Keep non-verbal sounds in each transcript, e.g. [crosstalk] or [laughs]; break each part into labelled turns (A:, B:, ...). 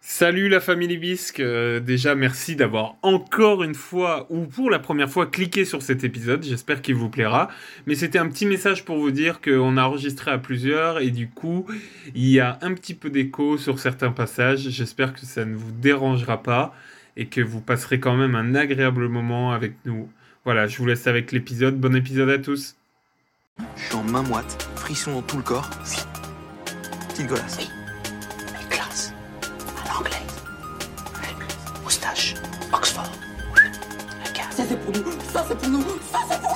A: Salut la famille Libisque, euh, déjà merci d'avoir encore une fois ou pour la première fois cliqué sur cet épisode, j'espère qu'il vous plaira. Mais c'était un petit message pour vous dire qu'on a enregistré à plusieurs et du coup il y a un petit peu d'écho sur certains passages, j'espère que ça ne vous dérangera pas et que vous passerez quand même un agréable moment avec nous. Voilà, je vous laisse avec l'épisode, bon épisode à tous.
B: Je suis en main moite, frisson dans tout le corps. Oui. Petite golasse.
C: Oui. Mais classe. À l'anglais. Moustache. Oxford. Regarde.
D: Ça c'est pour nous, ça c'est pour nous, ça c'est pour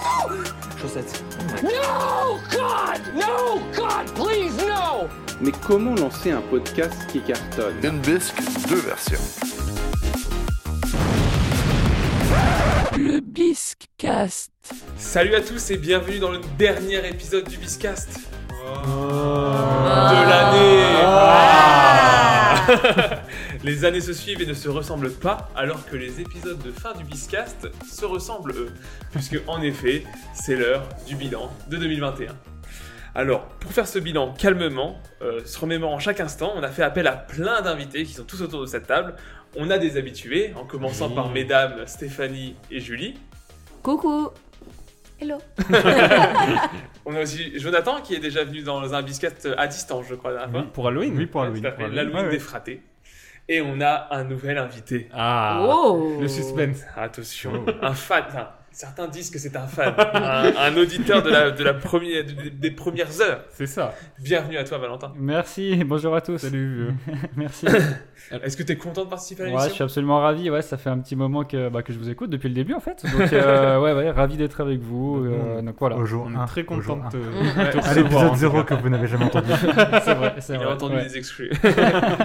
B: Chaussettes.
E: No, God! No, God, please, no!
F: Mais comment lancer un podcast qui cartonne
G: Une bisque, deux versions.
H: Le Biscast.
I: Salut à tous et bienvenue dans le dernier épisode du Biscast
A: Ah.
I: de l'année. Ah. [laughs] les années se suivent et ne se ressemblent pas, alors que les épisodes de fin du Biscast se ressemblent eux, puisque en effet, c'est l'heure du bilan de 2021. Alors, pour faire ce bilan calmement, euh, se remémorant chaque instant, on a fait appel à plein d'invités qui sont tous autour de cette table. On a des habitués, en commençant par mesdames Stéphanie et Julie.
J: Coucou Hello
I: On a aussi Jonathan qui est déjà venu dans un biscast à distance, je crois, la dernière fois.
A: Pour Halloween
K: Ah. Oui, pour Halloween.
I: Tout à fait,
K: pour
I: l'Halloween
K: Halloween.
I: des fratés. Et on a un nouvel invité.
A: Ah
J: Oh.
A: Le
L: [laughs]
A: suspense.
I: Attention,
K: Oh.
I: un fan. enfin, certains disent que c'est un fan, un, un auditeur de la, de la première, de- des, des premières heures.
A: C'est ça.
I: Bienvenue à toi, Valentin.
K: Merci, et bonjour à tous.
A: Salut euh,
K: Mm.
A: vieux.
K: [laughs] Merci.
I: Est-ce que tu es content de participer à
K: Ouais, je suis
I: l'émission
K: absolument ravi. Ouais, ça fait un petit moment que, bah, que je vous écoute depuis le début en fait.
I: [laughs]
K: Donc euh, ouais, ouais, ravi d'être avec
I: Bah,
K: vous. euh, donc voilà.
A: Au
K: C'est
A: jour On est
K: un,
A: très
K: au
A: content
K: jour
A: de
K: un.
A: te,
I: Ouais.
A: de te
I: À
A: recevoir,
K: Ah,
A: en
K: l'épisode
A: tout
K: zéro
A: cas.
K: que vous n'avez jamais entendu. [laughs] c'est vrai, c'est
I: Il
K: vrai.
I: a entendu
K: Ouais,
I: des exclus.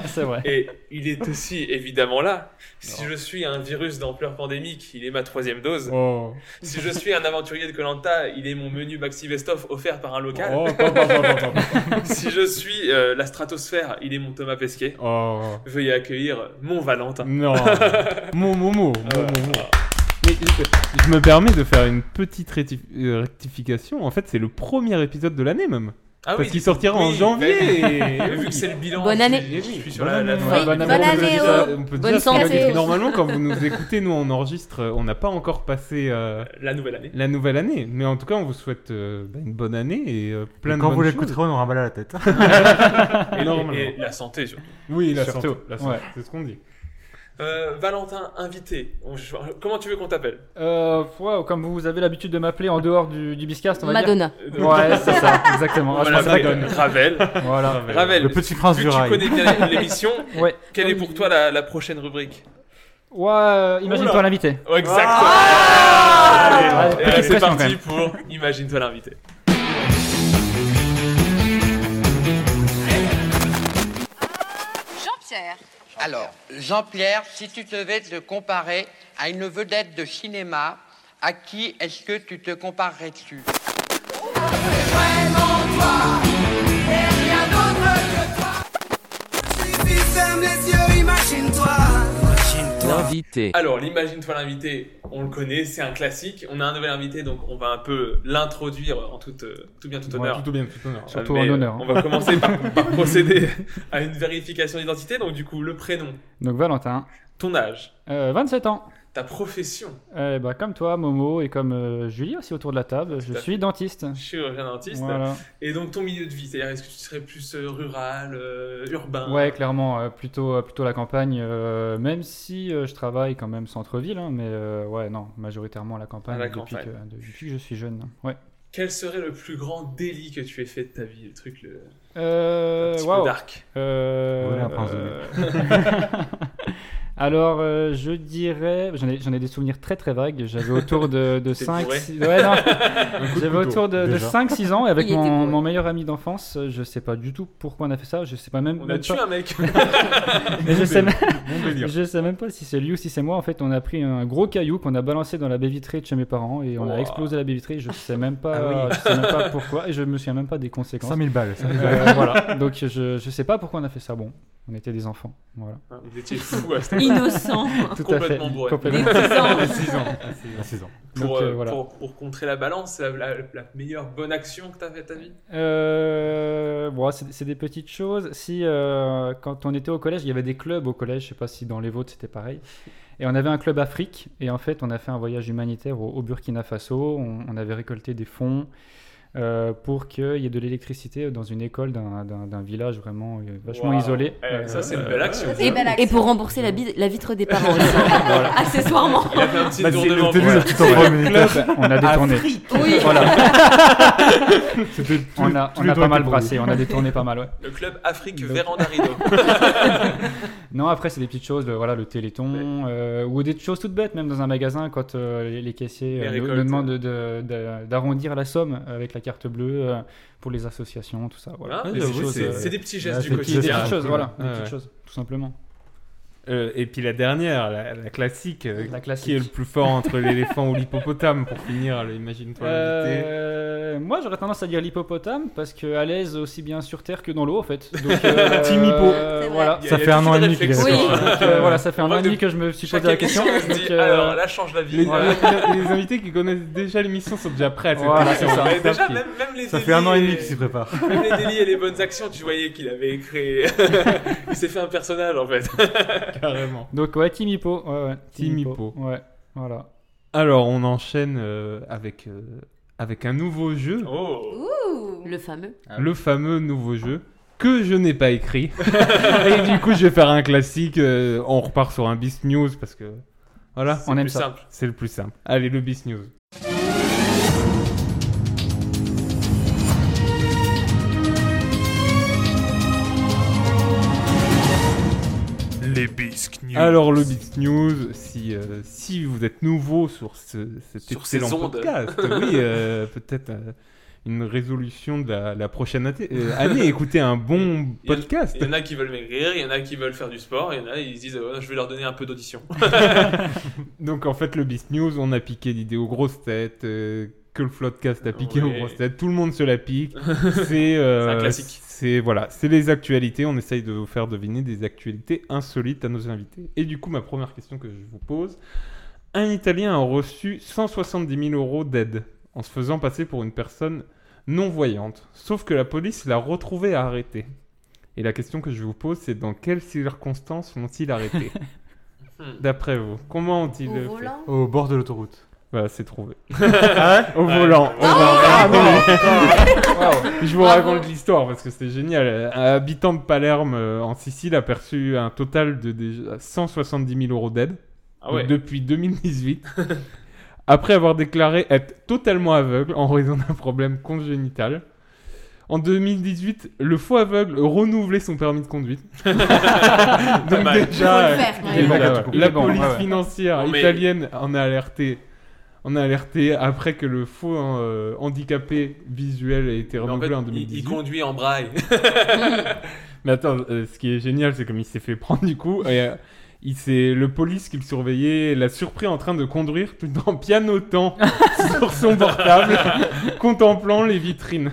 K: c'est vrai.
I: Et il est aussi évidemment là. Si je suis un virus d'ampleur pandémique, il est ma troisième dose.
K: Oh.
I: Si je suis un aventurier de Colanta, il est mon menu Maxi Vestoff offert par un local.
A: Oh, pom, pom, pom, pom, pom.
I: Si je suis euh, la stratosphère, il est mon Thomas Pesquet.
A: Oh.
I: Veuillez accueillir mon Valentin.
A: Non. Mon Momo.
I: Ah,
A: Mais je, je me permets de faire une petite réti- euh, rectification. En fait, c'est le premier épisode de l'année même.
I: Ah
A: parce
I: oui,
A: qu'il sortira en
I: oui,
A: janvier.
I: mais- mais vu que c'est le bilan.
J: Bonne année.
I: Je suis sur la, la-
J: Oui, bonne année.
A: on peut
J: année,
A: déjà-
J: oh.
A: on peut
J: Bonne
A: déjà
J: santé.
A: se dire que Normalement, quand vous nous écoutez, nous on enregistre, euh, on n'a pas encore passé euh,
I: la
A: [laughs]
I: nouvelle année.
A: la nouvelle année. Mais en tout cas, on vous souhaite euh, bah, une bonne année et euh, plein
F: Et
A: de
F: quand
A: bonnes
F: vous
A: choses.
F: l'écouterez, on aura mal à la tête.
I: Et,
A: Normalement.
I: et la santé, surtout.
A: Oui, la
K: Surtout.
A: santé, la santé,
K: Ouais.
A: c'est ce qu'on dit.
I: Euh, Valentin, invité. On- je- Comment tu veux qu'on t'appelle
K: Euh, wow, comme vous avez l'habitude de m'appeler en dehors du, du biscast, on va
J: Madonna.
I: Euh,
K: dire. Ouais, c'est ça,
I: on
K: exactement.
I: va
K: Ah, je pensais
I: l'appeler Ravel.
K: que- Voilà.
I: Ravel,
F: Le
I: vu
F: petit prince
I: que
F: du
I: tu
F: rail.
I: connais bien l'émission,
K: Ouais.
I: quelle est pour toi la, la prochaine rubrique
K: Ouais, euh, imagine-toi l'invité.
I: Oh, Exactement Allez,
K: Ouais,
I: euh, C'est
K: petite pression,
I: parti pour Imagine-toi l'invité.
M: Jean-Pierre. Alors, Jean-Pierre, si tu devais te comparer à une vedette de cinéma, à qui est-ce que tu te comparerais-tu
H: L'invité.
I: Alors, l'imagine-toi l'invité, on le connaît, c'est un classique. On a un nouvel invité, donc on va un peu l'introduire en toute, euh, tout bien, tout
A: Ouais,
I: honneur.
A: tout bien, tout honneur.
K: surtout
I: mais,
K: en
I: euh,
K: honneur, hein.
I: On va commencer par, par procéder à une vérification d'identité. Donc, du coup, le prénom,
K: Donc Valentin,
I: ton âge,
K: euh, 27 ans.
I: ta profession.
K: Eh ben, comme toi, Momo, et comme euh, Julie aussi autour de la table, je
I: à
K: suis dentiste.
I: Je suis un dentiste.
K: Voilà.
I: Et donc, ton milieu de vie, c'est-à-dire est-ce que tu serais plus euh, rural, euh, urbain
K: Ouais, clairement, euh, plutôt, euh, plutôt la campagne, euh, même si euh, je travaille quand même centre-ville, hein, mais euh, ouais, non, majoritairement la campagne,
I: À Ah, la
K: depuis,
I: campagne.
K: Que, depuis que je suis jeune. hein. Ouais.
I: Quel serait le plus grand délit que tu aies fait de ta vie Le truc le un
K: Euh,
I: petit peu
K: waouh.
I: dark.
K: Euh,
F: Voilà, un prince de
K: [laughs] Alors, euh, je dirais, j'en ai, j'en ai des souvenirs très très vagues. J'avais
I: [laughs]
K: autour de, de
I: T'es
K: 5,
I: bourré.
K: 6,
I: [laughs]
K: ouais, non. J'avais
F: couteau,
K: autour de, de
F: déjà.
K: 5 6 ans et avec
J: Il était
K: mon,
J: bourré.
K: mon meilleur ami d'enfance. euh, Je sais pas du tout pourquoi on a fait ça. Je sais pas même.
I: On a
K: même
I: tué
K: pas-
I: un
K: [laughs]
I: mec.
K: mais je sais même-
A: Bon délire.
K: Je sais même pas si c'est lui ou si c'est moi. En fait, on a pris un gros caillou qu'on a balancé dans la baie vitrée de chez mes parents et on a
I: Wow.
K: explosé la baie vitrée. Je sais même pas,
I: Ah
K: je sais même pas pourquoi et je me souviens même pas des conséquences.
F: 5000 balles. ça.
K: Euh, voilà. Donc je, je sais pas pourquoi on a fait ça. Bon, on était des enfants.
I: [laughs]
K: Voilà.
I: Vous étiez fou à cette
L: Innocent.
K: Tout à
I: complètement
K: fait.
I: bourré. [laughs]
K: Complètement. À six ans. À six ans.
I: Pour,
K: Donc, euh,
I: euh,
K: voilà.
I: pour, pour contrer la balance, c'est la, la- la meilleure bonne action que t'as fait de ta vie
K: Euh, bon, c'est c'est des petites choses. Si euh, quand on était au collège, il y avait des clubs au collège. Je sais pas si dans les vôtres c'était pareil. Et on avait un club Afrique. Et en fait, on a fait un voyage humanitaire au, au Burkina Faso. On, on avait récolté des fonds euh, pour qu'il y ait de l'électricité dans une école d'un- d'un d'un village vraiment euh, vachement
I: Waouh.
K: isolé. Euh,
I: Eh, ça, c'est une belle action.
L: Et, et pour rembourser la, bi- la vitre des parents aussi. Accessoirement.
I: Il a fait un petit tour devant
K: T'as vu
I: pour-
K: Bah, le petit endroit
I: Ouais.
K: militaire On a détourné.
I: Afrique.
L: Oui.
I: [laughs] C'était tous
K: on
I: les-
K: a,
I: tous
K: on
I: les
K: a
I: droits
K: pas
I: détournés.
K: mal brassé, on a détourné pas mal, ouais.
I: Le club Afrique Véranda Rideau.
K: non, après, c'est des petites choses, le, voilà, le téléthon, euh, ou des choses toutes bêtes, même dans un magasin, quand euh, les, les caissiers
I: Les
K: euh, nous- nous,
I: récoltes.
K: demandent de- de- de- d'arrondir la somme avec la carte bleue euh, pour les associations, tout ça. [laughs] Voilà.
I: Ah,
K: Et
I: j'avoue,
K: choses,
I: c'est-
K: euh,
I: c'est des petits gestes du
K: ouais, c'est des petites-
I: quotidien.
K: Des petites choses, voilà, des
N: Ouais,
K: petites
N: ouais.
K: choses, tout simplement.
N: [laughs] Euh, et puis la dernière, la, la classique, euh,
K: classique.
N: qui est le plus fort entre l'éléphant ou l'hippopotame pour finir, le- imagine-toi l'invité.
K: Euh, moi, j'aurais tendance à dire l'hippopotame parce que à l'aise aussi bien sur terre que dans l'eau, en fait. Donc,
I: [laughs]
K: euh,
N: Team hippo.
K: euh,
N: C'est vrai.
K: Voilà.
N: Il y a- Ça il y a fait un an et demi qu'il est
K: Oui.
N: là-dessus.
K: Donc, euh, voilà, ça fait un
N: Moi,
K: an et demi
N: de-
K: que je me suis
N: chaque
K: posé la question.
N: émission, on se
K: Donc,
N: dit,
K: euh,
N: alors, là, change la vie.
K: les-
N: Voilà.
K: les-
N: les invités qui connaissent déjà l'émission sont déjà prêts. à cette
K: Voilà,
N: émission.
K: c'est ça.
N: Ils
K: Mais
N: savent
K: déjà,
N: qu'ils-
K: même- même les
N: ça fait un an et demi
I: délits-
N: qu'ils s'y préparent.
I: [laughs] Même les délits et les bonnes actions, tu voyais qu'il avait créé. [laughs] Il s'est fait un personnage en fait.
N: Carrément.
K: Donc, ouais, Team Hippo. Ouais, ouais,
N: Team
K: Ouais, voilà.
N: Alors, on enchaîne euh, avec, euh, avec un nouveau jeu.
K: Oh.
L: Le fameux.
N: Le fameux nouveau jeu que je n'ai pas écrit. [laughs] et du coup, je vais faire un classique. euh, on repart sur un Beast News parce que. Voilà.
K: On le aime plus ça. simple.
N: C'est le plus simple. Allez, le Beast News.
G: Les bisques news.
N: Alors, le Beast News, si, euh, si vous êtes nouveau sur ce, cet
I: Sur ces
N: excellent
I: ondes.
N: podcast, oui,
I: [laughs]
N: euh, peut-être euh, une résolution de la, la prochaine athée- euh, année, écoutez un bon
I: Il y en-
N: podcast.
I: Il y en a qui veulent maigrir, il y en a qui veulent faire du sport, il y en a ils se disent euh, je vais leur donner un peu d'audition.
N: Donc en fait, le Beast News, on a piqué l'idée aux grosses têtes, euh, que le Floodcast a piqué
I: Ouais.
N: aux grosses têtes, tout le monde se
I: [laughs]
N: la pique. c'est euh,
I: C'est un classique.
N: C'est voilà, c'est les actualités. On essaye de vous faire deviner des actualités insolites à nos invités. Et du coup, ma première question que je vous pose un Italien a reçu 170 000 euros d'aide en se faisant passer pour une personne non voyante. Sauf que la police l'a retrouvé et arrêté. Et la question que je vous pose, c'est dans quelles circonstances l'ont-ils [laughs] arrêté D'après vous, comment ont-ils
L: Au
N: fait
L: volant
N: Au bord de l'autoroute. Voilà, c'est [laughs] trouvé. Ah
F: Hein
N: Au volant. au volant.
F: Ah,
N: non, mais-
F: wow.
N: Je vous
F: Bravo.
N: raconte l'histoire parce que c'est génial. Un habitant de Palerme euh, en Sicile a perçu un total de déjà 170 000 euros d'aide
I: Ah ouais.
N: Donc, depuis 2018. [laughs] après avoir déclaré être totalement aveugle en raison d'un problème congénital. En 2018, le faux aveugle renouvelait son permis
I: [laughs]
N: de [laughs] conduite.
I: Pas
N: Donc
I: mal.
N: déjà,
I: Faut le faire,
N: euh,
I: ouais. Il est
N: voilà,
I: bon,
N: ouais.
I: il est
N: la
I: bon,
N: police
I: ouais, ouais.
N: financière
I: Non, mais-
N: italienne en a alerté. On a alerté après que le faux euh, handicapé visuel ait
I: Mais
N: été
I: en
N: renouvelé
I: fait,
N: en
I: il,
N: 2018.
I: il conduit en braille. [laughs]
N: Mais attends, euh, ce qui est génial, c'est comme il s'est fait prendre du coup, et, euh, il s'est, le police qui le surveillait l'a surpris en train de conduire tout en [laughs] pianotant sur son portable, contemplant les vitrines.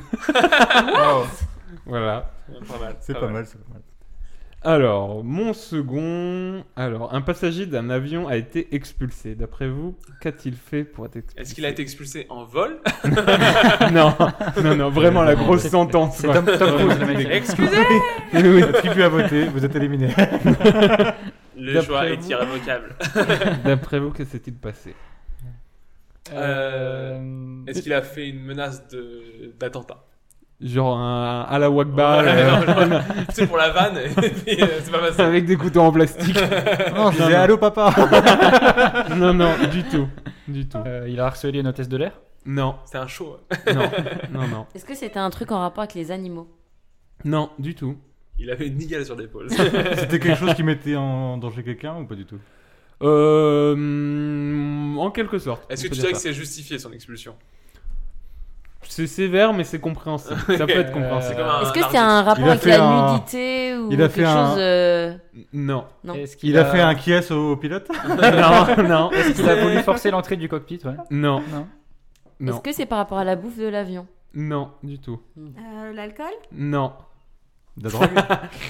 N: Voilà.
I: Pas mal,
N: C'est
I: pas
N: pas
I: mal.
N: mal, c'est pas mal. Alors, mon second. Alors, un passager d'un avion a été expulsé. D'après vous, qu'a-t-il fait pour être expulsé [laughs]
I: Est-ce qu'il a été expulsé en vol
N: non, non, non, vraiment la grosse sentence. quoi.
I: Excusez
N: Oui, oui.
F: Contribuez à voter, vous êtes éliminé.
I: Le
N: D'après
I: choix est
N: vous-
I: irrévocable.
N: D'après vous, que s'est-il passé
I: Euh, Est-ce qu'il a fait une menace de- d'attentat
N: Genre un à la Wakbar
I: Ouais,
N: [laughs]
I: [laughs] non,
N: euh,
I: non, c'est pour la vanne, et puis, euh, c'est pas passé.
N: Avec des couteaux en [laughs] plastique.
I: Non, je disais, allô, papa.
N: [laughs] non, non, du tout. Du tout.
K: Euh, il a harcelé une hôtesse de l'air
N: Non.
I: C'est un show.
N: Non, non, non.
L: Est-ce que c'était un truc en rapport avec les animaux
N: Non, du tout.
I: Il avait une nigale sur
N: [laughs]
I: l'épaule.
F: C'était quelque chose qui mettait en danger quelqu'un ou pas du tout
N: Euh, hum, en quelque sorte.
I: Est-ce
N: on
I: que tu
N: peut dire
I: dirais que
N: ça.
I: c'est justifié son expulsion
N: C'est sévère, mais c'est
I: [laughs]
N: compréhensible. Ça peut être compréhensible.
I: C'est comme un-
L: Est-ce que c'est un rapport
F: Il a
L: avec
F: fait
L: la
F: un-
L: nudité ou
F: il a
L: quelque
F: fait un-
L: chose euh,
N: Non.
L: Non.
F: Il a fait un quies au pilote
N: Non, [laughs] non.
K: Est-ce qu'il a voulu forcer l'entrée du cockpit ouais.
N: Non.
K: Non.
N: Non.
L: Est-ce que c'est par rapport à la bouffe de l'avion Hmm.
N: Non, du tout.
O: Euh, L'alcool
N: Non. [laughs]
F: De la drogue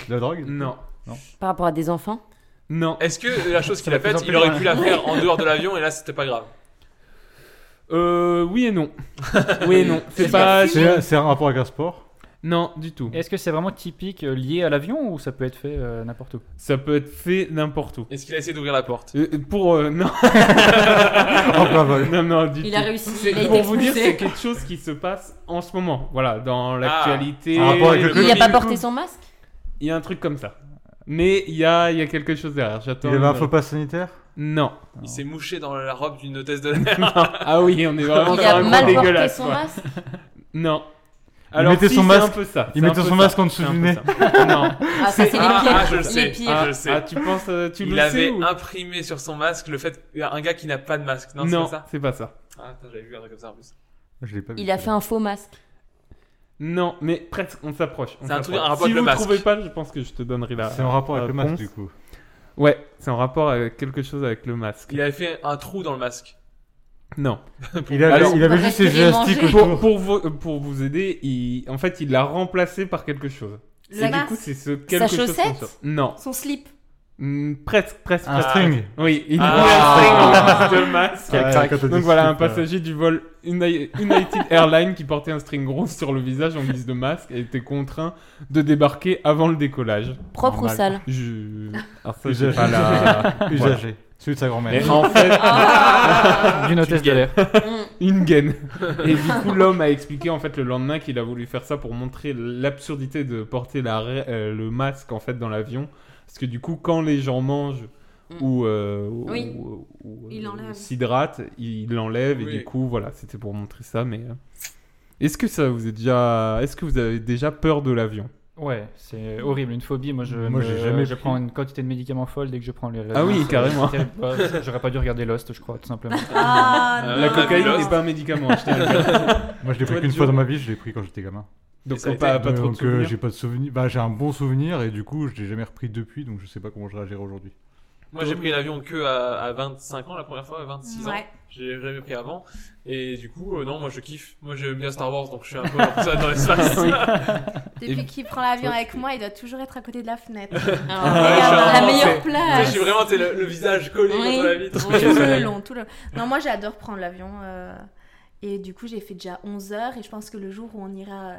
F: De la drogue
N: Non.
K: Non.
L: Par rapport à des enfants
N: Non.
I: Est-ce que la chose qu'il a
N: va de
I: faite,
N: plus en
I: il
N: plus
I: aurait pu
N: loin.
I: la faire en dehors de l'avion et là c'était pas grave
N: Euh, oui et non. oui et non. C'est
K: C'est
N: pas.
F: C'est c'est un rapport avec un sport
N: Non, du tout.
K: Est-ce que c'est vraiment typique euh, lié à l'avion ou ça peut être fait euh, n'importe où
N: Ça peut être fait n'importe où.
I: Est-ce qu'il a essayé d'ouvrir la porte
N: Euh, pour euh, [laughs] non.
F: pas mal.
N: Non non du
L: Il
N: tout.
L: a réussi,
N: C'est-
L: il a été
N: pour vous dire,
L: expulsé.
N: c'est quelque chose qui se passe en ce moment. Voilà, dans l'actualité.
F: Ah. Un rapport avec le
L: Il
N: a
L: n'a pas porté son masque
N: Il y a un truc comme ça. Mais il y a, il y a quelque chose derrière. J'attends.
F: Il y avait un
N: une-
F: faux pas sanitaire
N: Non.
I: Il s'est mouché dans la robe d'une hôtesse
N: [laughs]
I: de l'air.
N: ah oui, on est vraiment
L: Il
N: sur
L: a
N: un coup
L: mal porté
N: dégueulasse,
L: son
N: quoi.
L: masque
N: Non.
F: Il
N: Alors,
F: mettait
N: si,
F: son
N: c'est un
F: masque-
N: peu ça.
F: il
N: c'est un
F: mettait
N: peu
F: son masque
N: ça.
F: en dessous
N: C'est
F: du
N: un
F: nez.
N: peu
F: [laughs]
N: ça. non.
L: Ah, ça, c'est les
I: Ah,
L: pires.
I: ah, je le
L: les
I: sais.
L: pires.
I: Ah,
N: Ah,
I: je sais.
N: ah, tu penses, euh, tu
I: il
N: le sais
I: avait
N: ou-
I: imprimé sur son masque le fait un gars qui n'a pas de masque. Non,
N: Non,
I: c'est pas ça
N: c'est pas ça.
I: Ah, attends, j'avais vu un truc comme ça en plus.
F: Je l'ai pas vu.
L: Il a fait un faux masque.
N: Non, mais presque, on s'approche. on
I: C'est un truc,
N: s'approche.
I: un rapport
N: Si
I: avec le
N: vous
I: masque.
N: trouvez pas, je pense que je te donnerai la.
F: C'est en rapport avec le masque,
N: réponse.
F: du coup.
N: Ouais, c'est en rapport avec quelque chose avec le masque.
I: Il avait fait un trou dans le masque.
N: Non.
F: Il avait,
N: Alors-
F: il avait juste ses
L: respirer, manger.
F: gestiques autour.
N: Pour, pour, vous, pour vous aider, il- en fait, il l'a remplacé par quelque chose.
L: Le
N: Et du
L: masque.
N: coup, c'est ce quelque chose qu'on
L: chaussette
N: sort. Non.
L: Son slip.
N: Hmm, presque, presque.
F: Un
N: presque.
F: string.
N: Oui, il
I: Ah.
N: a un string en place de
F: Quel
N: masque.
F: crack. quand on dit
N: Donc voilà, un
F: slip, euh.
N: passager du vol Uni- United Airlines qui portait un string rose sur le visage en guise de masque et était contraint de débarquer avant le décollage.
L: Propre ou
N: Normal.
L: sale
N: Je...
F: [laughs]
N: Alors ça, j'ai
F: Usagé.
N: pas la... Voilà.
F: Usagé. Celui de sa
N: Mais
F: grand-mère.
N: en fait,
J: Ah.
K: [laughs] D'une hôtesse de l'air.
J: Mm.
L: [laughs]
N: une gaine. Et du coup, l'homme a expliqué en fait le lendemain qu'il a voulu faire ça pour montrer l'absurdité de porter la ra- euh, le masque en fait dans l'avion, parce que du coup, quand les gens mangent
L: Mm.
N: ou, euh, ou-
L: Oui.
N: ou- ou,
L: Ils
N: euh,
L: l'enlèvent.
N: s'hydratent, ils l'enlèvent
I: Oui.
N: et du coup, voilà, c'était pour montrer ça. Mais euh, est-ce que ça vous est déjà, est-ce que vous avez déjà peur de l'avion
K: Ouais, c'est horrible, une phobie. Moi, je, me-
F: Moi, j'ai jamais
K: je
F: pris.
K: prends une quantité de médicaments folle dès que je prends les.
N: Ah oui,
K: c'est-
N: carrément.
K: c'est terrible. Ouais, J'aurais pas dû regarder Lost, je crois, tout simplement.
I: Euh,
L: Ah non.
N: La
I: on a vu
N: cocaïne
I: Lost.
N: n'est pas un médicament. je tiens à le dire.
F: Moi, je l'ai
N: Toi,
F: pris qu'une
N: Joe.
F: fois dans ma vie, je l'ai pris quand j'étais gamin.
N: Donc
I: ça a
N: pas, pas trop de
F: donc, euh,
N: souvenirs.
F: j'ai pas de souvenir. Bah, j'ai un bon souvenir et du coup, je l'ai jamais repris depuis, donc je sais pas comment je réagirai aujourd'hui.
I: Moi, j'ai pris l'avion que à, à 25 ans la première fois, à 26 ans.
J: Ouais.
I: J'ai jamais pris avant. Et du coup, euh, non, moi je kiffe. Moi j'aime bien Star Wars, donc je suis un peu comme ça dans l'espace. [laughs]
J: Depuis qu'il prend l'avion avec moi, il doit toujours être à côté de la fenêtre.
I: Ah,
L: Ah, la
I: ouais, c'est-
L: meilleure
I: Tu sais, je
L: place.
I: suis vraiment tu sais, le, le visage collé
L: Oui.
I: contre la vitre.
J: tout le long, tout le long. Non, moi j'adore prendre l'avion. euh, et du coup, j'ai fait déjà 11 heures. Et je pense que le jour où on ira euh,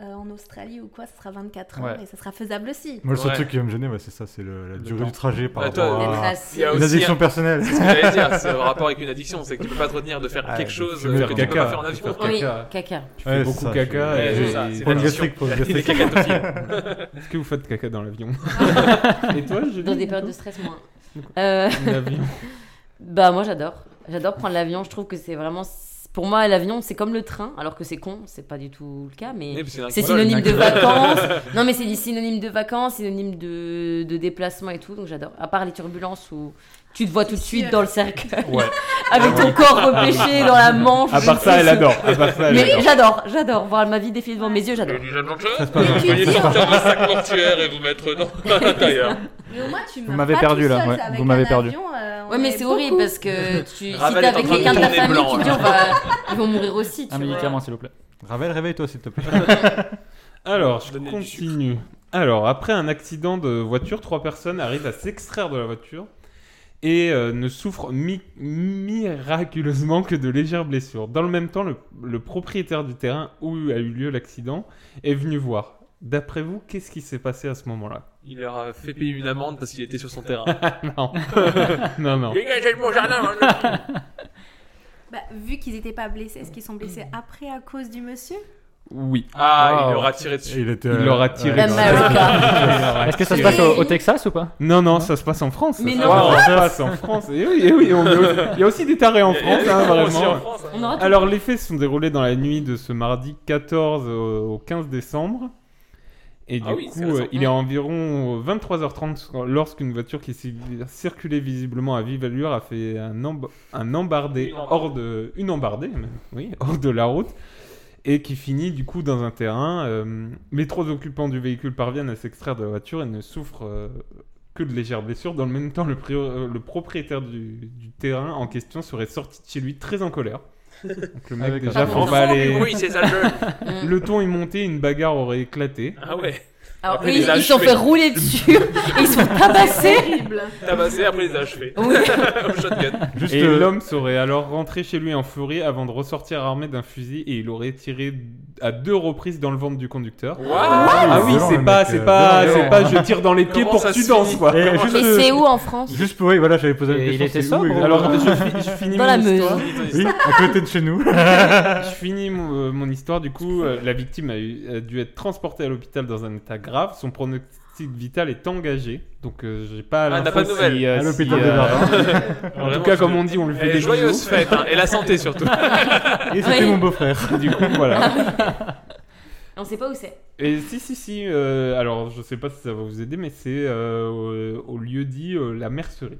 J: euh, en Australie ou quoi, ce sera 24 heures.
K: Ouais.
J: Et ça sera faisable aussi.
F: Moi, le seul
I: Ouais.
F: truc qui va me gêner, ouais, c'est ça, c'est le- la durée
K: temps.
F: du trajet par
I: Bah, toi,
F: rapport
N: euh,
L: D'être
F: à
L: assis.
I: Il y a
F: les
I: aussi hein.
F: addictions
I: un-
F: personnelles.
I: C'est ce que j'allais dire, c'est le rapport avec une addiction, c'est que tu peux pas te retenir de faire
F: Ah,
I: quelque
F: je
I: chose
F: vais
I: euh,
F: faire
I: que tu peux pas
F: caca,
I: faire en
F: je vais
I: avion.
F: faire
L: Oui,
N: Caca.
L: caca.
N: Tu fais
F: Ouais,
N: beaucoup
F: ça,
N: caca.
F: je-
N: et-
I: Ouais, c'est ça,
N: et-
I: c'est
F: Pour le
I: l'addiction.
F: [laughs] gastrique, pour le
I: T'es
F: gastrique.
I: cacatophile.
N: Est-ce que vous faites caca dans
L: [laughs]
N: l'avion Et toi, je
L: Dans des périodes de stress, moins. Euh, [laughs]
N: L'avion.
L: Bah moi j'adore. J'adore prendre l'avion. Je trouve que c'est vraiment... Pour moi l'avion c'est comme le train, alors que c'est con, c'est pas du tout le cas, mais...
I: Eh, puis
L: C'est
I: incroyable.
L: synonyme de vacances.
N: [laughs]
L: Non, mais c'est synonyme de vacances, synonyme de, de déplacement et tout. Donc j'adore. À part les turbulences où tu te vois tout de suite dans le cercueil.
N: Ouais.
L: [laughs] Avec ton
N: [laughs]
L: corps repêché dans la manche.
N: À part ça, elle adore. À part ça, elle
L: Mais
N: adore.
L: j'adore, j'adore. Voir ma vie défiler devant mes yeux, j'adore.
I: Accompagné d'un sac mortuaire et vous mettre dans l'intérieur.
J: Mais au moins, tu
K: Vous m'avez perdu, là, ouais. Vous m'avez perdu.
J: euh,
L: Ouais, mais c'est horrible parce que tu, si
I: Ravel
L: t'es
I: est
L: avec
I: en train de
L: quelqu'un de ta
I: tourner
L: famille,
I: blanc,
L: tu te dis
I: là.
L: on va, ils vont mourir aussi.
N: Ah,
L: Tu
K: Un
L: vois.
K: médicament, s'il vous plaît.
F: Ravel, réveille-toi, s'il te plaît.
N: Alors, je
I: Donnez du
N: continue. Alors, après un accident de voiture, trois personnes arrivent à s'extraire de la voiture et euh, ne souffrent mi- miraculeusement que de légères blessures. Dans le même temps, le, le propriétaire du terrain où a eu lieu l'accident est venu voir. D'après vous, qu'est-ce qui s'est passé à ce moment-là
I: Il leur a fait payer une amende parce qu'il était sur son terrain.
N: Non. non, non.
I: Dégagez de mon jardin hein, le-
J: Bah, vu qu'ils n'étaient pas blessés, est-ce qu'ils sont blessés après à cause du monsieur
N: Oui.
I: Ah,
K: Wow.
I: il leur a tiré dessus.
F: Et [laughs] il était,
N: Il
F: euh,
N: leur a tiré.
J: Bah,
F: ouais.
N: dessus.
L: America.
N: Il leur a
K: Est-ce que ça se
N: tiré
K: passe au, au Texas ou pas
N: Non, non, ça se passe en France.
L: Mais
N: ça.
L: non.
N: Ça se passe en France. Et oui, et oui, on- il y a aussi des tarés en France, hein,
I: Aussi en
N: vraiment.
I: France, hein.
L: On aura tout.
N: Alors, les faits se sont déroulés dans la nuit de ce mardi 14 au au 15 décembre. Et du
I: Ah oui,
N: coup,
I: c'est récent.
N: euh, il est environ 23h30 lorsqu'une voiture qui s'y- circulait visiblement à vive allure a fait un, emb- un embardé
I: Une embardée.
N: hors de une embardée, même, oui, hors de la route, et qui finit du coup dans un terrain. euh, les trois occupants du véhicule parviennent à s'extraire de la voiture et ne souffrent euh, que de légères blessures. Dans le même temps, le, pri- euh, le propriétaire du, du terrain en question serait sorti de chez lui très en colère. Donc le mec
F: Avec un
N: déjà
L: Pardon.
N: fort balai.
I: Oui, c'est ça le jeu.
L: Mm.
N: Le ton est monté, une bagarre aurait éclaté.
I: Ah ouais.
L: Alors,
I: Après,
L: oui,
I: les
L: ils se sont
I: achevés.
L: fait
N: [laughs]
L: rouler dessus, et ils se sont tabassés.
I: Tabassé, après les achever.
L: Oui.
I: Au shotgun.
F: euh,
A: Juste, euh, et l'homme serait alors rentré chez lui en furie avant de ressortir armé d'un fusil et il aurait tiré à deux reprises dans le ventre du conducteur.
I: Wow.
A: ah oui,
F: Violent,
A: c'est
F: le
A: pas,
F: mec,
A: c'est
F: euh,
N: Ah,
A: pas,
F: violent.
A: Ah, c'est
N: [laughs]
A: pas, je tire dans les pieds
I: Comment
A: pour
I: ça
A: que tu
I: se
A: danses
I: finit
A: quoi.
F: Et
A: Comment
F: juste,
L: Mais
F: euh,
L: c'est où en France
F: Juste pour oui, voilà, j'avais posé la
K: Et
F: question.
K: il était
F: c'est où
K: sobre,
F: exactement
A: Alors, je, fi- je finis
L: Dans
A: mon
L: la Meuse.
A: histoire.
F: Oui, à côté de chez nous.
A: je finis mon, mon histoire. Du coup, euh, la victime a, eu- a dû être transportée à l'hôpital dans un état grave. Son pronostic vital est engagé. Donc, euh, j'ai pas
I: Ah, on n'a pas de
A: l'info
I: nouvelles.
A: si, euh,
F: À l'hôpital
A: si,
F: de
A: euh,
F: Verdun.
A: [laughs] En tout
I: [laughs] Vraiment,
A: cas,
I: je-
A: comme on dit, on lui fait
I: Eh,
A: des
I: joyeuses
A: bisous.
I: fêtes hein, et la santé surtout.
F: Et c'était
L: Oui.
F: mon beau-frère.
A: Du coup, voilà. [laughs]
L: On sait pas où c'est.
A: Et si, si, si. euh, alors, je sais pas si ça va vous aider, mais c'est euh, au- au lieu dit euh, la mercerie.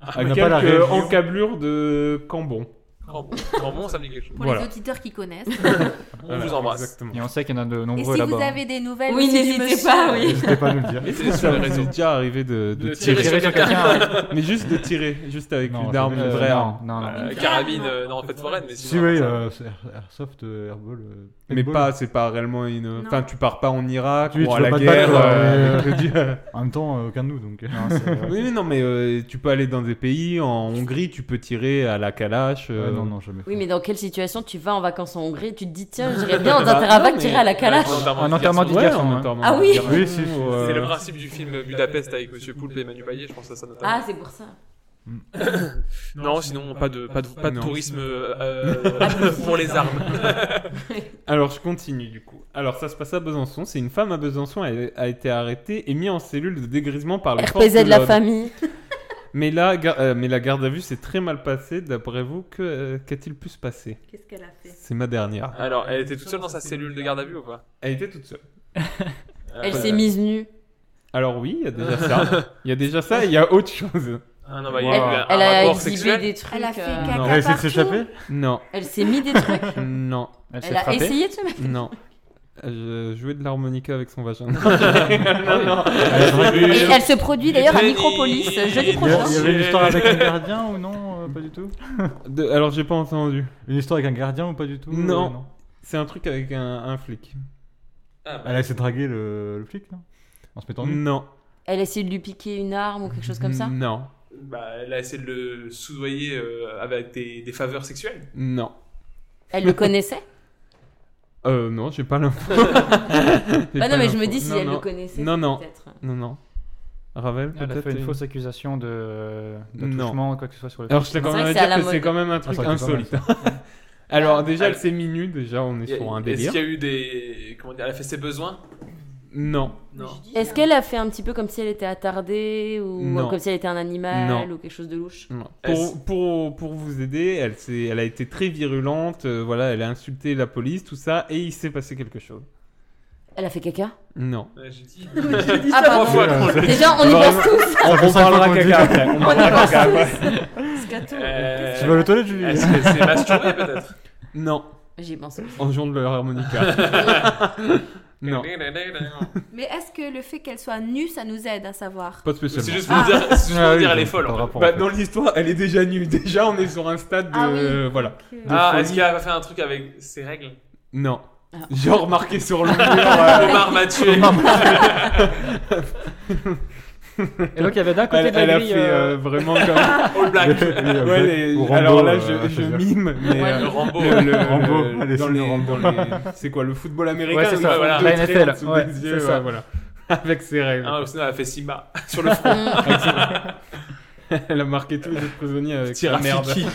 F: on
I: Ah.
A: À
F: n'a pas la
A: quelques
F: région.
A: encablures de Cambon.
I: Grand bon, grand bon, ça me dit quelque chose.
N: Pour
A: Voilà.
N: les auditeurs qui connaissent.
I: On
A: Voilà,
I: vous embrasse.
A: Exactement.
K: Et on sait qu'il y en a de
N: Et si
K: nombreux
N: vous
K: là-bas.
N: avez des nouvelles,
L: Oui,
N: aussi du
L: n'hésitez
N: monsieur,
L: pas, oui.
F: N'hésitez pas à nous le dire.
I: Et c'est
A: Ça,
I: sur
A: ça
I: les
A: vous
I: réseaux.
A: est déjà arrivé de, de
I: De
A: tirer,
I: tirer sur quelqu'un.
A: mais juste de tirer, juste avec
F: Non,
A: une arme,
F: euh,
A: une vraie
F: non,
K: hein.
A: arme.
F: Non, non.
I: Euh, carabine, euh, non, en fait, foraine, mais
F: Si,
I: sinon,
F: oui,
I: ça-
F: euh, c'est Air- Airsoft, euh, Airball. euh,
A: Mais
F: paintball.
A: pas, c'est pas réellement une.
N: Non.
A: Enfin, tu pars pas en Irak
F: Oui,
A: ou
F: tu
A: à
F: vas
A: la
F: pas te
A: guerre.
F: battre,
A: euh,
F: euh,
A: je veux dire.
F: En même temps, euh, aucun de nous donc.
A: Oui, mais non, mais euh, tu peux aller dans des pays. En Hongrie, tu peux tirer à la calache. euh,
F: Ouais, [laughs] non, non, jamais.
L: Oui, mais dans quelle situation tu vas en vacances en Hongrie Tu te dis, tiens, j'irais bien dans un terravac tirer à la calache.
I: Un
K: Un enterrement
I: enterrement
K: du
I: de
A: Ouais,
K: garçon,
A: en
K: hein.
A: enterrement
L: Ah
A: de
L: oui.
A: garçon,
F: Oui, si,
A: ou,
F: si.
A: euh,
I: C'est le principe du film Budapest avec Monsieur Poulpe et Manu Payet, je pense à ça notamment.
L: Ah, c'est pour ça.
I: non, sinon, pas de, pas de, pas de
A: Non.
I: tourisme
L: Ah, [laughs]
I: euh, pour les armes. [laughs]
A: Alors je continue du coup. Alors ça se passe à Besançon. C'est une femme à Besançon elle a été arrêtée et mise en cellule de dégrisement par les forces
L: RPZ de la
A: l'ordre.
L: famille.
A: Mais la, gar- euh, mais la garde à vue s'est très mal passée. D'après vous, que, euh, qu'a-t-il pu se passer
N: Qu'est-ce qu'elle a fait
A: C'est ma dernière.
I: Alors, elle était toute seule dans sa cellule de garde à vue ou quoi
A: Elle était toute seule.
L: Elle
I: Euh,
L: s'est mise nue.
A: Alors oui, il y a
F: [laughs]
A: déjà ça. Il y a déjà ça et il y a autre chose.
I: Ah non, bah, il y
L: Elle,
I: a eu un
L: elle a
I: rapport
L: exhibé
I: sexuel.
L: des trucs.
N: Elle a fait
L: euh,
N: caca
A: Non.
F: Elle a essayé de
N: partout.
F: s'échapper
A: Non,
L: Elle s'est mis des trucs.
A: non,
K: Elle s'est
L: Elle a
K: frappée.
L: essayé de se mettre.
A: non. Euh, Je jouais de l'harmonica avec son [laughs] vagin. Ah,
L: Et elle se produit d'ailleurs à
I: Jenny.
L: Micropolis jeudi
F: Il y, a-
L: prochain.
F: il y avait une histoire avec un gardien ou non euh, Pas du tout.
A: De- Alors j'ai pas entendu.
F: Une histoire avec un gardien ou pas du tout euh,
A: Non. C'est un truc avec un, un flic.
I: Ah, bah,
F: Elle a essayé de draguer le, le flic, non En se mettant nu.
A: Non.
L: Elle a essayé de lui piquer une arme ou quelque chose comme
N: Mm.
L: ça.
A: Non.
I: bah, elle a essayé de le soudoyer euh, avec des, des faveurs sexuelles.
A: Non.
L: Elle le connaissait
A: Euh, non, j'ai pas l'info.
N: Bah
A: J'ai
L: Ah
A: pas
L: non, mais je
A: l'info.
L: me dis si
A: Non,
L: elle
A: non.
L: le connaissait.
A: Non, non.
L: peut-être.
A: Non, non. Ravel,
K: Ah, Elle a
A: peut-être
K: fait une
A: euh,
K: fausse accusation de
A: Non.
K: d'attouchement, quoi que ce soit sur le. Ah,
A: Alors, je t'ai
L: C'est
A: quand
L: vrai
A: même à
L: que c'est à la
A: dire que c'est
L: mode.
A: quand même un
F: ça
A: truc
F: aurait été pas mal,
A: insolite. Alors, déjà,
I: Elle-
A: elle s'est mis nue, déjà, on est
I: Il y a-
A: sur un
I: Est-ce
A: délire.
I: qu'il y a eu des. Comment dire Elle a fait ses besoins
A: Non.
I: Non.
L: Est-ce qu'elle a fait un petit peu comme si elle était attardée ou
A: Non.
L: comme si elle était un animal
A: Non.
L: ou quelque chose de louche
A: non.
I: Est-ce-
A: Pour, pour, pour vous aider, elle, s'est- elle a été très virulente, euh, voilà, elle a insulté la police, tout ça, et il s'est passé quelque chose.
L: Elle a fait caca
A: Non.
I: Ouais, J'ai dit. Trois
L: Ah pardon.
I: fois qu'on le dit.
L: Déjà, on y pense tous.
A: On, on parlera caca après. On parlera caca après.
I: Euh,
F: Tu vas à la toilette, Julie
I: Est-ce qu'elle s'est masturbée
L: [laughs]
I: peut-être
A: Non.
L: J'y pense.
A: En jouant de l'harmonica. non.
N: Mais est-ce que le fait qu'elle soit nue, ça nous aide à savoir
A: Pas
I: C'est
A: spécialement.
I: juste pour dire, c'est juste pour
F: Ah oui,
I: dire elle est
F: donc,
I: folle.
F: par
I: en fait.
F: rapport,
A: Bah,
F: en fait.
A: dans l'histoire, elle est déjà nue. Déjà, on est sur un stade de.
N: Ah oui.
A: euh, voilà.
I: Ah, est-ce qu'elle a fait un truc avec ses règles
A: Non.
L: Ah.
A: Genre marqué sur le mur.
I: Omar m'a tué.
K: Et donc il y avait d'un côté
A: elle,
K: de la
A: elle a
K: grille,
A: fait
K: euh,
A: euh, vraiment comme.
I: All black.
A: Ouais, les- Alors
F: euh,
A: là, je, je mime. Mais,
L: Ouais,
A: euh,
I: Le Rambo.
A: le- le-
F: Rambo,
A: le-
F: allez,
A: dans
F: signe
A: les,
F: Rambo.
A: dans les- c'est quoi le football américain
K: Ouais, c'est
A: où
K: ça,
A: ils font
I: voilà.
A: deux
K: La
A: traits
K: NFL,
A: en dessous
K: ouais,
A: des
K: c'est
A: yeux,
K: ça.
A: ouais, voilà. [laughs] Avec ses règles.
I: Ah, ou sinon, elle a fait Simba sur le front.
L: Mm.
A: Elle a marqué tous les autres prisonniers avec
I: Petit
A: sa merde.
I: Rafiki.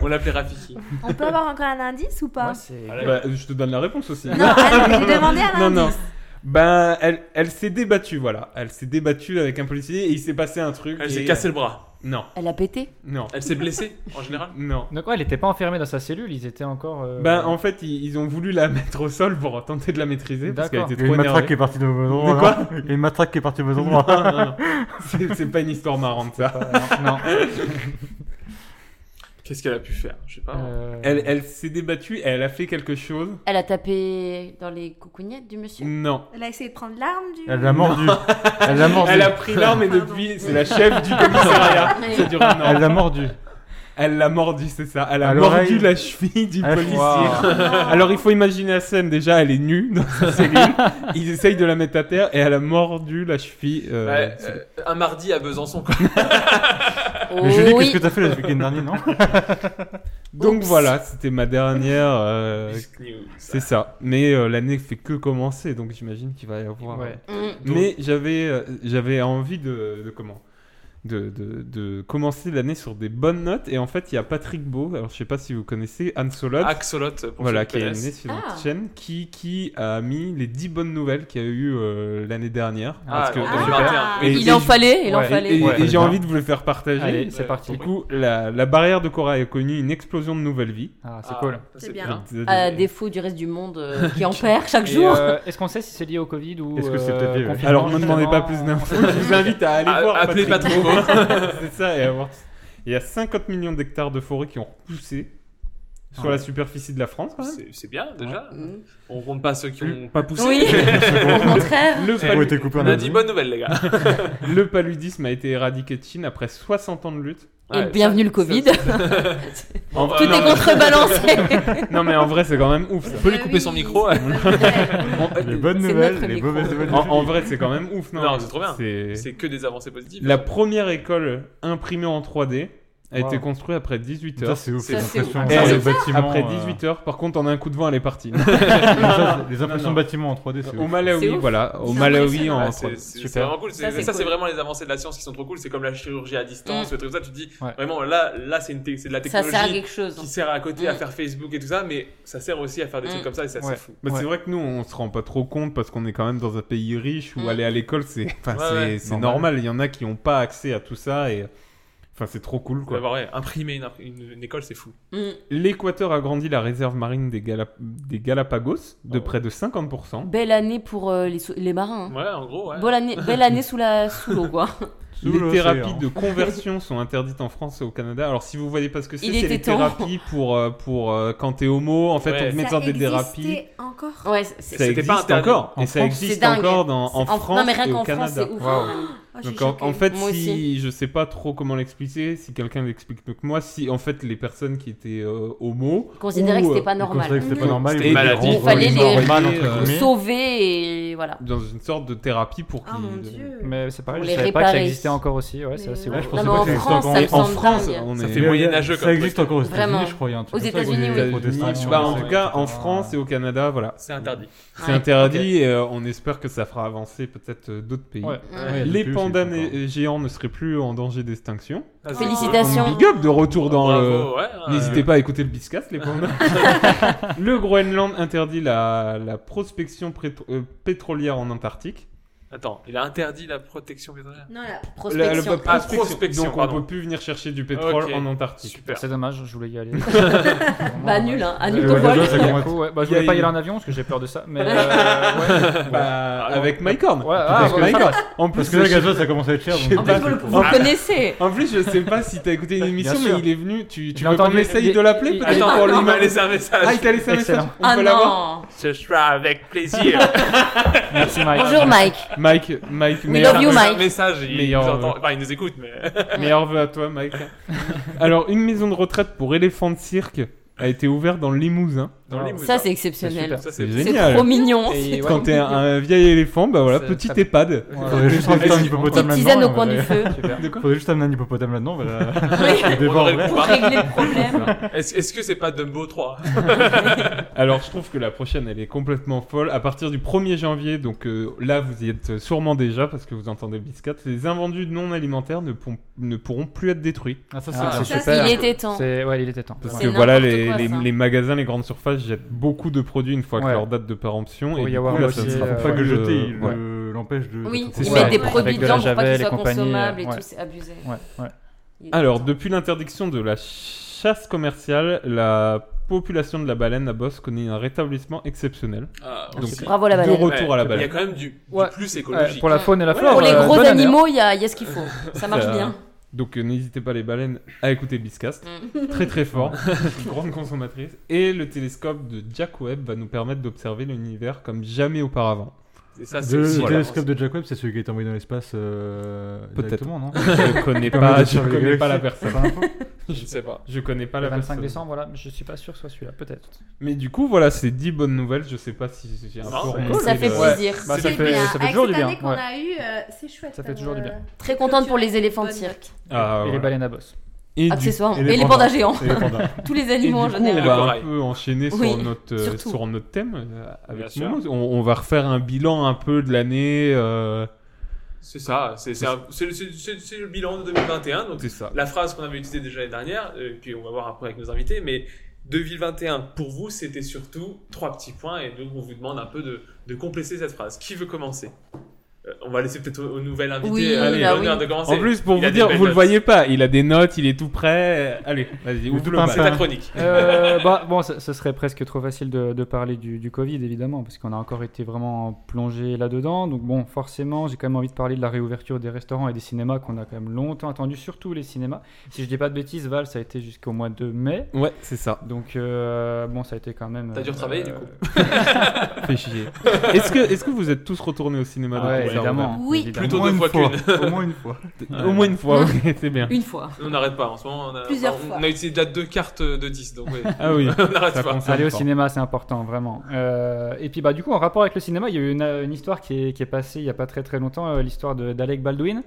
I: On l'appelait Rafiki.
N: On peut avoir encore un indice ou pas
K: moi, Ah, c'est-
A: Bah, je te donne la réponse aussi.
N: Non, elle- j'ai demandé un
A: Non, non.
N: indice.
A: Ben, elle, elle s'est débattue, voilà. Elle s'est débattue avec un policier et il s'est passé un truc.
I: Elle
A: et-
I: s'est cassé le bras.
A: Non,
L: Elle a pété.
A: non,
I: Elle s'est blessée en général.
A: non.
K: Donc ouais, elle était pas enfermée dans sa cellule, ils étaient encore. euh,
A: Ben, en fait, ils, ils ont voulu la mettre au sol pour tenter de la maîtriser parce qu'elle
K: D'accord.
A: était
F: Il y a
A: trop
F: une matraque
A: énervée.
F: qui est partie de mauvais
A: De
F: endroit.
A: quoi
F: non Il y a une matraque qui est partie de hein. mauvais
A: Non,
F: endroit.
A: non,
N: [laughs]
A: non. C'est c'est pas une histoire marrante, ça.
K: euh, non. non.
I: Qu'est-ce qu'elle a pu faire Je sais [laughs] pas.
K: Euh,
A: Elle, elle s'est débattue et elle a fait quelque chose.
L: Elle a tapé dans les coucougnettes du monsieur.
A: Non.
N: Elle a essayé de prendre l'arme du.
F: Elle
N: [laughs]
F: l'a mordu. Elle
I: Oh,
F: l'a mordu.
I: [laughs]
A: Elle a pris l'arme et depuis, c'est la chef du commissariat. Ça dure un an.
F: Elle l'a mordu.
N: Elle l'a mordu, c'est ça. Elle a
F: À
N: mordu
F: l'oreille.
N: la cheville du
F: Ah,
N: policier.
F: wow.
N: Alors il faut imaginer la scène. Déjà, elle est nue dans sa cellule. Ils essayent de la mettre à terre et elle a mordu la cheville. euh,
I: Ouais,
N: c'est-
I: euh, un mardi à Besançon. quoi.
N: Mais Julie, qu'est-ce que
F: t'as fait le week-end dernier, non
N: Donc
I: Oups.
N: voilà, c'était ma dernière. euh,
I: Bisque news.
N: c'est ça. Mais euh, l'année fait que commencer, donc j'imagine qu'il va y avoir.
I: Ouais.
L: Mm.
N: Donc- Mais j'avais, euh, j'avais envie de, de comment de, de, de commencer l'année sur des bonnes notes. Et en fait, il y a Patrick Beau. Alors je sais pas si vous connaissez Anne Solot.
I: Axolot, pour ceux
N: Voilà,
I: qui
N: qui est
I: connaissent.
N: née sur notre
I: Ah.
N: chaîne, qui, qui a mis les 10 bonnes nouvelles qu'il y a eu euh, l'année dernière.
I: Ah, donc 2021. Il en
N: je-
L: fallait, il en
N: Ouais, et-
L: Ah, fallait.
N: Et,
L: Ouais.
N: et j'ai envie de vous les faire partager.
K: Allez, c'est Ouais. parti.
N: Du coup, la, la barrière de Cora a connu une explosion de nouvelles vies.
K: Ah, c'est Ah, cool.
L: C'est bien. À défaut du reste du monde euh, qui en perd chaque
K: Et,
L: jour.
K: euh, Est-ce qu'on sait si c'est lié au Covid ou.
N: Est-ce que c'est
K: euh,
N: peut-être lié, ouais.
K: confinement,
N: Alors, ne me demandez pas plus
K: justement
N: d'infos. Je vous invite à aller
I: À-
N: voir.
I: appelez
N: Patrick
I: Patrick Beau.
N: Beau. [laughs] C'est ça, et à voir. Il y a 50 millions d'hectares de forêts qui ont repoussé
F: Ah
N: sur
I: Ouais.
N: la superficie de la France. quand même.
I: C'est- C'est bien déjà. On compte pas ceux qui ont
N: Pas poussé. Oui, au contraire. Le
I: Eh,
N: palu- coupé en
I: On a
N: deux.
I: dit bonne nouvelle, les gars.
N: le paludisme a été éradiqué de Chine après 60 ans de lutte.
L: Et Ouais, bienvenue ça- le Covid. ça- Tout est
N: non, mais-
L: contrebalancé.
N: non mais en vrai c'est quand même ouf. ça.
I: Ah, [laughs] On peut lui couper son micro.
N: [laughs]
I: Ouais.
N: Bon,
F: Les bonnes nouvelles, les mauvaises nouvelles. du
N: En, en
F: public.
N: vrai c'est quand même ouf. Non,
I: Non, c'est trop bien.
N: c'est-
I: C'est que des avancées positives.
N: La première école imprimée en 3D a
I: Wow.
N: été construite après 18
F: Ça,
N: heures.
F: c'est ouf, Ça, c'est l'impression ouf.
N: Eh,
F: de-
N: après
F: les bâtiments, euh,
N: 18 heures, par contre, en un coup de vent, elle est partie.
F: ça, c'est- les impressions
N: Non, non.
F: de bâtiments en 3D, [laughs] c'est
N: Au
F: ouf.
N: Malawi,
F: C'est ouf.
N: voilà. Au
F: C'est
N: Malawi,
F: impressionnant.
N: en
F: Ouais,
N: 3D.
I: C'est c'est vraiment cool.
F: Ça,
I: C'est-
F: c'est
I: Ça, c'est
F: cool.
I: vraiment les avancées de la science qui sont trop cool. C'est comme la chirurgie à distance,
L: Mm.
I: le truc comme ça. Tu te dis
L: Ouais.
I: vraiment là, là c'est une tec- c'est de la
L: Ça sert à
I: technologie
L: quelque chose.
I: qui sert à côté à faire Facebook et tout ça, mais ça sert aussi à faire des
L: Mm.
I: trucs comme ça et ça c'est
N: Ouais.
I: fou.
N: Bah, C'est vrai que nous, on se rend pas trop compte parce qu'on est quand même dans un pays riche
L: Mm.
N: où aller à l'école, c'est enfin,
I: Ouais,
N: c'est-
I: ouais.
N: c'est normal. Il y en a qui n'ont pas accès à tout ça et enfin, c'est trop cool quoi.
I: Ouais, bah, ouais, imprimer une, impr- une- une école, c'est fou.
L: hein.
N: L'Équateur a grandi la réserve marine des, Gala- des Galapagos de près de 50%.
L: Belle année pour euh, les, sou- les marins. hein.
I: Ouais, en gros, ouais.
L: Bonne année, belle année sous la sous l'eau, quoi.
F: Sous
N: Les
F: l'océan.
N: thérapies de conversion sont interdites en France et au Canada. Alors si vous voyez pas ce que c'est,
L: Il
N: c'est
L: était
N: les
L: temps.
N: thérapies pour, euh, pour euh, quand t'es homo. En fait,
I: Ouais.
N: on te met
L: Ça
N: dans des
L: existait
N: thérapies.
J: encore
L: [laughs] Ouais,
N: Ça
L: c'est-
N: existe
I: pas interdit.
N: encore.
I: En
N: et ça
I: France.
N: existe
L: C'est dingue.
N: encore dans, en
L: C'est- en-
N: France
L: non, mais rien
N: et au
L: qu'en France,
N: Canada.
L: c'est ouf.
N: Waouh.
L: Ah, je suis
N: Donc en, en
L: choquée.
N: fait,
L: Moi
N: si je sais pas trop comment l'expliquer, si quelqu'un l'explique mieux que moi, si en fait les personnes qui étaient euh, homo
L: Considéraient que
N: ou,
L: c'était pas
N: euh,
L: normal.
N: considéraient que c'était pas
L: Mhm.
N: normal,
L: C'était
N: ou
L: une
N: les
L: maladie.
N: rendre
L: Il fallait les-
N: normales, entre
L: euh,
N: guillemets.
L: sauver et voilà.
N: dans une sorte de thérapie pour
I: Ah.
L: Ah,
N: qu'ils.
K: Mais c'est pareil,
L: Pour
K: je
L: les
K: savais pas que ça
L: réparer.
K: existait encore aussi. Ouais, c'est assez
L: Ouais,
K: ouf.
L: je pensais Non, pas mais que en ça existait France, encore. ça me
N: en
L: semble
N: France,
L: dingue.
N: on
K: Ça
N: est-
K: fait moyenâgeux
N: Ça
K: comme
N: existe
K: truc.
N: encore aux États-Unis,
L: Vraiment.
N: je crois. il y a un truc
L: Aux
N: comme ça, où
L: États-Unis,
N: les
L: oui.
N: protestants,
L: Ouais,
N: ils sont
L: bah,
N: en
L: ouais.
N: tout cas, en
L: Ah.
N: France et au Canada, voilà.
I: C'est interdit.
N: C'est
I: Ouais.
N: interdit
I: Ok.
N: et euh, on espère que ça fera avancer peut-être euh, d'autres pays.
I: Ouais. Ouais,
N: Les
I: il y a plus
N: pandas né- géants ne seraient plus en danger d'extinction.
I: Ah, c'est
L: Félicitations.
N: Big up de retour dans
I: Bravo,
N: le.
I: ouais, ouais.
N: N'hésitez pas à écouter le biscast, les pandas. le Groenland interdit la, la prospection prétro- euh, pétrolière en Antarctique.
I: Attends, il a interdit la protection pétrolière
J: Non, la
N: La- la- la
I: Ah,
N: prospection.
I: prospection,
N: Donc
I: pardon.
N: on peut plus venir chercher du pétrole
I: Ok.
N: en Antarctique.
A: [laughs]
I: Super.
K: C'est dommage, je voulais y aller.
L: Bah, annule, hein, annule ton
K: Ouais, ouais,
L: vol.
K: ouais,
L: Ça
K: du
L: commence.
K: coup, ouais. Bah, je
L: Il y a
K: voulais pas y
L: une-
K: aller en avion parce que j'ai peur de ça.
L: [laughs]
K: Mais euh, ouais.
N: Bah,
K: Ouais.
N: avec Mike Horn.
K: Ouais,
N: Peut-être
K: ah,
N: avec
K: ouais,
N: Mike
K: ça
N: Horn.
K: passe.
N: En
F: Parce
N: plus,
F: que là,
N: je-
F: gazote, ça commence à être cher,
N: je sais
F: donc-
N: pas.
F: En plus, vous le- vous le
N: Ah.
L: connaissez.
N: En plus, je sais pas si t'as écouté une émission,
K: sûr.
N: mais il est venu. Tu, tu
K: J'ai
N: veux qu'on
K: entendu-
N: essaye
K: il-
N: de l'appeler
K: il-
N: peut-être
K: Attends,
N: pour lui
K: il m'a
N: demander-
I: laissé un
N: [laughs]
I: message.
N: Ah, il t'a laissé un message.
K: Excellent.
N: On
L: Ah
N: peut
L: non.
N: l'avoir
I: Ce sera avec plaisir.
K: Merci Mike.
N: Ah,
L: Bonjour Mike.
N: Mike, Mike,
L: We
N: meilleur-
L: love you,
I: C'est un
L: Mike.
I: message, il
N: Meilleur,
I: nous entend.
N: euh,
I: Enfin, il nous écoute, mais. [laughs]
N: Meilleur vœu à toi, Mike. Alors, une maison de retraite pour éléphants de cirque a été ouverte dans le Limousin.
I: Dans le Limousin.
L: Ça, c'est exceptionnel.
I: super. Ça,
N: C'est
I: c'est-
N: Ah, génial.
L: C'est trop mignon.
K: Et
L: c'est
K: ouais.
L: trop
N: Quand t'es un,
L: mignon.
N: un vieil éléphant, bah voilà,
K: Ça-
N: petit
K: ça-
N: EHPAD.
K: Ouais.
F: Faudrait juste ramener un hippopotame
L: Petite
F: là-dedans,
L: tisane au
F: on
L: coin du
F: verrait.
L: feu.
K: Super.
N: De quoi
F: Faudrait juste amener un hippopotame là-dedans, on verra.
L: Oui.
F: Il déborderait.
I: On aurait le
L: Pour régler le problème.
I: Est-ce est-ce que c'est pas Dumbo 3
N: Alors, je trouve que la prochaine, elle est complètement folle. À partir du 1er janvier, donc euh, là, vous y êtes sûrement déjà parce que vous entendez le biscat, les invendus non alimentaires ne, pourront- ne pourront plus être détruits.
K: Ah, ça, c'est
F: Ah,
K: c'est
F: ça,
K: super.
L: il était temps.
K: C'est- Ouais, il était temps.
N: Parce
K: Ouais.
N: que
L: C'est
N: voilà,
L: n'importe
N: les,
L: quoi,
N: les-
L: ça.
N: les magasins, les grandes surfaces jettent beaucoup de produits une fois que
K: Ouais.
N: leur date de péremption.
K: Pour
N: et
K: y
N: du
K: avoir
N: coup, là,
K: aussi,
N: ça ne sera
K: euh,
N: plus,
F: Pas que le jeter,
N: euh,
F: il
N: ouais.
F: le- l'empêche de.
L: Oui,
N: C'est
L: ils
N: ça.
L: mettent des
K: Avec
L: produits
K: de la
L: dedans pour pas
K: javel
L: qu'ils
K: et
L: soient
K: compagnie,
L: consommables et
K: ouais.
L: tout, c'est abusé.
K: Ouais, ouais.
L: Il est
N: Alors,
L: temps.
N: depuis l'interdiction de la chasse commerciale, la population de la baleine à bosse connaît un rétablissement exceptionnel.
I: Ah,
N: Donc,
I: aussi.
L: Bravo à la
N: de
L: baleine.
N: retour à la
I: Il y a
N: baleine.
I: quand même du, du plus écologique.
K: Ouais, Pour la faune et la flore.
L: Pour les
K: euh,
L: gros
K: bonne année.
L: animaux, il y a, il y a ce qu'il faut. Ça marche bien.
N: Donc euh, n'hésitez pas les baleines à écouter le Biscast, très très fort, grande consommatrice. Et le télescope de Jack Webb va nous permettre d'observer l'univers comme jamais auparavant.
I: Et ça, c'est
F: le
I: aussi- voilà.
F: télescope de Jack Webb, c'est celui qui est envoyé dans l'espace. euh,
N: Peut-être.
F: directement, non
K: [laughs]
N: Je connais
F: Permet
N: pas,
F: de
N: je
F: surveiller
N: connais pas la
F: aussi.
N: personne.
F: Pas l'info
I: Je sais pas.
N: Je connais pas
K: le
N: la
K: 25
N: personne.
K: décembre, voilà, mais je suis pas sûr que ce soit celui-là, peut-être.
N: Mais du coup, voilà, c'est 10 bonnes nouvelles. Je sais pas si j'ai un
K: Non,
N: peu
K: c'est-
N: remonté
K: Ça
N: le-
K: fait plaisir.
N: Bah, ça
J: C'est
N: fait-
J: bien.
N: ça fait
J: Avec
N: toujours
J: cette
N: du bien.
J: année qu'on
N: ouais.
J: a eue, euh, c'est chouette.
K: Ça fait toujours du bien.
L: Très contente pour les éléphants de
J: Bonne
L: cirque.
N: Ah,
K: Et les
N: ouais.
K: baleines à bosse.
N: du-
L: Accessoirement. Et les pandas géants.
N: Et les pandas.
L: [laughs] Tous les animaux
N: Et
L: en
N: du coup,
L: général.
N: On va
L: Le
N: un
L: corail.
N: peu enchaîner sur,
L: Oui,
N: notre, euh,
L: surtout.
N: sur notre thème. euh, avec
I: Bien
N: Momo.
I: sûr.
N: on, on va refaire un bilan un peu de l'année. euh,
I: C'est ça, c'est c'est un- c'est- c'est- c'est- c'est le bilan de 2021. Donc
N: C'est ça.
I: La phrase qu'on avait utilisée déjà l'année dernière, euh, qu'on va voir après avec nos invités, mais 2021 pour vous, c'était surtout trois petits points et donc on vous demande un peu de, de compléter cette phrase. Qui veut commencer Euh, On va laisser peut-être au, au nouvel invité
N: Oui,
I: euh,
N: bah
I: l'honneur
N: oui.
I: de commencer.
N: En plus, pour
I: Il a des
N: vous dire,
I: belles
N: vous le
I: notes.
N: voyez pas, il a des notes, il est tout prêt. Allez, vas-y,
I: Le
N: ouvre le
I: pimpin.
N: bal.
I: C'est ta chronique.
K: Euh, bah, bon, ce, ce serait presque trop facile de, de parler du, du Covid, évidemment, parce qu'on a encore été vraiment plongé là-dedans. Donc, bon, forcément, j'ai quand même envie de parler de la réouverture des restaurants et des cinémas qu'on a quand même longtemps attendu, surtout les cinémas. Si je dis pas de bêtises, Val, ça a été jusqu'au mois de mai.
N: Ouais, c'est ça.
K: Donc, euh, bon, ça a été quand même. euh,
I: T'as dû retravailler, du coup.
N: Fais chier. Est-ce que, est que vous êtes tous retournés au cinéma
K: Ah ouais,
N: depuis ça, Robert
K: évidemment. Oui. Plutôt
N: Au moins
K: deux
N: une
K: fois qu'une.
N: Au moins une fois. Au moins une fois, [laughs] ok, c'est bien.
L: Une fois.
I: On n'arrête pas en ce moment. On a,
L: Plusieurs
I: on-
L: fois.
I: on a utilisé déjà deux cartes de 10, donc oui.
N: Ah oui,
I: [laughs] on n'arrête
N: ça
I: pas.
N: concerne
K: Aller au
N: fort.
K: cinéma, c'est important, vraiment. Euh, et puis, bah, du coup, en rapport avec le cinéma, il y a eu une, une histoire qui est, qui est passée il n'y a pas très très longtemps, euh, l'histoire de- d'Alec Baldwin.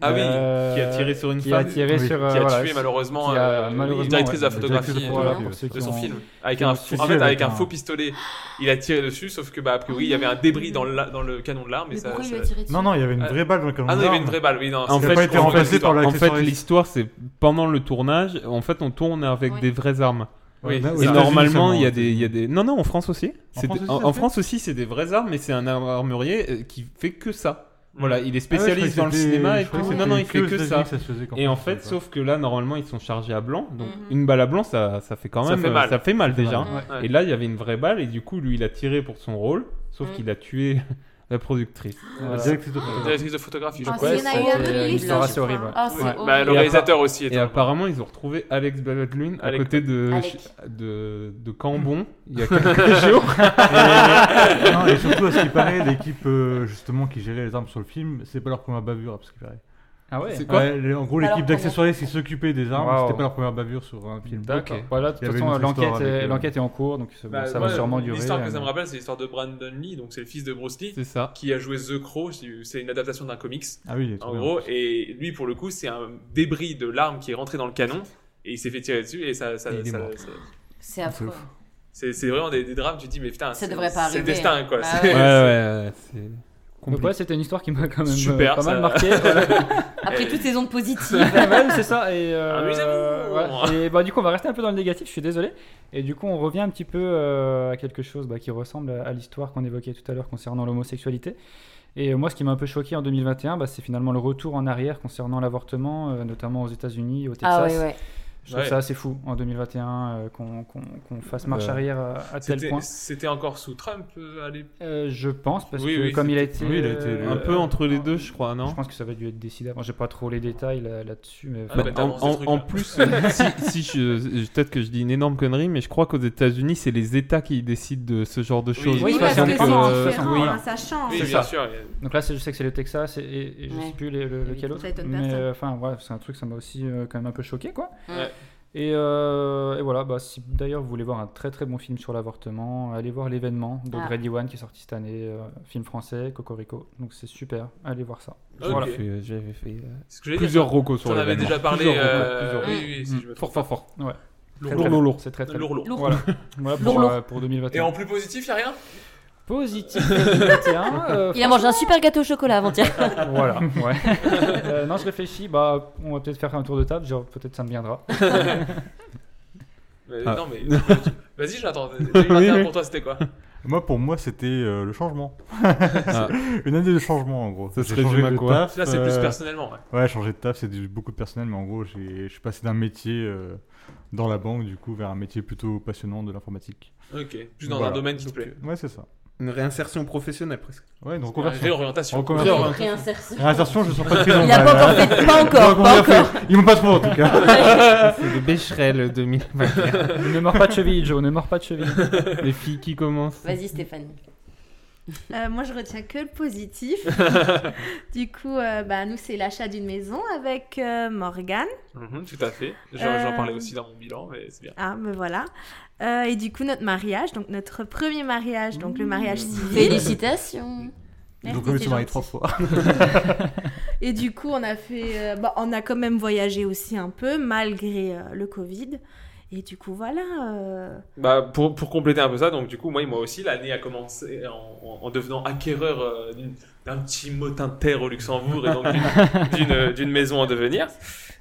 I: Ah oui,
K: Euh,
I: qui a tiré sur une
K: qui
I: femme.
K: A tiré
I: Oui.
K: sur,
I: Qui
K: euh,
I: a
K: voilà,
I: tué, malheureusement,
K: qui a,
I: euh, une
K: malheureusement,
I: directrice de la
K: ouais,
I: photographie,
K: directrice de la
I: euh,
K: pour ceux
I: de
K: qui
I: son
K: ont-
I: film. Avec
K: qui
I: un,
K: ont
I: faux- en
K: suivi
I: fait, avec un faux pistolet, il a tiré dessus, sauf que, bah, a priori, il y avait un débris dans le, la- dans le canon de l'arme. et ça-
L: pourquoi il
I: ça-
L: lui a tiré dessus
F: Non, non, il y avait une vraie balle dans le canon
I: Ah non, il y
F: de
I: avait
F: l'arme.
I: une vraie balle, oui. Non,
F: Ah,
I: c'est-
F: ça a pas été
I: je comprends
F: remplacé
I: l'histoire.
F: par la-
N: En fait,
F: l'accessoiriste.
N: l'histoire, c'est pendant le tournage, en fait, on tourne avec
I: Oui.
N: des vraies armes.
I: Oui,
N: et
I: c'est ça.
N: et
I: Aux
N: normalement, il y, a
I: États-Unis
N: des- il y a des. Non, non, en France aussi.
I: En
N: C'est-
I: France aussi,
N: en-
I: ça
N: en
I: se fait
N: France aussi, c'est des vraies armes, mais c'est un armurier euh, qui fait que ça.
I: Mm.
N: Voilà, il est
I: Ah ouais, je croyais
N: spécialiste
I: que
N: dans le
I: c'était-
N: cinéma.
I: je
N: Et
I: croyais
N: tout.
I: que
N: non, non, il
I: c'était
N: fait
I: que
N: que
I: aux
N: ça.
I: États-Unis que ça se faisait comme
N: Et
I: ça,
N: en
I: je
N: fait,
I: savais
N: sauf que là, normalement, ils sont chargés à blanc. Donc, une balle à blanc, ça, ça fait quand
I: Mm. Ça
N: même.
I: fait mal.
N: euh, Ça fait mal
I: Ça fait
N: déjà.
I: mal, ouais.
N: Et là, il y avait une vraie balle, et du coup, lui, il a tiré pour son rôle, sauf
I: Mm.
N: qu'il a tué [laughs] la productrice.
I: Voilà.
N: Voilà.
I: La
N: [laughs]
I: directrice de photographie, je
N: Ah,
I: crois.
N: s'il y en a eu un
I: C'était-
N: autre,
I: une
N: oui,
I: histoire
N: je
I: assez
N: crois.
I: horrible.
N: Ah,
I: Ouais.
N: c'est
I: Bah,
N: horrible.
I: le réalisateur aussi était
N: Et
I: en-
N: apparemment, ils ont retrouvé Alex Baldwin à
I: Alec.
N: côté de,
I: Alec.
N: de, de [laughs] Cambon il y a quelques jours.
F: Et- [laughs] non, et surtout, à ce qui paraît, l'équipe euh, justement qui gérait les armes sur le film, c'est pas leur première bavure, à ce qui paraît.
K: Ah ouais
F: C'est
K: quoi
F: les- En gros,
K: Pas leur
F: l'équipe d'accessoiristes qui s'occupait des armes,
K: Waouh.
F: c'était pas leur première bavure sur un film.
K: D'accord.
F: Ok.
K: Voilà, de
F: Il y
K: toute
F: avait
K: façon,
F: une autre histoire
K: l'enquête
F: avec,
K: est-
F: euh,
K: l'enquête est en cours, donc ça-
I: Bah,
K: ça
I: moi,
K: va sûrement durer.
I: L'histoire que
K: euh,
I: ça me rappelle, c'est l'histoire de Brandon Lee, donc c'est le fils de Bruce Lee,
N: ça.
I: qui a joué The Crow, c'est une adaptation d'un comics.
F: Ah oui, il est trop
I: en
F: bien,
I: gros, et lui pour le coup, c'est un débris de l'arme qui est rentré dans le canon et il s'est fait tirer dessus et ça. ça,
N: Et il est
I: ça-
N: mort.
I: ça-
L: C'est affreux.
I: C'est c'est vraiment des, des drames, tu te dis, mais putain,
L: Ça
I: c'est-
L: devrait pas
I: C'est le
L: arriver,
I: destin,
L: hein.
I: quoi.
L: Bah
I: C'est-
N: [laughs]
L: ouais.
N: Ouais, ouais, ouais, c'est
K: Donc
N: compliqué.
K: ouais, c'était une histoire qui m'a quand même euh,
N: Super,
K: pas mal
I: [laughs]
N: ça-
K: marqué. voilà.
L: Après
K: Et-
L: toutes ces ondes positives.
K: Même, c'est ça. Et, euh,
L: Amusez-vous.
K: voilà. Et bah, du coup, on va rester un peu dans le négatif, je suis désolé. Et du coup, on revient un petit peu euh, à quelque chose bah, qui ressemble à, à l'histoire qu'on évoquait tout à l'heure concernant l'homosexualité. Et euh, moi, ce qui m'a un peu choqué en 2021, bah, c'est finalement le retour en arrière concernant l'avortement, euh, notamment aux États-Unis, au Texas.
L: Ah ouais, ouais.
K: Je trouve
I: Ouais.
K: ça assez fou en 2021 euh, qu'on qu'on- qu'on fasse marche
I: Ouais.
K: arrière euh, à tel
I: C'était-
K: point.
I: C'était encore sous Trump euh, à l'époque.
K: Euh, je pense, parce
I: Oui,
K: que
I: oui,
K: comme il a été.
I: c'était- oui, il a été
K: euh,
N: un peu entre les deux, je crois, non
K: Je pense que ça va dû être décidé avant. J'ai pas trop les détails là- là-dessus, mais.
N: Bah, en, en- en plus, euh, [laughs] si, si je, je- peut-être que je dis une énorme connerie, mais je crois qu'aux États-unis, c'est les États qui décident de ce genre de choses.
J: Oui, parce que
N: Donc,
J: c'est
N: euh,
J: différent,
N: oui.
J: hein, ça change.
I: Oui,
K: C'est
I: bien
K: ça.
I: sûr.
K: Donc là, c'est- je sais que c'est le Texas et, et- et je
J: Ouais.
K: sais plus les- le- lequel autre.
J: Dayton
K: Mais
J: Personne.
K: euh, enfin, ouais, c'est un truc, ça m'a aussi euh, quand même un peu choqué, quoi.
I: Ouais.
K: Et, euh, et voilà, bah, si d'ailleurs vous voulez voir un très très bon film sur l'avortement, allez voir l'événement de
N: Ah.
K: Grady One qui est sorti cette année, euh, film français, Cocorico. Donc c'est super, allez voir ça.
I: Ok.
K: Voilà.
N: Fait- J'avais fait euh,
I: Ce que j'allais dire,
N: plusieurs
I: t'en-
N: rocos sur
I: t'en
N: les
I: avais déjà parlé, euh, oui, oui, si je
K: Mm.
I: me
N: Fort,
I: trompe
N: fort, fort.
K: Ouais.
N: Lourd,
K: Très,
N: lourd,
K: très
N: lourd,
K: bon.
N: lourd.
K: C'est très très
I: Lourd,
K: bon.
I: lourd.
K: Voilà, Voilà pour,
L: Lourd, lourd.
K: euh, pour
I: Et
K: 2021.
I: en plus positif, y a rien
K: Positif 2021. euh,
L: Il a mangé un super gâteau au chocolat avant-hier.
K: voilà, ouais. Euh, non, je réfléchis. Bah, on va peut-être faire un tour de table. Genre, peut-être ça me viendra.
I: Mais
F: Ah.
I: Non, mais. Vas-y, j'attends. 2021 pour toi, c'était quoi
F: Moi, pour moi, c'était euh,
N: [laughs]
F: le changement. [laughs] Une année de changement, en gros.
N: Ah. Ça se
F: J'ai
N: résume
F: changé
N: à
F: de
N: quoi
F: taf,
I: Là, c'est plus
F: euh,
I: personnellement, ouais.
F: Ouais, changer de taf, c'est du- beaucoup de personnel, mais en gros, j'ai- je suis passé d'un métier euh, dans la banque, du coup, vers un métier plutôt passionnant de l'informatique.
I: Ok, plus dans un
F: Voilà.
I: domaine qui te plaît.
F: Ouais, c'est ça.
N: Une réinsertion professionnelle presque.
F: Ouais, une
I: reconversion. Euh, Réorientation.
F: Reconversion.
I: Réorientation.
L: Réinsertion.
F: Réinsertion, je sors pas de prison.
L: Il a pas
F: voilà.
L: encore fait- pas encore,
F: Ah, Donc, on
L: pas
F: l'a fait.
L: encore.
F: Ils m'ont pas trop, en tout
L: [laughs]
F: cas.
N: C'est des Becherel [laughs] 2000.
K: ne mords pas de cheville, Joe. Ne mords pas de cheville.
N: Les filles qui commencent.
L: Vas-y, Stéphanie.
J: Euh, moi, je retiens que le
F: [laughs]
J: positif. du coup, euh, bah, nous, c'est l'achat d'une maison avec euh, Morgane.
I: Mhm, tout à fait. J'en
J: Euh,
I: j'en parlais aussi dans mon bilan, mais c'est bien.
J: Ah, me voilà. Euh, et du coup, notre mariage, donc notre premier mariage, donc le mariage civil.
L: Mmh. Félicitations.
J: Merci,
F: Donc, on
J: c'est
F: se marie
J: gentil.
F: trois fois.
J: [laughs] Et du coup, on a fait, euh, bah, on a quand même voyagé aussi un peu malgré euh, le Covid. Et du coup, voilà. euh,
I: Bah, pour, pour compléter un peu ça, donc du coup, moi, moi aussi, l'année a commencé en, en- en devenant acquéreur euh, d'une- d'un petit motin de terre au Luxembourg et donc d'une- d'une- d'une maison en devenir.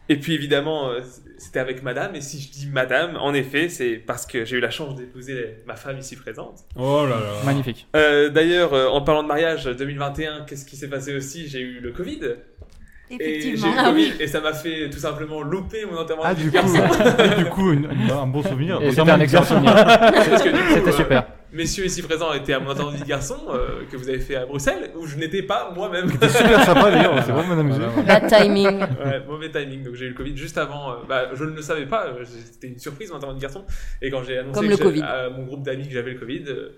I: Et puis évidemment, euh, c'était avec madame. Et si je dis madame, en effet, c'est parce que j'ai eu la chance d'épouser la- ma femme ici présente.
N: Oh là là.
K: Magnifique.
I: Euh, D'ailleurs, euh, en parlant de mariage 2021, qu'est-ce qui s'est passé aussi J'ai eu le Covid. Et, j'ai
J: Effectivement.
L: Ah
I: eu le Covid, et ça m'a fait tout simplement louper mon enterrement
F: Ah,
I: de
F: du
I: petit
F: coup,
I: garçon.
F: du coup une- une- un bon souvenir.
K: Et
F: autant
K: c'était un
F: même
K: excellent
F: garçon.
K: souvenir.
I: Parce que du coup,
K: C'était
I: euh,
K: super.
I: Messieurs ici présents étaient à mon enterrement de vie de garçon euh, que vous avez fait à Bruxelles, où je n'étais pas moi-même. C'était
F: super sympa, d'ailleurs, on s'est Voilà. vraiment amusé. Voilà. Bad timing.
I: [laughs] Ouais, mauvais timing. Donc j'ai eu le Covid juste avant. euh, bah, je ne le savais pas. euh, C'était une surprise, mon enterrement de vie de garçon. Et quand j'ai annoncé
L: Comme le
I: que j'ai-
L: Covid.
I: à mon groupe d'amis que j'avais le Covid, euh,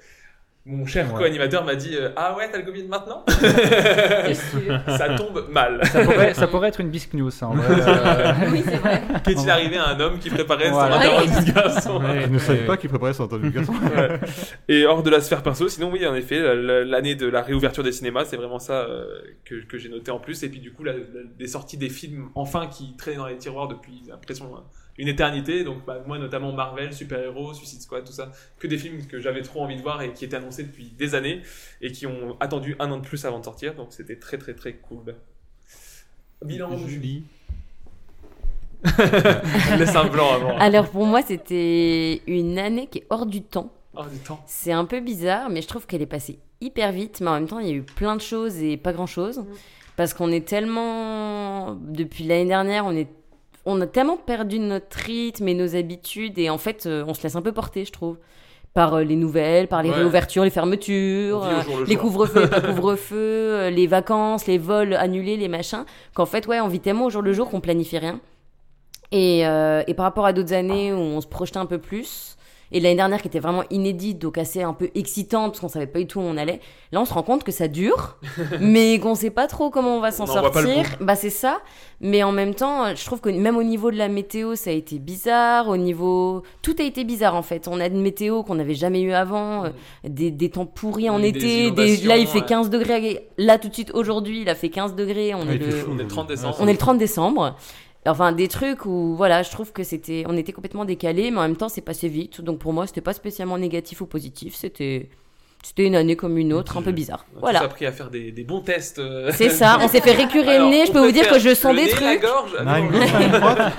I: mon cher
K: Ouais.
I: co-animateur m'a dit euh, Ah ouais, t'as le Covid maintenant Ça tombe mal.
K: Ça pourrait, ça pourrait être une bisque news, ça, en vrai. Euh,
I: [laughs] Qu'est-il arrivé à un homme qui préparait
K: Voilà.
I: son enterrement de garçon
F: Ouais, Il ne savait pas qu'il préparait son interview de [laughs] garçon.
I: Ouais. Et hors de la sphère perso, sinon oui, en effet, la- la- l'année de la réouverture des cinémas, c'est vraiment ça euh, que, que j'ai noté en plus. Et puis du coup, la, la- des sorties des films enfin qui traînaient dans les tiroirs depuis, j'ai l'impression, hein, une éternité. Donc bah, moi, notamment Marvel, super-héros, Suicide Squad, tout ça, que des films que j'avais trop envie de voir et qui étaient annoncés depuis des années et qui ont attendu un an de plus avant de sortir. Donc c'était très très très cool. Bilan Julie. Laisse un blanc avant.
L: Alors pour moi, c'était une année qui est hors du temps.
I: Hors Oh, du temps.
L: C'est un peu bizarre, mais je trouve qu'elle est passée hyper vite. Mais en même temps, il y a eu plein de choses et pas grand-chose. Parce qu'on est tellement... Depuis l'année dernière, on est... On a tellement perdu notre rythme et nos habitudes et en fait, euh, on se laisse un peu porter, je trouve, par euh, les nouvelles, par les
O: Ouais.
L: réouvertures, les fermetures, euh,
O: On vit au jour le
L: les
O: jour. [laughs]
L: couvre-feux, pas couvre-feu, euh, les vacances, les vols annulés, les machins. Qu'en fait, ouais, on vit tellement au jour le jour qu'on planifie rien. Et, euh, et par rapport à d'autres années où on se projetait un peu plus, et l'année dernière qui était vraiment inédite, donc assez un peu excitante, parce qu'on savait pas du tout où on allait, là on se rend compte que ça dure,
I: [laughs]
L: mais qu'on sait pas trop comment on va s'en
O: On en voit pas le
L: sortir. Bah c'est ça, mais en même temps, euh, je trouve que même au niveau de la météo, ça a été bizarre, au niveau... Tout a été bizarre en fait, on a une météo qu'on n'avait jamais eu avant, euh, des, des temps pourris en
I: Mm. Des
L: été, des-
I: inondations,
L: là il fait
I: ouais.
L: 15 degrés, là tout de suite aujourd'hui il a fait 15 degrés, on
I: Ouais,
L: est
I: il fait
L: le...
I: chaud, On est le 30 décembre.
L: On est le 30 décembre. Enfin, des trucs où, voilà, je trouve que c'était, on était complètement décalé, mais en même temps, c'est passé vite. Donc pour moi, c'était pas spécialement négatif ou positif. C'était, c'était une année comme une autre, un peu bizarre.
I: On a tous
L: Voilà.
I: appris à faire des, des bons tests. euh. [laughs]
L: C'est ça, on s'est fait récurer
I: Alors,
L: le nez. Je
I: on
L: peux vous dire
I: faire
L: que je sens
I: le
L: des
I: nez, la
L: trucs.
I: gorge.
F: Main
I: Ah non.
F: gauche, main droite.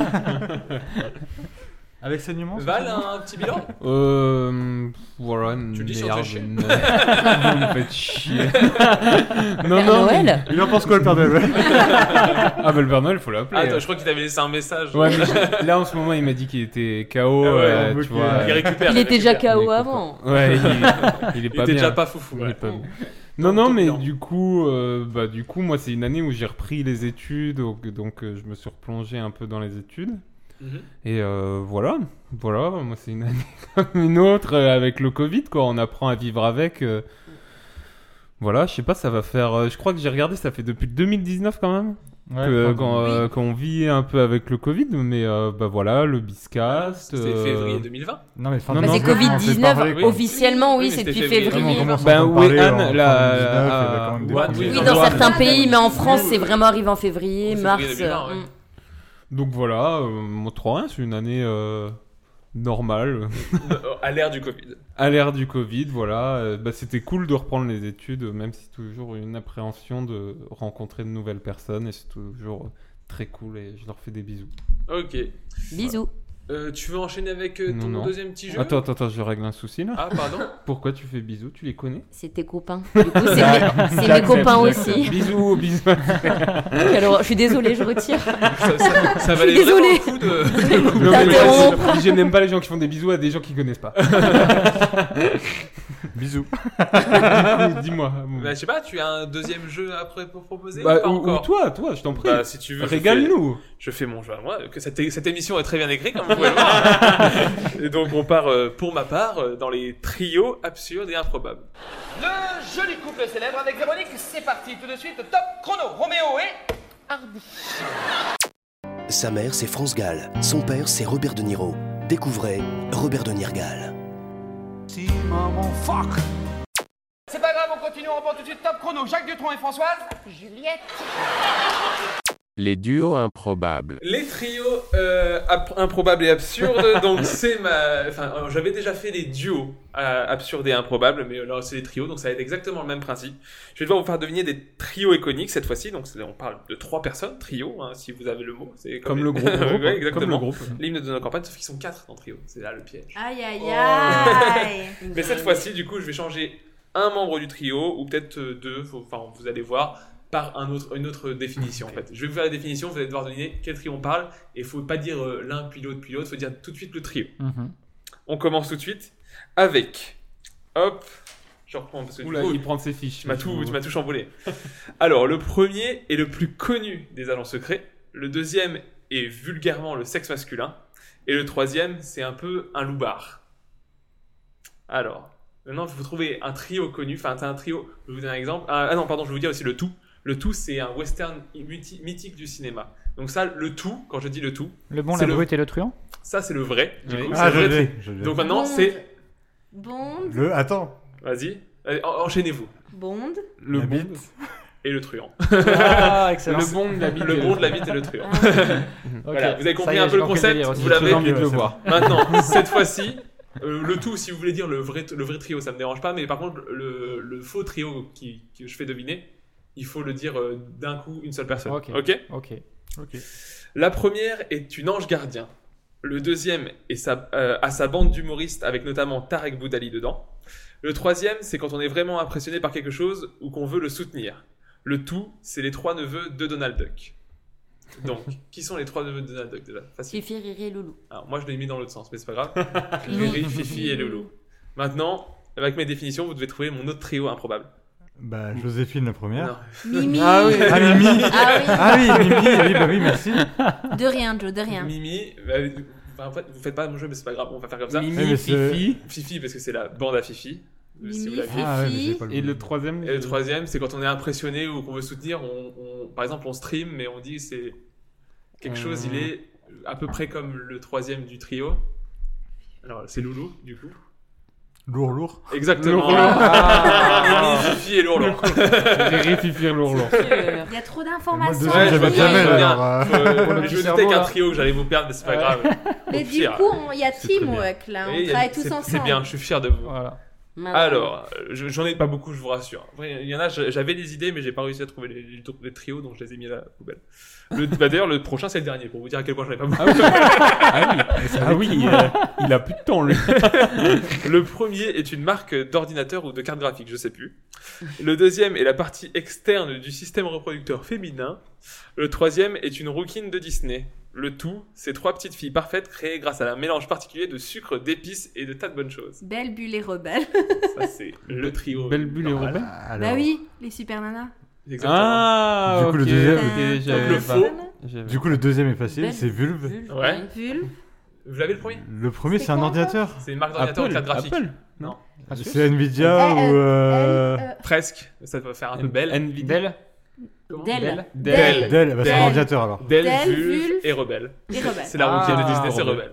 F: Avec saignement
I: [laughs]
F: c'est
I: Val,
F: ça
I: un petit bilan
N: Euh. Voilà,
I: Tu le dis sans te
N: merde.
I: chier.
N: non. [laughs] Vous me faites [laughs] chier. non,
I: Père
N: non.
I: Noël
N: Il en pense quoi, le Père Noël Ah, bah, le Père Noël, faut l'appeler.
I: Ah, attends, je crois qu'il t'avait laissé un message.
N: Ouais, mais je- là en ce moment, il m'a dit qu'il était KO.
I: Ah ouais,
N: euh,
I: on veut
N: tu
I: qu'il-
N: vois,
I: il
N: euh,
I: récupère,
L: Il il était déjà récupère. KO avant. Bah,
N: Ouais, il, il est
I: Il
N: pas
I: était
N: bien.
I: déjà pas foufou,
N: Il
I: ouais.
N: est pas bien. Non, non, mais du coup, euh, bah, du coup, moi, c'est une année où j'ai repris les études, donc, donc, euh, je me suis replongé un peu dans les études.
I: Mhm.
N: Et euh, voilà, voilà, moi, c'est une année [laughs] comme une autre euh, avec le Covid, quoi. On apprend à vivre avec. euh, voilà, je sais pas, ça va faire. euh, je crois que j'ai regardé, ça fait depuis 2019 quand même.
F: Ouais,
N: que,
F: quand-
N: quand, euh, qu'on vit un peu avec le Covid, mais euh, bah voilà, le Biscast.
I: C'était
N: euh,
I: février 2020.
F: Non, mais fin
L: Bah, c'est Covid-19, officiellement,
I: Oui, mais
L: oui, c'est
I: c'était
L: depuis
I: février.
L: février.
F: Vraiment, on commence à
N: Ben
F: en
N: oui,
F: parler en
N: Anne,
F: fin 2019, il y avait
N: la.
F: quand même des
N: Ouais,
F: problèmes.
L: Oui, dans certains pays, mais en France, c'est vraiment arrivé en février,
I: C'est
L: mars.
I: février 2020,
L: euh,
I: ouais.
L: hmm.
N: Donc voilà, euh, mon 3-1, c'est une année euh, normale.
I: Euh, À l'ère du Covid.
N: à l'ère du Covid, voilà. Euh, bah, c'était cool de reprendre les études, même si toujours une appréhension de rencontrer de nouvelles personnes. Et c'est toujours très cool et je leur fais des bisous.
I: Ok.
L: Bisous.
I: Euh, tu veux enchaîner avec euh,
N: Non,
I: ton
N: non.
I: deuxième petit jeu
N: Attends, attends, attends, je règle un souci là.
I: Ah,
N: [laughs]
I: pardon
N: Pourquoi tu fais bisous Tu les [laughs] connais
L: C'est tes copains. Du coup, c'est mes,
N: D'accord.
L: c'est mes
N: J'accepte,
L: copains
N: j'accepte.
L: aussi.
N: Bisous, bisous.
L: Alors, je suis désolée, je retire.
I: Ça, ça- ça
L: je suis
I: valait
L: désolée.
I: vraiment le coup
L: [laughs]
I: de-
N: Non, mais moi,
L: D'interrompre.
N: je je n'aime pas les gens qui font des bisous à des gens qui connaissent pas.
F: Bisous.
N: Du coup, Dis-moi.
I: Bah, je sais pas, tu as un deuxième jeu après pour proposer
N: Bah,
I: ou pas
N: ou- ou
I: encore
N: toi, toi, je t'en prie.
I: Bah, si tu veux. je
N: Régale-nous.
I: fais- Je, fais mon jeu à moi. Que cette, cette émission est très bien écrite, comme vous pouvez le voir. [laughs] Et donc, on part, euh, pour ma part, euh, dans les trios absurdes et improbables.
O: Le joli couple célèbre avec Véronique, c'est parti tout de suite, top chrono, Roméo et Hardy.
P: Sa mère, c'est France Gall. Son père, c'est Robert De Niro. Découvrez Robert De Nirgal.
O: Si maman fuck C'est pas grave, on continue, on reprend tout de suite, top chrono, Jacques Dutronc et Françoise. Juliette.
Q: Les duos improbables.
I: Les trios euh, ab- improbables et [laughs] absurdes, donc c'est ma... Enfin, euh, j'avais déjà fait les duos euh, absurdes et improbables, mais euh, là c'est les trios, donc ça va être exactement le même principe. Je vais devoir vous faire deviner des trios iconiques cette fois-ci, donc c'est- on parle de trois personnes, trio, hein, si vous avez le mot. C'est
N: Comme [laughs] le groupe,
I: Ouais,
N: le groupe, hein, comme
I: exactement.
N: le groupe.
I: L'hymne de nos campagnes, sauf qu'ils sont quatre dans trio, c'est là le piège.
J: Aïe, aïe, [laughs] aïe.
I: Mais cette fois-ci, du coup, je vais changer un membre du trio, ou peut-être euh, deux, faut- enfin, vous allez voir, par un autre, une autre définition, en fait. Je vais vous faire la définition, vous allez devoir deviner quel trio on parle, et faut pas dire euh, l'un, puis l'autre, puis l'autre, faut dire tout de suite le trio.
K: Mhm.
I: On commence tout de suite avec... Hop Je reprends, parce que du
N: Oula,
I: coup,
N: il prend ses fiches.
I: Tu m'as tout,
N: Je-
I: tu m'as tout chamboulé. [laughs] Alors, le premier est le plus connu des agents secrets, le deuxième est vulgairement le sexe masculin, et le troisième, c'est un peu un loupard. Alors, maintenant, vous trouvez un trio connu. Enfin, t'as un trio. Je vais vous donner un exemple. Ah, ah non, pardon, je vais vous dire aussi le tout. Le tout, c'est un western muti- mythique du cinéma. Donc ça, le tout, quand je dis le tout,
K: Le bon,
I: c'est
K: la brute et
I: [laughs]
K: le truand
I: Ça, c'est le vrai. du
F: Oui.
I: coup,
F: Ah,
I: c'est le
F: je
I: vrai
F: l'ai,
I: tri-
F: je l'ai.
I: Donc maintenant,
J: Bond.
I: c'est
J: Bond.
F: Le. Attends.
I: Vas-y, Allez, en- enchaînez-vous.
J: Bond.
I: Le bon
F: [laughs]
I: et le truand.
K: Ah, excellent.
I: Le bon [laughs] de la bite, le bon de la bite et le truand.
K: Ah.
I: Voilà,
K: Ok,
I: vous avez compris
K: ça y est,
I: un
K: j'ai
I: peu le
K: compris le
I: concept.
K: délire aussi.
I: Vous
K: J'ai
I: l'avez
K: très envie de le voir.
I: Maintenant, cette fois-ci, euh, le tout, si vous voulez dire le vrai, le vrai trio, ça me dérange pas, mais par contre, le, le faux trio qui, que je fais deviner, il faut le dire euh, d'un coup une seule personne.
K: Ok.
I: Ok.
K: Ok. Ok.
I: La première est une ange gardien. Le deuxième est sa, euh, à sa bande d'humoristes avec notamment Tarek Boudali dedans. Le troisième, c'est quand on est vraiment impressionné par quelque chose ou qu'on veut le soutenir. Le tout, c'est les trois neveux de Donald Duck. Donc, qui sont les trois neveux de Donald Duck déjà Facile.
L: Fifi, Riri et Loulou.
I: Alors, moi, je l'ai mis dans l'autre sens, mais c'est pas grave. [laughs] Ah, Riri, Fifi et Loulou. Maintenant, avec mes définitions, vous devez trouver mon autre trio improbable.
F: Bah, Joséphine la première.
J: Non. Mimi.
F: Ah oui, ah, Mimi.
J: Ah oui.
F: Ah oui, Mimi, oui, bah oui, merci.
J: De rien, Joe, de rien.
I: Mimi, bah, bah, en fait, vous faites pas mon jeu, mais c'est pas grave, on va faire comme ça.
N: Mimi, Eh, mais c'est-
I: Fifi. Fifi, parce que c'est la bande à Fifi.
J: Mimi,
I: vous l'avez.
J: Fifi. Ah ouais, mais j'ai pas le
N: Et le troisième
I: Et le troisième, c'est quand on est impressionné ou qu'on veut soutenir, on, on- par exemple, on stream, mais on dit c'est quelque chose,
F: Euh.
I: il est à peu près comme le troisième du trio. Alors, c'est Loulou, du coup.
F: Lourd, lourd.
I: Exactement.
F: Lourd, lourd.
I: Ah. Mimi, Fifi et Lourd, lourd.
K: Ah.
N: Riri, Fifi et Lourd, lourd.
J: Il y a trop d'informations.
I: Ouais, je vois bien, je vois bien.
F: alors,
I: Je-
F: euh, [laughs] pour le
I: je
F: petit
I: me
F: cerveau,
I: doutais qu'un
F: là.
I: trio que j'allais vous perdre, mais c'est pas
F: Ouais.
I: grave.
J: Mais
I: Au
J: du
I: pire.
J: coup, on- il y a
I: C'est très bien.
J: teamwork, là, on
I: Et il y a-
J: travaille tous
I: c'est- C'est
J: ensemble. Ah
I: bien, je suis fier de vous.
J: Maintenant.
I: Alors, euh, je- j'en ai pas beaucoup, je vous rassure. Après, Il y en a, je- j'avais des idées, mais j'ai pas réussi à trouver les, les- les trios, donc je les ai mis à la poubelle.
J: [laughs]
I: Le- bah, D'ailleurs, le prochain, c'est le dernier, pour vous dire à quel point j'en ai pas beaucoup.
N: Ah oui. Ah [laughs] oui, euh, il a plus de temps, lui.
I: le premier est une marque d'ordinateur ou de carte graphique, je sais plus. Le deuxième est la partie externe du système reproducteur féminin. Le troisième est une rouquine de Disney. Le tout, c'est trois petites filles parfaites créées grâce à un mélange particulier de sucre, d'épices et de tas de bonnes choses.
J: Belle bulle et rebelle.
I: Ça,
N: [laughs]
I: c'est le trio.
N: Belle bulle et
I: normal.
N: rebelle.
J: Bah oui, les super nanas. Bah,
I: Exactement.
N: Ah,
F: Du coup, le
N: ok,
F: deuxième-
N: ok, j'avais
F: euh,
I: Donc, le
N: pas-
I: faux.
N: j'avais-
F: Du coup, le deuxième est facile,
J: Belle
F: c'est vulve.
J: vulve.
I: Ouais.
J: Vulve.
I: Vous l'avez le premier
F: Le premier, c'est un
I: quoi,
F: ordinateur.
I: C'est une marque d'ordinateur
N: Apple,
I: de carte graphique.
N: Apple.
I: non.
F: C'est Nvidia ou. euh,
I: Presque. Ça doit faire un peu belle.
K: Nvidia.
J: Del.
L: E,
F: Dell. Dell, bah, c'est un ordinateur, alors.
I: Dell,
J: Dell,
I: Vulve
J: Vulve
I: et Rebelle.
J: et Rebelle.
I: C'est la routine de
K: Ah.
I: Disney, c'est Rebelle.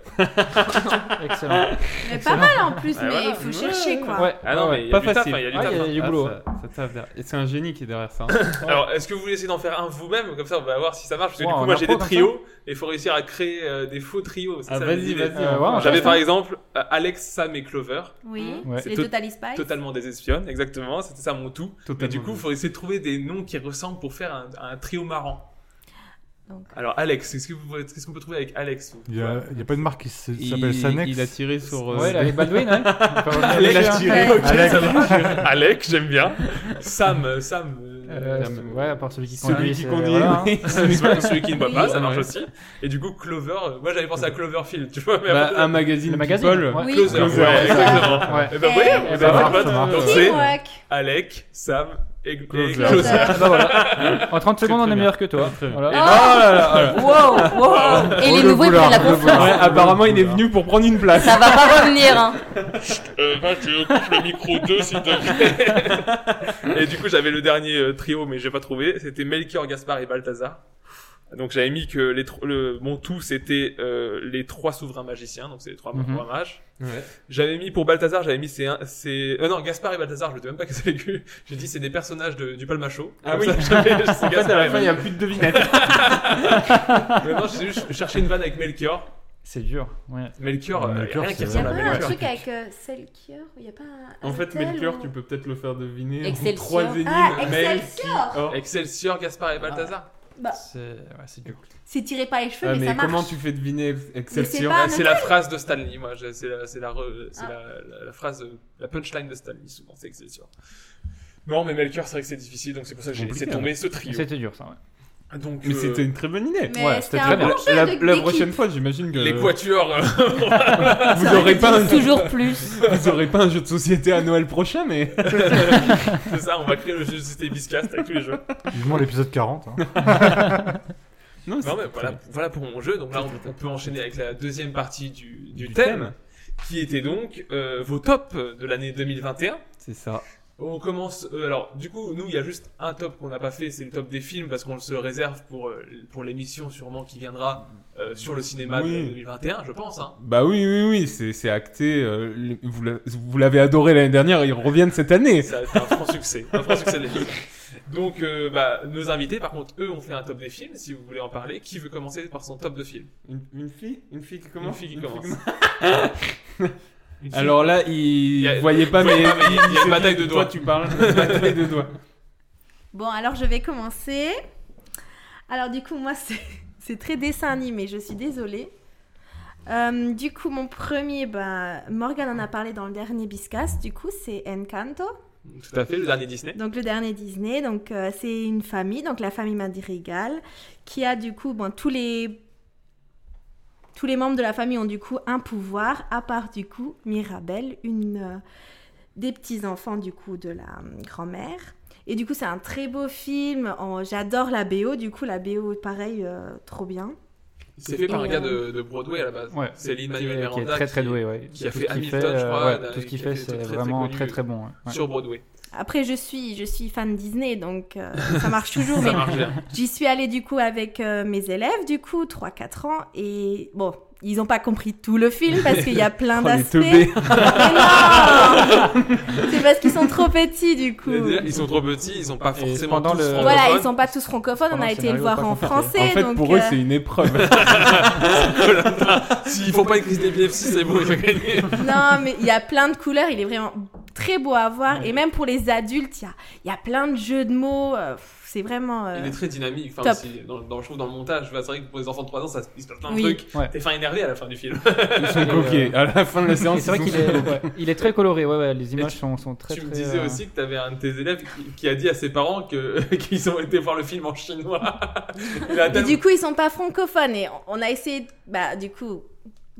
K: Excellent.
J: Mais pas mal en plus,
I: Ouais,
J: mais
I: voilà.
J: il faut chercher quoi.
I: Ouais. Ah non, mais il y a
N: pas
I: du taf,
N: facile.
I: hein, il y a du
N: Ah,
I: taf, hein.
N: boulot.
I: Ah,
N: ça- ça taffe derrière. Et c'est un génie qui est derrière ça. hein.
I: Alors, est-ce que vous voulez essayer d'en faire un vous-même Comme ça, on va voir si ça marche. Parce que
N: Ouais,
I: du coup,
N: on
I: moi,
N: en
I: j'ai
N: prend
I: des
N: comme
I: trios et il faut réussir à créer euh, des faux trios. c'est
N: Ah,
I: ça,
N: vas-y,
I: l'idée.
N: vas-y, on va voir.
I: J'avais
N: Ouais.
I: par exemple euh, Alex, Sam et Clover.
J: Oui,
I: Ouais.
J: les
I: C'est
J: Totally Spies.
I: Totalement des espions, exactement. C'était ça mon tout. Mais du coup, il faut essayer de trouver des noms qui ressemblent pour faire un, un trio marrant.
J: Donc.
I: Alors, Alex, est-ce que vous- qu'est-ce qu'on peut trouver avec Alex
F: Il n'y a, il y a pas une marque qui s-
N: Il-
F: s'appelle Sanex.
N: il a tiré sur, euh,
K: Ouais, là, avec Baldwin, hein.
I: Alex,
F: Il a tiré,
I: ok,
F: Alex.
I: ça va. Alex, j'aime bien. Sam, euh, Sam, euh,
K: Euh,
I: Terme-
K: ouais, à part celui qui conduit,
I: Celui qui
K: c'est-
I: conduit,
K: voilà, hein.
I: oui. Celui- Ah, celui qui ne boit pas, ça marche
K: Ouais.
I: aussi. Et du coup, Clover, euh, moi j'avais pensé à Cloverfield, tu vois. Mais
A: Bah,
I: après-
A: un magazine
K: Le magazine,
A: People.
K: ouais. Oui.
I: Closer,
A: Closer,
I: ouais,
A: ouais.
I: exactement.
A: Ouais.
I: Et ben, voyez,
A: Eh
I: vous
A: ben,
I: avez
A: ça
I: pas de-
A: marche.
I: donc c'est
L: Teamwork.
I: Alec, Sam et et
K: Closer.
I: Closer.
K: Closer. Bah voilà. En 30 secondes, on est meilleur que toi. Voilà.
I: Et-
K: Ah
I: Oh là là.
N: Wow,
F: Oh,
N: wow. Et les nouveaux, ils prennent la confiance.
A: Ouais, apparemment, il est venu pour prendre une place.
N: Ça va pas revenir, hein.
I: tu coupes le micro 2 s'il te plaît. et du coup, j'avais le dernier euh, trio, mais j'ai pas trouvé. C'était Melchior, Gaspard et Balthazar. Donc j'avais mis que les tro- le, mon tout c'était euh, les trois souverains magiciens, donc c'est les trois
A: Mhm.
I: trois mages.
A: Ouais.
I: J'avais mis pour Balthazar, j'avais mis c'est un- c'est euh, non Gaspard et Balthazar, je ne même pas que c'est les J'ai dit c'est des personnages de- du palmachot.
A: Ah
I: Comme
A: oui.
I: ça, j'avais- c'est
A: En fait, à
I: Gaspard
A: la
I: et
A: fin, il y a
I: Balthazar.
A: plus de devinette.
I: Mais non, j'ai juste cherché une vanne avec Melchior.
K: C'est dur. Ouais.
I: Melchior, euh,
A: Melchior,
I: rien qui
A: c'est
L: Il y a
I: ressemble
L: pas
I: à
L: un
I: Melchior.
L: truc avec euh, Selkier Il y a pas un.
A: En
L: un
A: fait,
L: hôtel
A: Melchior,
L: où-
A: tu peux peut-être le faire deviner. en
L: Excelsior.
A: Trois énigmes.
L: Ah,
A: Mel-
L: Excelsior
A: Oh.
I: Excelsior, Gaspard et Balthazar.
L: Bah,
K: C'est ouais, c'est dur.
L: c'est tiré par les cheveux,
A: Ah,
L: mais, ça
A: mais
L: marche.
A: comment tu fais deviner Excelsior
L: pas un
I: Ah, C'est la
L: hôtel.
I: phrase de Stanley, moi. je- C'est la, c'est la, re- c'est la- la- la phrase, euh, la punchline de Stanley, souvent, c'est Excelsior. Non, mais Melchior, c'est vrai que c'est difficile, donc c'est pour ça que j'ai laissé
A: Compliqué,
I: tomber
A: hein.
I: ce trio.
K: C'était dur, ça, ouais.
I: Donc,
A: Mais
I: euh,
A: c'était une très bonne idée.
L: Mais Ouais, c'était c'était un très bon bien. jeu
A: La,
L: de-
A: la
L: d'équipe.
A: prochaine fois, j'imagine que.
I: Les quatuors. euh,
A: [laughs] vous
I: [laughs] Ça
A: aurez pas un...
I: existe toujours
N: plus.
A: Vous aurez pas un jeu de société à Noël prochain,
I: [laughs]
A: mais.
I: c'est ça, on va créer le jeu de Société Biscast avec tous les jeux.
F: Vivement l'épisode 40. hein.
I: Non,
A: c'était
I: mais
A: très
I: voilà,
A: bien.
I: voilà pour mon jeu. Donc là, on, on peut enchaîner avec la deuxième partie du, du thème,
A: thème.
I: qui était donc euh, vos tops de l'année 2021.
A: C'est ça.
I: On commence. euh, alors, du coup, nous, il y a juste un top qu'on n'a pas fait, c'est le top des films, parce qu'on se le réserve pour, euh, pour l'émission sûrement qui viendra euh, sur le cinéma
A: Oui.
I: de 2021, je pense. Hein.
A: Bah oui, oui, oui, c'est c'est acté. euh, les- vous l'a- vous l'avez adoré l'année dernière, ils reviennent cette année.
I: Ça a été un franc succès. Un franc succès des films. Donc, euh, bah, nos invités, par contre, eux, ont fait un top des films. Si vous voulez en parler, qui veut commencer par son top de film
A: Une, fille Une fille qui
I: Une fille qui commence. Une fille-
A: Alors là, ils
I: Il y a-
A: ne voyaient
I: [laughs]
A: pas, mais.
I: il y a
K: [laughs]
I: une
A: ils se
I: bataille
A: disent,
I: de doigts.
A: Toi, tu parles. Une bataille de doigts.
L: Bon, alors je vais commencer. Alors du coup, moi, c'est- c'est très dessin animé, je suis désolée. Euh, du coup, mon premier,
J: ben,
L: bah, Morgan en a parlé dans le dernier Biscas, du coup, c'est Encanto,
I: Tout à fait, le dernier Disney.
L: donc le dernier Disney. Donc, euh, c'est une famille, donc la famille Madrigal, qui a du coup, bon, tous les... Tous les membres de la famille ont du coup un pouvoir, à part du coup Mirabelle, une euh, des petits enfants du coup de la euh, grand-mère. Et du coup, c'est un très beau film. En- J'adore la BO. Du coup, la BO, pareil, euh, trop bien.
I: C'est fait par un
L: Et,
I: gars
L: euh,
I: de, de Broadway à la base.
K: Ouais.
I: Céline
K: Qui est-
I: Manuel
K: qui est
I: Miranda.
K: très, très doué, ouais.
I: Qui a
K: Tout
I: fait
K: ce qu'il
I: Hamilton,
K: fait,
I: je
K: euh,
I: crois.
K: ouais,
I: d'un-
K: tout ce qu'il
I: qui a des
K: fait,
I: trucs
K: c'est
I: très, très
K: vraiment
I: connus
K: très, très bon, ouais. Ouais.
I: Sur Broadway.
L: Après, je suis, je suis fan Disney, donc euh, ça marche toujours.
I: Ça
L: mais
I: marche bien.
L: J'y suis allée du coup avec euh, mes élèves, du coup, 3-4 ans. Et bon, ils n'ont pas compris tout le film parce qu'il y a plein
A: Oh, les
L: d'aspects. [laughs]
A: teubés.
L: Mais non C'est parce qu'ils sont trop petits, du coup.
I: D'ailleurs, Ils sont trop petits, ils sont pas forcément
K: pendant
I: tous
K: le-
I: francophones.
L: Voilà, ils sont pas tous francophones. On
I: Pendant
L: a
I: le
L: été le
I: scénario,
L: voir
I: pas
L: en français.
A: En fait,
L: donc,
A: pour eux,
L: euh,
A: c'est une [laughs] épreuve.
I: S'ils font pas une crise [laughs] d'épilepsie, c'est bon, ils ont gagné.
L: Non, mais il y a plein de couleurs, il est vraiment très beau à voir. Et même pour les adultes, il y a, il y a plein de jeux de mots. euh, pff, C'est vraiment. euh,
I: Il est très dynamique. Enfin,
L: Top.
I: aussi, dans, dans, je trouve dans le montage, c'est vrai que pour les enfants de 3 ans, ça, se- il se passe plein de
L: Oui.
I: trucs.
K: Ouais.
I: T'es fin énervé à la fin du film.
A: Ils sont coqués. À la fin de la séance,
K: Et C'est vrai
A: ils
K: qu'il
A: sont
K: est,
A: coqués.
K: ouais, il est très coloré, ouais, ouais, les images sont, sont très
I: tu me
K: très,
I: disais
K: euh,
I: aussi que t'avais un de tes élèves qui, qui a dit à ses parents que- [laughs] qu'ils ont été voir le film en
K: [laughs]
I: chinois. Il a
L: Et
I: tellement-
L: du coup, ils sont pas francophones. Et on- on a essayé. de- Bah, du coup,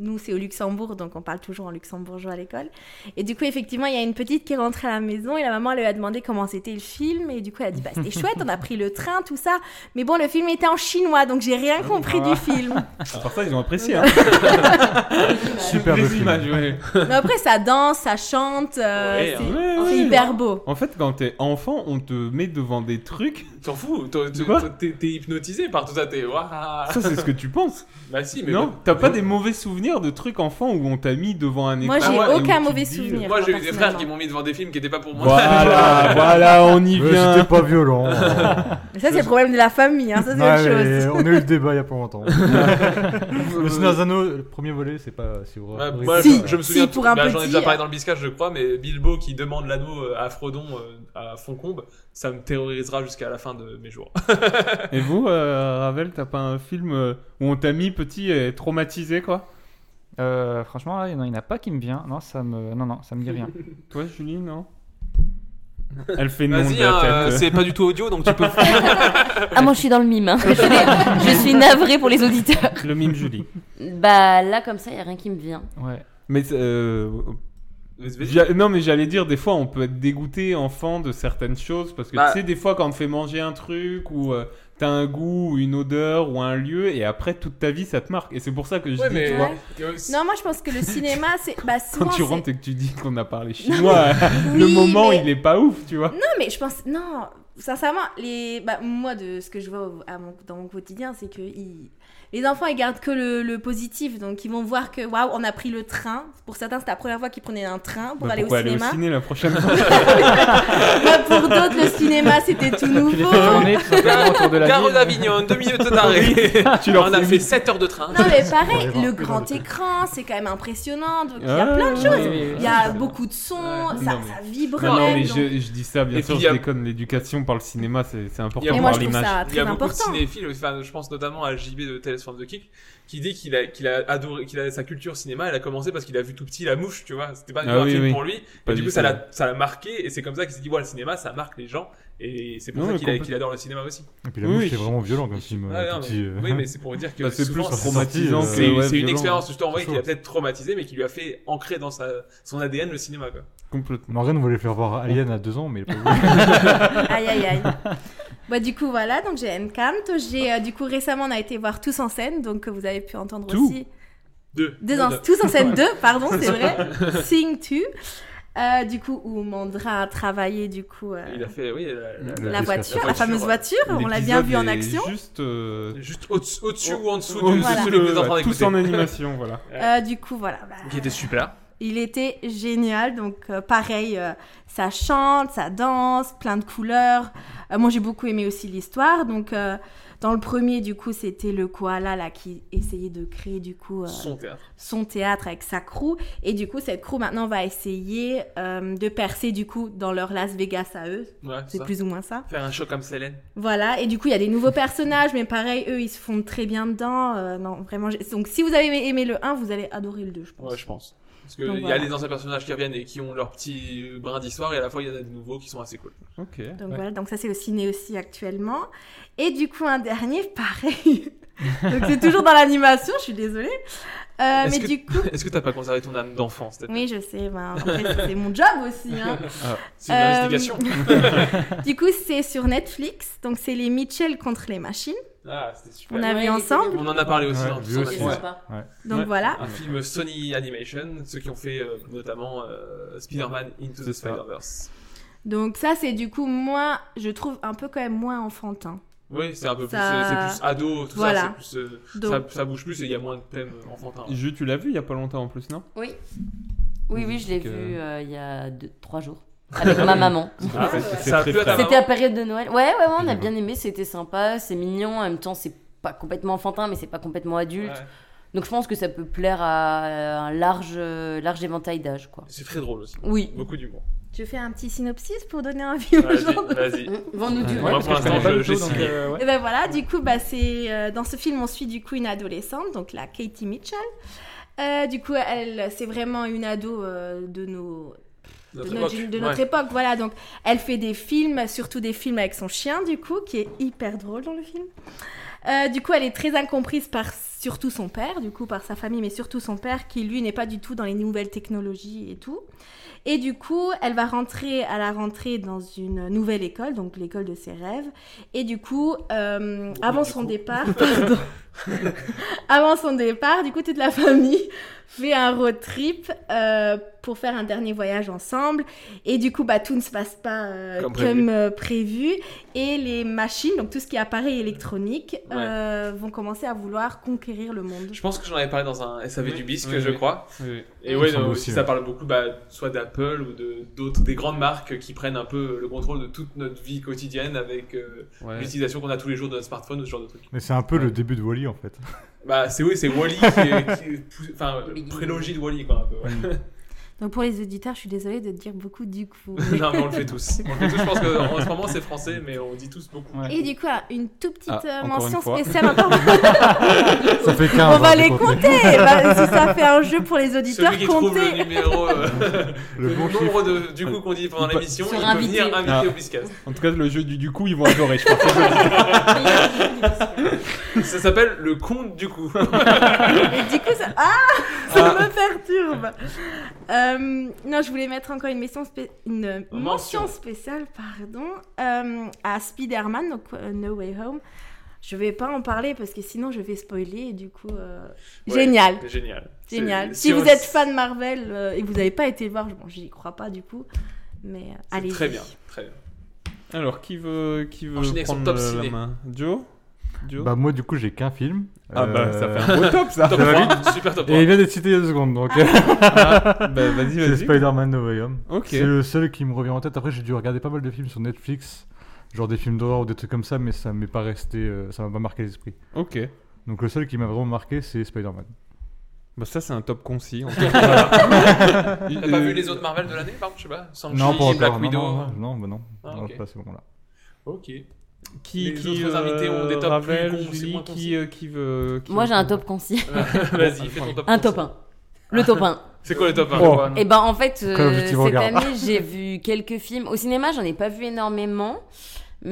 L: nous, c'est au Luxembourg, donc on parle toujours en luxembourgeois à l'école. Et du coup, effectivement, il y a une petite qui est rentrée à la maison et la maman elle lui a demandé comment c'était le film. Et du coup, elle a dit Bah,
A: [laughs]
L: c'était chouette, on a pris le train, tout ça. Mais bon, le film était en chinois, donc j'ai
A: Ah.
L: rien compris du film.
A: À part ça, ils ont apprécié. Hein.
F: Superbe
A: Les
F: film.
A: images, ouais.
L: Mais après, ça danse, ça chante, euh,
I: Ouais, hein.
L: c'est
A: ouais, hein.
L: c'est
A: ouais.
L: hyper beau.
A: En fait, quand t'es enfant, on te met devant des trucs.
I: T'en fous, toi, tu-
A: quoi
I: toi, t'es t'es hypnotisé par tout ça, t'es. Waouh.
A: Ça, c'est ce que tu penses.
I: Bah si,
A: [laughs]
I: mais
A: Non,
I: bon.
A: t'as pas des mauvais souvenirs de trucs enfants où on t'a mis devant un écran.
L: Moi, j'ai
I: Ah,
A: et où
L: aucun
A: tu
L: mauvais
A: te dis,
L: souvenir.
I: Moi, j'ai eu
L: moi,
I: des frères
L: personnellement.
I: qui m'ont mis devant des films qui étaient pas pour
A: [laughs]
I: moi.
A: Voilà, voilà, on y
F: Mais
A: vient.
F: C'était pas violent.
L: Mais ça, c'est le problème de la famille,
J: Ah,
L: hein, ça, c'est
F: Ouais,
L: autre
F: mais
L: chose.
F: on a eu le débat il y a
I: [laughs]
F: pas longtemps. le Snazano, le premier volet, c'est pas si horrible.
I: Ouais, moi,
L: Si,
I: je, je me
L: si,
I: souviens,
L: pour un
I: bah, j'en ai
L: petit.
I: déjà parlé dans le biscage, je crois, mais Bilbo qui demande l'anneau euh, à Frodon euh, à Foncombe, ça me terrorisera jusqu'à la fin de mes jours.
A: Et vous, euh, Ravel, t'as pas un film euh, où on t'a mis petit et traumatisé, quoi
K: euh, franchement, là, il n'y en a pas qui me vient. Non, ça me, non, non, ça me dit rien.
A: Toi, Julie, non Elle fait non de
I: Vas-y,
A: la
I: hein,
A: tête.
I: euh, c'est pas du tout audio, donc tu peux.
L: Ah, moi je suis dans le mime. [laughs] hein. Je, suis, je suis navrée pour les auditeurs.
A: Le mime Julie.
L: Bah là, comme ça, il a rien qui me vient.
K: Ouais.
A: Mais euh, j'a- non, mais j'allais dire, des fois, on peut être dégoûté enfant de certaines choses parce que
I: Bah.
A: tu sais, des fois, quand on te fait manger un truc ou euh, t'as un goût ou une odeur ou un lieu, et après toute ta vie, ça te marque. Et c'est pour ça que je
R: Ouais,
A: dis,
R: mais-
A: tu vois,
J: Non, moi je pense que le cinéma, c'est. Bah,
A: quand
J: souvent,
A: tu
J: c'est-
A: rentres et que tu dis qu'on a parlé chinois, [laughs] le
J: Oui,
A: moment,
J: mais-
A: il est pas ouf, tu vois.
J: Non, mais je pense. Non, sincèrement, les... bah, moi, de ce que je vois au- à mon- dans mon quotidien, c'est que ils- les enfants, ils gardent que le, le positif. Donc, ils vont voir que, waouh, on a pris le train. Pour certains, c'était la première fois qu'ils prenaient un train pour
A: Bah,
J: aller au
A: pourquoi aller
J: cinéma.
A: au ciné la prochaine fois
J: Bah, pour d'autres, le cinéma, c'était tout nouveau.
I: Gare d'Avignon, deux minutes d'arrêt.
A: tu
I: On a fait 7 heures de train.
J: Non, mais pareil, le grand écran, c'est quand même impressionnant. Donc, [laughs] il y a
A: Ah,
J: plein de
A: oui,
J: choses.
A: oui, oui.
J: Il y a beaucoup de sons, ça,
A: Non, mais-
J: ça vibre.
A: Non, non,
J: même,
A: mais
J: donc-
A: je, je dis ça, bien
I: Et
A: sûr,
I: puis, il y
A: je
I: a-
A: déconne. L'éducation par le cinéma, c'est c'est important
I: Il y a
A: par
I: beaucoup-
A: l'image.
J: très
I: Il y a beaucoup
J: important.
I: de cinéphiles, enfin, je pense notamment à JB de Tales from the Kick, qui dit qu'il a, qu'il a adoré, qu'il a sa culture cinéma, elle a commencé parce qu'il a vu tout petit La Mouche, tu vois. C'était pas
A: Ah
I: un
A: oui,
I: film
A: oui.
I: pour lui.
A: Pas
I: et du
A: du
I: coup, ça
A: tout.
I: l'a, ça l'a marqué, et c'est comme ça qu'il s'est dit, voilà, le cinéma, ça marque les gens, et c'est pour
A: Non,
I: ça
A: mais
I: qu'il, a-
A: complètement.
I: qu'il adore le cinéma aussi.
F: Et puis la mouche, c'est vraiment violent comme film.
I: Ah,
F: euh,
I: non,
F: tout
I: mais-
F: petit, euh.
I: Oui, mais c'est
A: [laughs]
I: pour dire que
A: Bah, c'est
I: souvent,
A: plus
I: c'est-
A: traumatisant
I: C'est,
A: que- ouais,
I: c'est une
A: violent,
I: expérience, justement,
A: c'est
I: ouais, qui a peut-être traumatisé, mais qui lui a fait ancrer dans sa, son ADN le cinéma, quoi.
A: Complètement.
F: [laughs] Morgane voulait faire voir Alien à deux ans, mais il a pas voulu.
J: aïe aïe aïe.
I: [laughs]
J: Bah du coup voilà, donc j'ai Encanto, j'ai euh, du coup récemment on a été voir Tous en scène, donc que vous avez pu entendre
I: Tout.
J: aussi.
I: Deux.
J: Deux
I: Non,
J: en-
I: deux.
J: Tous en scène
I: Ouais.
J: 2, pardon, c'est vrai.
I: [laughs]
J: Sing Tu. Euh, du coup où Mandra a travaillé du coup euh,
I: Il a fait, oui,
J: la,
I: la, euh,
J: voiture, la fameuse voiture, on l'a bien vu en action.
A: Juste, euh,
I: Juste au-dessus au-dessus
J: Oh.
I: ou en dessous
A: au-
I: du- de
A: au-dessus
I: celui que vous êtes en train
A: de-
I: d'écouter.
A: Tous en animation,
I: [laughs]
A: voilà.
J: Euh, du coup voilà, bah,
I: Qui était super.
J: il était génial, donc euh, pareil, euh, ça chante, ça danse, plein de couleurs. Euh, moi j'ai beaucoup aimé aussi l'histoire, donc euh, dans le premier du coup c'était le koala là qui essayait de créer du coup euh,
I: Son théâtre.
J: son théâtre avec sa crew, et du coup cette crew maintenant va essayer euh, de percer du coup dans leur Las Vegas à eux,
I: Ouais,
J: c'est
I: ça.
J: plus ou moins ça.
I: Faire un show comme Célène.
J: Voilà, et du coup, il y a des nouveaux personnages, mais pareil, eux, ils se font très bien dedans. Euh, non, vraiment. j'ai- Donc, si vous avez aimé le 1, vous allez adorer le 2, je pense.
I: Ouais, je pense. Parce qu'il
J: Donc,
I: y a
J: voilà.
I: les anciens personnages qui reviennent et qui ont leur petit brin d'histoire, et à la fois il y en a des nouveaux qui sont assez cool.
A: Ok.
J: Donc voilà, donc ça c'est au ciné aussi actuellement. Et du coup, un dernier, [laughs] pareil. [laughs] donc c'est toujours dans l'animation, je suis désolée. Euh, mais
I: que,
J: du coup.
I: Est-ce que t'as pas conservé ton âme d'enfant cette
J: Oui, je sais, ben, après, c'est mon job aussi.
F: [laughs]
J: hein.
I: Ah, c'est une investigation.
J: Euh, du coup, c'est sur Netflix, donc c'est les Mitchell contre les machines.
I: Ah, c'était super.
J: On a vu ensemble.
I: On en a parlé aussi.
F: Ouais,
I: hein,
F: vu
I: tous en
F: aussi,
I: animation.
F: ouais. Ouais.
J: Donc voilà.
I: Un film Sony Animation, ceux qui ont fait euh, notamment euh, Spider-Man Into the Spider-Verse.
J: Donc ça, c'est du coup moins, je trouve un peu quand même moins enfantin.
I: Oui, c'est un peu plus,
J: Ça-
I: euh, c'est plus ado, tout
J: Voilà.
I: ça, c'est plus, euh,
J: Donc-
I: ça, ça bouge plus et il y a moins de thèmes euh, enfantins.
A: Je, tu l'as vu il y a pas longtemps en plus, non
L: Oui. Oui, oui, je l'ai
A: Donc,
L: vu
A: euh,
L: euh, il y a deux- trois jours. Avec
I: [laughs]
L: ma maman.
A: Ah, ouais. Ça a plu à ta
L: C'était
A: maman
L: à période de Noël. Ouais, ouais, ouais, on a bien aimé, c'était sympa, c'est mignon. En même temps, c'est pas complètement enfantin, mais c'est pas complètement adulte.
I: Ouais.
L: Donc je pense que ça peut plaire à euh, un large, euh, large éventail d'âge, quoi.
I: C'est très drôle aussi.
L: Oui.
I: Beaucoup
J: [laughs]
I: d'humour.
J: Je fais un petit synopsis pour donner envie aux
I: Vas-y,
J: gens. de-
I: vas-y.
L: Vends-nous du
I: Ouais,
L: vent.
I: moi, pour
L: parce que
I: l'instant,
L: je connais
I: je-
L: pas
I: j'ai
L: du tout, donc,
I: signé.
L: euh, ouais.
J: Et ben voilà, du coup, bah, c'est euh, dans ce film, on suit du coup une adolescente, donc la Katie Mitchell. Euh, du coup, elle, c'est vraiment une ado euh, de nos de
L: Notre
J: notre,
L: époque,
J: de notre
L: ouais.
J: époque, voilà. Donc, elle fait des films, surtout des films avec son chien, du coup, qui est hyper drôle dans le film. Euh, du coup, elle est très incomprise par surtout son père, du coup, par sa famille, mais surtout son père, qui lui n'est pas du tout dans les nouvelles technologies et tout. Et du coup, elle va rentrer à la rentrée dans une nouvelle école, donc l'école de ses rêves. Et du coup, euh, avant son départ, [laughs] pardon, avant son départ, du coup, toute la famille fait un road trip euh, pour faire un dernier voyage ensemble. Et du coup, bah, tout ne se passe pas euh,
L: Comme
J: comme,
L: prévu.
J: euh, prévu. Et les machines, donc tout ce qui est appareil électronique, euh, vont commencer à vouloir conquérir le monde.
I: Je pense que j'en avais parlé dans un SAV du bisque,
A: oui,
I: je
A: oui.
I: crois.
A: Oui.
I: Et
A: Il
I: ouais,
A: me semble
I: non,
A: aussi,
I: ça
A: ouais.
I: parle beaucoup bah, soit d'Apple ou de d'autres des grandes marques qui prennent un peu le contrôle de toute notre vie quotidienne avec euh,
A: Ouais.
I: l'utilisation qu'on a tous les jours de notre smartphone ou ce genre de truc.
F: Mais c'est un peu le début de Wally en fait.
J: [laughs]
A: [laughs]
I: Bah c'est oui, c'est Wally qui est, qui est plus- enfin prélogie de Wally quoi un peu. ouais.
J: Donc pour les auditeurs, je suis désolée de dire beaucoup du coup.
I: non, mais on le fait tous. On le fait tous. Je pense qu'en ce moment, c'est français, mais on dit tous beaucoup.
J: [laughs] Et du coup, ah, une toute petite
I: Ah,
J: euh,
I: encore
J: mention
I: une fois.
J: spéciale
I: [laughs]
J: encore.
I: Ça fait 15,
J: On va
I: hein,
J: les
I: de
J: compter.
I: compter.
J: Bah, si ça fait un jeu pour les auditeurs,
I: Celui qui trouve
J: comptez.
I: le
A: [laughs]
I: numéro, euh, le,
N: bon
I: nombre de, du coup qu'on dit pendant l'émission,
J: Sur
I: il peut
J: invité.
I: venir inviter
N: Ah.
I: au Biscast.
N: En tout cas, le jeu du, du coup, ils vont adorer,
I: [laughs]
N: je pense.
I: Ça s'appelle le compte du coup.
J: Et du coup, ça, ah, ça
I: Ah.
J: me perturbe. Euh, non, je voulais mettre encore une mention, spé- une mention spéciale, pardon, euh, à Spider-Man, donc euh, No Way Home. Je vais pas en parler parce que sinon je vais spoiler et du coup. euh,
I: Ouais,
J: génial.
I: [laughs] génial.
J: Génial.
I: C'est-
J: Si,
I: si
J: vous
I: on-
J: êtes fan Marvel euh, et que vous n'avez pas été le voir, bon, j'y crois pas du coup, mais euh, allez.
I: Très bien, très bien.
N: Alors, qui veut, qui veut
I: Enchaîner avec son
N: prendre
I: top
N: la
I: ciné.
N: main Joe Joe
F: Bah moi du coup j'ai qu'un film.
N: Ah
F: Euh,
N: bah, ça fait un beau top,
I: Ah, [laughs]
N: ça. Top
F: va
N: trois.
F: vite.
N: Super top
F: Et
N: trois.
F: il vient d'être cité il y a deux secondes donc.
N: Ah, bah, vas-y,
F: C'est
N: vas-y.
F: Spider-Man No Way Home.
N: Ok.
F: C'est le seul qui me revient en tête. Après j'ai dû regarder pas mal de films sur Netflix, genre des films d'horreur ou des trucs comme ça, mais ça m'est pas resté, euh, ça m'a pas marqué l'esprit.
N: Ok.
F: Donc le seul qui m'a vraiment marqué c'est Spider-Man.
N: Bah ça c'est un top
I: [laughs]
N: concis. en tout cas.
I: T'as pas
N: Euh,
I: vu les autres Marvel de l'année, par contre, je sais pas Shang-Chi,
F: Non, pas encore,
I: Black
F: non,
I: Widow
F: non, non, non, bah non.
I: Ah,
F: Non,
I: ok.
F: pas à ce moment-là.
I: Ok.
N: Qui,
I: les
N: qui,
I: autres invités ont des
N: euh,
I: tops
N: Ravel,
I: plus cons, c'est
N: Julie,
I: moins
N: qui, euh, qui veut qui
L: Moi,
N: veut
L: j'ai un
N: prendre
L: top concis.
I: Vas-y, fais ton top Oh.
L: Un
I: concis.
L: top 1. Le top 1.
I: C'est quoi le top 1
J: Eh
L: Et ben en fait,
I: Call of
L: euh,
I: Duty
L: cette
I: Vanguard.
L: année, j'ai vu quelques films. Au cinéma, j'en ai pas vu énormément. Mm,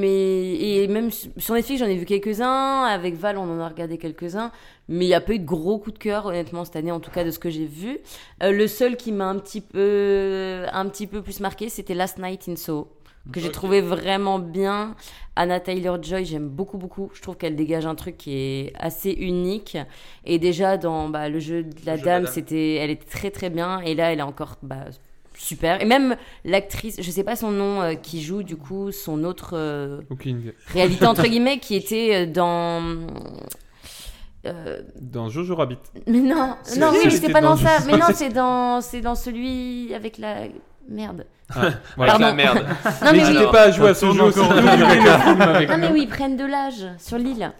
L: Mais, et même su- sur Netflix, j'en ai vu quelques-uns. Avec Val, on en a regardé quelques-uns. Mais il n'y a pas eu de gros coups de cœur, honnêtement, cette année, en tout cas, de ce que j'ai vu. Euh, le seul qui m'a un, petit peu un petit peu plus marqué, c'était Last Night in Soho. Que j'ai
J: Ok.
L: trouvé vraiment bien. Anna Taylor-Joy, j'aime beaucoup, beaucoup. Je trouve qu'elle dégage un truc qui est assez unique. Et déjà, dans bah, le jeu de la
J: jeu de la
L: dame,
J: dame.
L: c'était, elle était très, très bien. Et là, elle est encore bah, super. Et même l'actrice, je sais pas son nom, euh, qui joue du coup son autre euh,
N: Aucune idée.
L: réalité, entre guillemets, qui était euh, dans. euh,
N: Dans Jojo Rabbit.
L: mais non,
N: Si,
L: non,
N: si,
L: oui,
N: elle
L: c'est
N: était
L: pas
N: dans
L: dans ça.
N: Justice
L: Mais non,
N: League.
L: c'est dans, c'est dans celui avec la merde.
N: Ah, voilà.
L: Pardon.
N: Avec la Ah, merde.
L: non, mais
N: N'hésitez
L: oui.
N: pas à jouer à ce jeu, c'est de oublier le film avec
L: Non, mais
N: nous.
L: oui, ils prennent de l'âge sur l'île.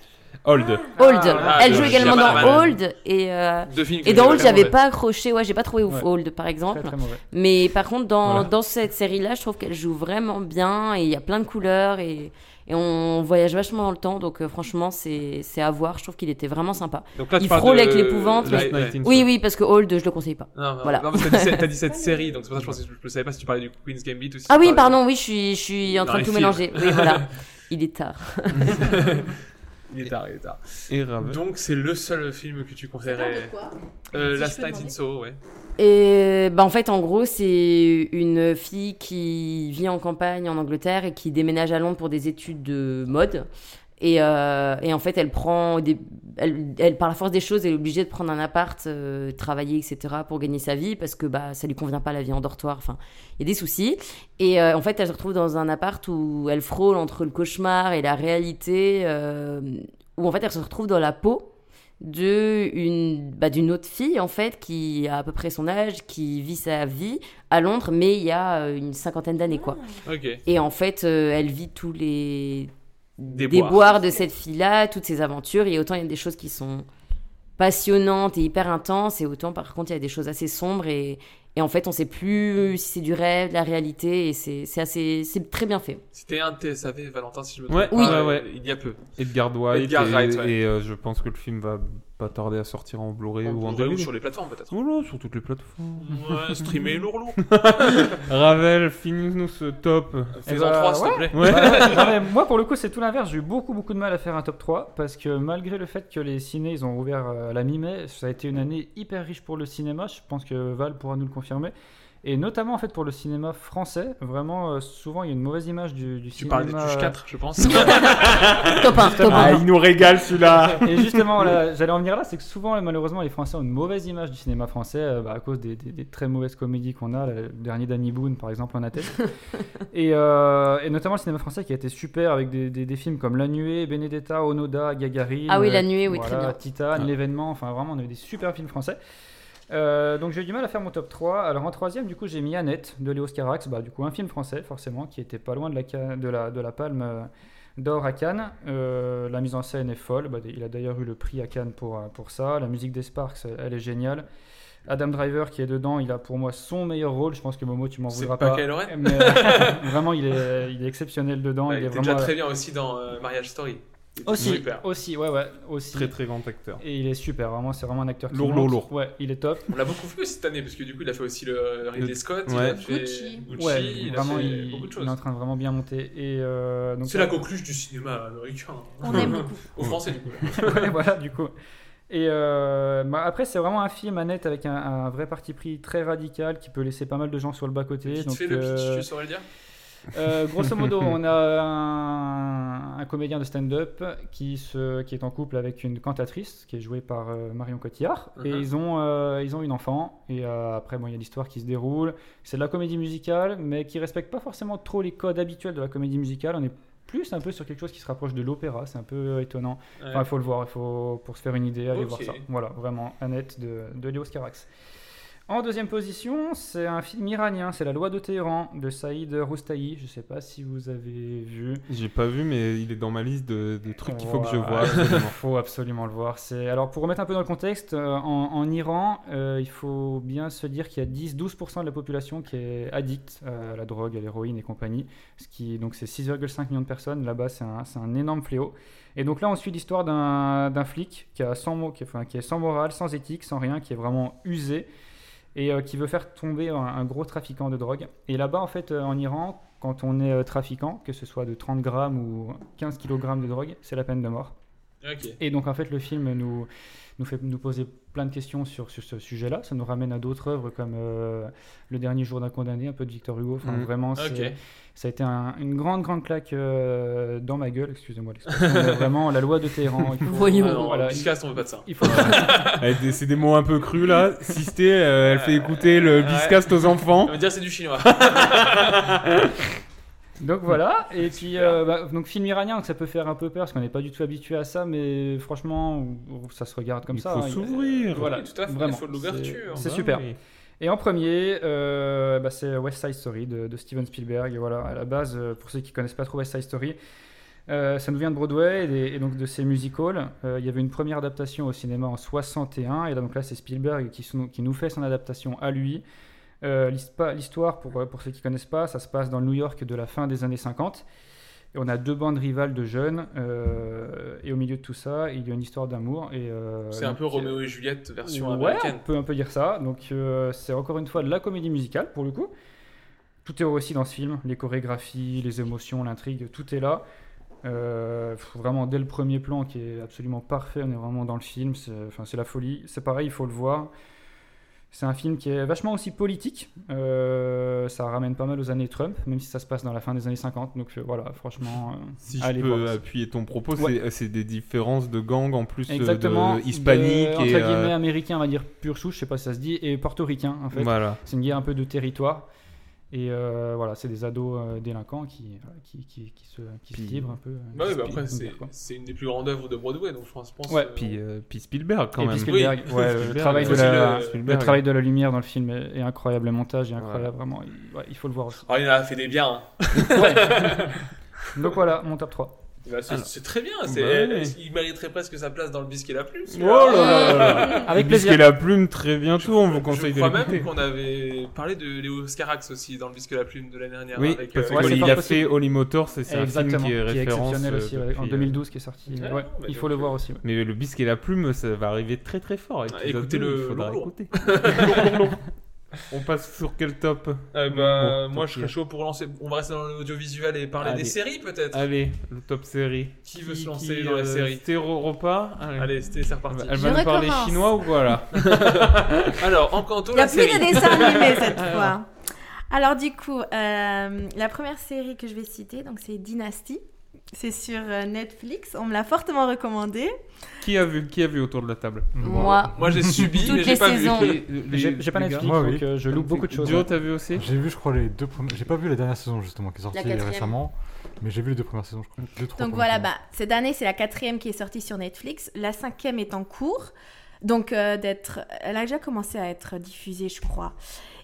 N: Old.
L: Old.
N: Ah,
L: Elle
N: de
L: joue également
N: Shyamalan.
L: dans Old et euh,
N: Deux films que
L: et dans
N: j'ai
L: Old
N: très
L: j'avais
N: mauvais.
L: pas accroché. Ouais, j'ai pas trouvé ouf
N: Ouais.
L: Old par exemple.
N: Très, très mauvais.
L: Mais par contre dans,
N: Voilà.
L: dans cette série là, je trouve qu'elle joue vraiment bien et il y a plein de couleurs et et on voyage vachement dans le temps, donc euh, franchement, c'est c'est à voir. Je trouve qu'il était vraiment sympa.
I: Donc là, tu
L: il
I: parles
L: frôle
I: de
L: avec l'épouvante.
I: Last
L: mais-
I: Night in
L: Oui,
I: Soho.
L: oui, parce que Old, je le conseille pas.
I: Non, non,
L: voilà.
I: non, parce que t'as dit, cette- t'as dit cette série, donc c'est pour ça que je pensais, je savais pas si tu parlais du Queen's Gambit ou si
L: Ah
I: tu
L: oui,
I: parlais-
L: pardon, oui, je suis, je suis en
I: Dans
L: train de
N: Ah,
I: les
L: tout
I: films.
L: mélanger. Oui,
N: [laughs]
L: voilà. Il est tard.
I: [laughs] il est tard, il est tard.
N: Et Ravel.
I: Donc c'est le seul film que tu conseillerais. Euh, Last Night in Soho, ouais.
L: Et bah en fait, en gros, c'est une fille qui vit en campagne en Angleterre et qui déménage à Londres pour des études de mode. Et, euh, et en fait, elle prend, des, elle, elle, par la force des choses, elle est obligée de prendre un appart, euh, travailler, etc., pour gagner sa vie parce que bah ça lui convient pas la vie en dortoir. Enfin, il y a des soucis. Et euh, en fait, elle se retrouve dans un appart où elle frôle entre le cauchemar et la réalité, euh, où en fait, elle se retrouve dans la peau de une bah, d'une autre fille en fait qui a à peu près son âge qui vit sa vie à Londres mais il y a euh, une cinquantaine d'années quoi
I: Ok.
L: et en fait euh, elle vit tous les
I: Déboires.
L: déboires de cette fille là toutes ses aventures et autant il y a des choses qui sont passionnantes et hyper intenses et autant par contre il y a des choses assez sombres et, et en fait on sait plus si c'est du rêve de la réalité et c'est c'est assez c'est très bien fait
I: C'était un TSAV, Valentin, si je me trompe
N: Ouais,
I: pas,
N: ouais,
I: euh,
N: ouais.
I: il y a peu.
N: Edgar White.
I: Edgar
N: et,
I: Wright, ouais.
N: et, euh, je pense que le film va pas tarder à sortir en Blu-ray
I: En
N: ou en
I: Blu-ray ou
N: DVD.
I: sur les plateformes, peut-être.
N: Voilà, sur toutes les plateformes.
S: [laughs]
I: Ouais, streamer lourd, lourd.
N: Ravel, finis-nous ce top.
I: Fais-en
K: Euh,
I: trois, s'il te plaît.
N: Ouais.
K: Bah, [laughs] non, mais moi, pour le coup, c'est tout l'inverse. J'ai eu beaucoup, beaucoup de mal à faire un top 3 parce que malgré le fait que les ciné ils ont ouvert euh, à la mi-mai, ça a été une année hyper riche pour le cinéma. Je pense que Val pourra nous le confirmer. Et notamment en fait pour le cinéma français, vraiment euh, souvent il y a une mauvaise image du, du cinéma. euh,
I: parles des Touche 4, je
K: [laughs]
I: pense.
K: Top
I: un, top un. Ah, il nous régale, celui-là.
K: Et justement, voilà, j'allais en venir là, c'est que souvent malheureusement les Français ont une mauvaise image du cinéma français euh, bah, à cause des, des- des très mauvaises comédies qu'on a. Le dernier Danny Boone par exemple en
L: [laughs]
K: a tête. et, euh, et notamment le cinéma français qui a été super avec des, des- des films comme La Nuée, Benedetta, Onoda, Gagarine.
L: Ah oui, La
K: euh,
L: Nuée, oui,
K: voilà,
L: très bien.
K: Titane, L'événement, enfin vraiment on a eu des super films français. Euh, donc j'ai eu du mal à faire mon top 3. Alors en troisième, du coup, j'ai mis Annette de Léo Scarax, bah, du coup un film français forcément, qui était pas loin de la, ca- de la, de la palme euh, d'or à Cannes. Euh, la mise en scène est folle. Bah, il a d'ailleurs eu le prix à Cannes pour, euh, pour ça. La musique des Sparks, elle, elle est géniale. Adam Driver qui est dedans, il a pour moi son meilleur rôle. Je pense que Momo, tu m'en voudras pas.
S: pas Kylo
K: mais
S: [laughs]
K: euh, [laughs] vraiment, il est, il est exceptionnel dedans.
S: Ouais,
K: il
S: Bah, il
K: est
S: était
K: vraiment
S: déjà très bien aussi dans euh, Marriage Story. Il était
K: aussi,
S: super.
K: aussi, ouais, ouais, aussi.
N: Très très grand acteur.
K: Et il est super, vraiment, c'est vraiment un acteur qui
N: Lourd,
K: monte.
N: lourd, lourd.
K: Ouais, il est top.
S: On l'a beaucoup vu cette année parce que du coup il a fait aussi le euh, Ridley
N: Le-
S: Scott,
N: ouais.
S: il a fait
K: Gucci.
S: Gucci,
K: ouais,
S: il a
K: vraiment,
S: fait
K: il,
S: beaucoup de
K: il est en
S: choses.
K: train de vraiment bien monter. Et euh, donc
S: C'est la conclusion du cinéma américain. hein.
K: On aime beaucoup.
S: [laughs] Au français du coup.
K: Ouais, voilà, du coup. Et euh, bah, après, c'est vraiment un film à net avec un, un vrai parti pris très radical qui peut laisser pas mal de gens sur le bas-côté.
S: Vite
K: donc,
S: fait le pitch,
K: euh,
S: tu saurais le dire
K: euh, grosso modo, on a un, un comédien de stand-up qui, se- qui est en couple avec une cantatrice qui est jouée par euh, Marion Cotillard. Et
S: Mhm.
K: ils ont, euh, ils ont une enfant. Et euh, après, bon, il y a l'histoire qui se déroule. C'est de la comédie musicale, mais qui respecte pas forcément trop les codes habituels de la comédie musicale. On est plus un peu sur quelque chose qui se rapproche de l'opéra. C'est un peu euh, étonnant.
S: Ouais.
K: Enfin, il faut le voir. Il faut, pour se faire une idée, allez
S: Ok.
K: voir ça. Voilà, vraiment, Annette de, de Léo Scarax. En deuxième position, c'est un film iranien, c'est La loi de Téhéran de Saïd Roustahi. Je ne sais pas si vous avez vu.
N: J'ai pas vu, mais il est dans ma liste de, de trucs qu'il faut que je
K: Voilà.
N: vois.
K: Il
N: absolument.
K: faut absolument le voir. C'est alors pour remettre un peu dans le contexte, euh, en, en Iran, euh, il faut bien se dire qu'il y a 10-12% de la population qui est addict euh, à la drogue, à l'héroïne et compagnie. Ce qui donc c'est 6,5 millions de personnes là-bas, c'est un, c'est un énorme fléau. Et donc là, on suit l'histoire d'un d'un flic qui a sans mo- qui, est- enfin, qui est sans morale, sans éthique, sans rien, qui est vraiment usé et euh, qui veut faire tomber un, un gros trafiquant de drogue. Et là-bas, en fait, euh, en Iran, quand on est euh, trafiquant, que ce soit de 30 grammes ou 15 kg de drogue, c'est la peine de mort.
S: Ok.
K: Et donc, en fait, le film nous, nous fait nous poser plein de questions sur, sur ce sujet-là. Ça nous ramène à d'autres œuvres comme euh, Le dernier jour d'un condamné, un peu de Victor Hugo. Enfin,
N: Mhm.
K: vraiment, c'est-
N: Ok.
K: ça a été un- une grande, grande claque euh, dans ma gueule, excusez-moi l'expression. mais vraiment, la loi de Téhéran. il faut-
S: Voyons. Ah non,
K: Voilà, il-
S: Biscasse, on veut pas de ça.
K: Il faut...
N: Eh, des- c'est des mots un peu crus là. Sisté, euh, elle fait écouter le
S: Ouais.
N: biscast aux enfants.
S: On va dire c'est du chinois.
K: Donc voilà, et puis euh, bah, donc film iranien, donc ça peut faire un peu peur parce qu'on n'est pas du tout habitué à ça, mais franchement, ça se regarde comme
N: Il
K: ça.
N: faut
K: hein.
N: s'ouvrir.
K: Voilà,
S: Oui, tout à fait, il
K: vraiment.
S: faut de l'ouverture.
K: C'est c'est
S: Bah
K: super.
S: oui.
K: Et en premier, euh, bah, c'est West Side Story de, de Steven Spielberg. Et voilà, à la base, euh, pour ceux qui connaissent pas trop West Side Story, euh, ça nous vient de Broadway et, des- et donc de ses musicals. Euh, il y avait une première adaptation au cinéma en 61, et là, donc là, c'est Spielberg qui, sou- qui nous fait son adaptation à lui. Euh, l'hispa- L'histoire, pour, euh, pour ceux qui connaissent pas, ça se passe dans le New York de la fin des années 50. Et on a deux bandes rivales de jeunes, euh, et au milieu de tout ça, il y a une histoire d'amour. et, euh,
S: C'est un
K: donc,
S: peu Roméo et Juliette version
K: ouais,
S: américaine.
K: on peut un peu dire ça. Donc euh, c'est encore une fois de la comédie musicale pour le coup. Tout est aussi dans ce film, les chorégraphies, les émotions, l'intrigue, tout est là. Euh, pff, vraiment dès le premier plan qui est absolument parfait, on est vraiment dans le film, c'est enfin, c'est la folie. C'est pareil, il faut le voir. C'est un film qui est vachement aussi politique. Euh, ça ramène pas mal aux années Trump, même si ça se passe dans la fin des années 50. Donc euh, voilà, franchement, euh,
N: Si je
K: allez
N: peux
K: voir.
N: appuyer ton propos,
K: Ouais.
N: c'est- c'est des différences de gangs en plus euh, de-
K: Exactement,
N: hispaniques
K: de- entre
N: et
K: guillemets
N: euh,
K: américain, on va dire pur chou, je sais pas si ça se dit, et portoricain en fait.
N: Voilà.
K: C'est une guerre un peu de territoire. Et euh, voilà, c'est des ados euh, délinquants qui, voilà, qui, qui, qui se, qui se
N: Puis-
K: livrent un peu. euh,
S: Bah oui,
K: qui
S: bah
K: se-
S: après,
K: qui se
S: c'est-
K: livrent, quoi.
S: c'est une des plus grandes œuvres de Broadway, donc je pense. pense,
K: Ouais.
S: euh,
N: puis, euh, puis Spielberg quand
K: Et
N: même.
K: puis Spielberg,
N: Oui.
K: ouais, le,
N: Spielberg,
K: travail de
N: aussi
K: la,
N: le-
K: le
N: Spielberg.
K: travail de la lumière dans le film est, est incroyable, le montage est incroyable, vraiment, il, ouais, il faut le voir
I: [laughs]
K: aussi.
S: Ah, il en a fait des biens. hein.
K: Donc voilà, mon top 3.
S: Bah, c'est-
K: Alors.
S: c'est très bien,
K: Bah
S: c'est-
K: ouais.
S: il mériterait presque sa place dans le biscuit la plume.
N: Oh là là là là.
K: Avec
N: Le biscuit
K: plaisir.
N: la plume très bientôt, on vous
S: Je
N: conseille de
S: crois
N: l'écouter.
S: même qu'on avait parlé de Léo Scarax aussi dans le biscuit la plume de l'année dernière.
N: Oui,
S: avec,
N: parce
S: euh,
N: que
S: Oli-
N: il a fait Holy Motors, c'est c'est un film
K: Exactement,
N: qui est
K: qui est
N: référence
K: exceptionnel
N: euh,
K: aussi, ouais, en
N: depuis,
K: 2012 qui est sorti.
N: Ouais,
K: Ouais,
N: bah,
K: il faut le voir aussi. ouais.
N: Mais le bisque et la plume, ça va arriver très très fort.
S: Ah,
N: épisode
S: écoutez-le
N: deux, il faudra
S: lourd, lourd.
N: écouter. On passe sur quel top
S: Euh, bah,
N: Bon,
S: moi,
N: top
S: je serais
N: tier.
S: chaud pour lancer. On va rester dans l'audiovisuel et parler
N: Allez.
S: des séries peut-être.
N: Allez, le top série.
S: Qui veut se lancer dans
N: euh,
S: les séries
N: Stéro repas Allez,
S: c'était c'est reparti.
N: Elle va nous parler chinois ou quoi là
S: Alors, en canto,
J: Il n'y a
S: la
J: plus de
S: série.
J: dessin animé
S: [laughs]
J: cette fois. Alors du coup, euh, la première série que je vais citer, donc c'est Dynasty. C'est sur euh, Netflix. On me l'a fortement recommandé.
N: Qui a vu Qui a vu autour de la table
J: Moi.
S: Moi, j'ai subi, mais j'ai pas vu.
K: euh, J'ai- j'ai pas Netflix,
F: Moi, oui.
K: donc euh, je loupe beaucoup de choses.
N: Joe,
K: ouais.
N: t'as vu aussi
F: J'ai vu, je crois, les deux premières. J'ai pas vu la dernière saison, justement, qui est sortie
J: quatrième.
F: récemment. Mais j'ai vu les deux premières saisons, je crois. Deux, trois
J: Donc
F: premières
J: voilà, bah, cette année, c'est la quatrième qui est sortie sur Netflix. La cinquième est en cours. Donc, euh, d'être, elle a déjà commencé à être diffusée, je crois.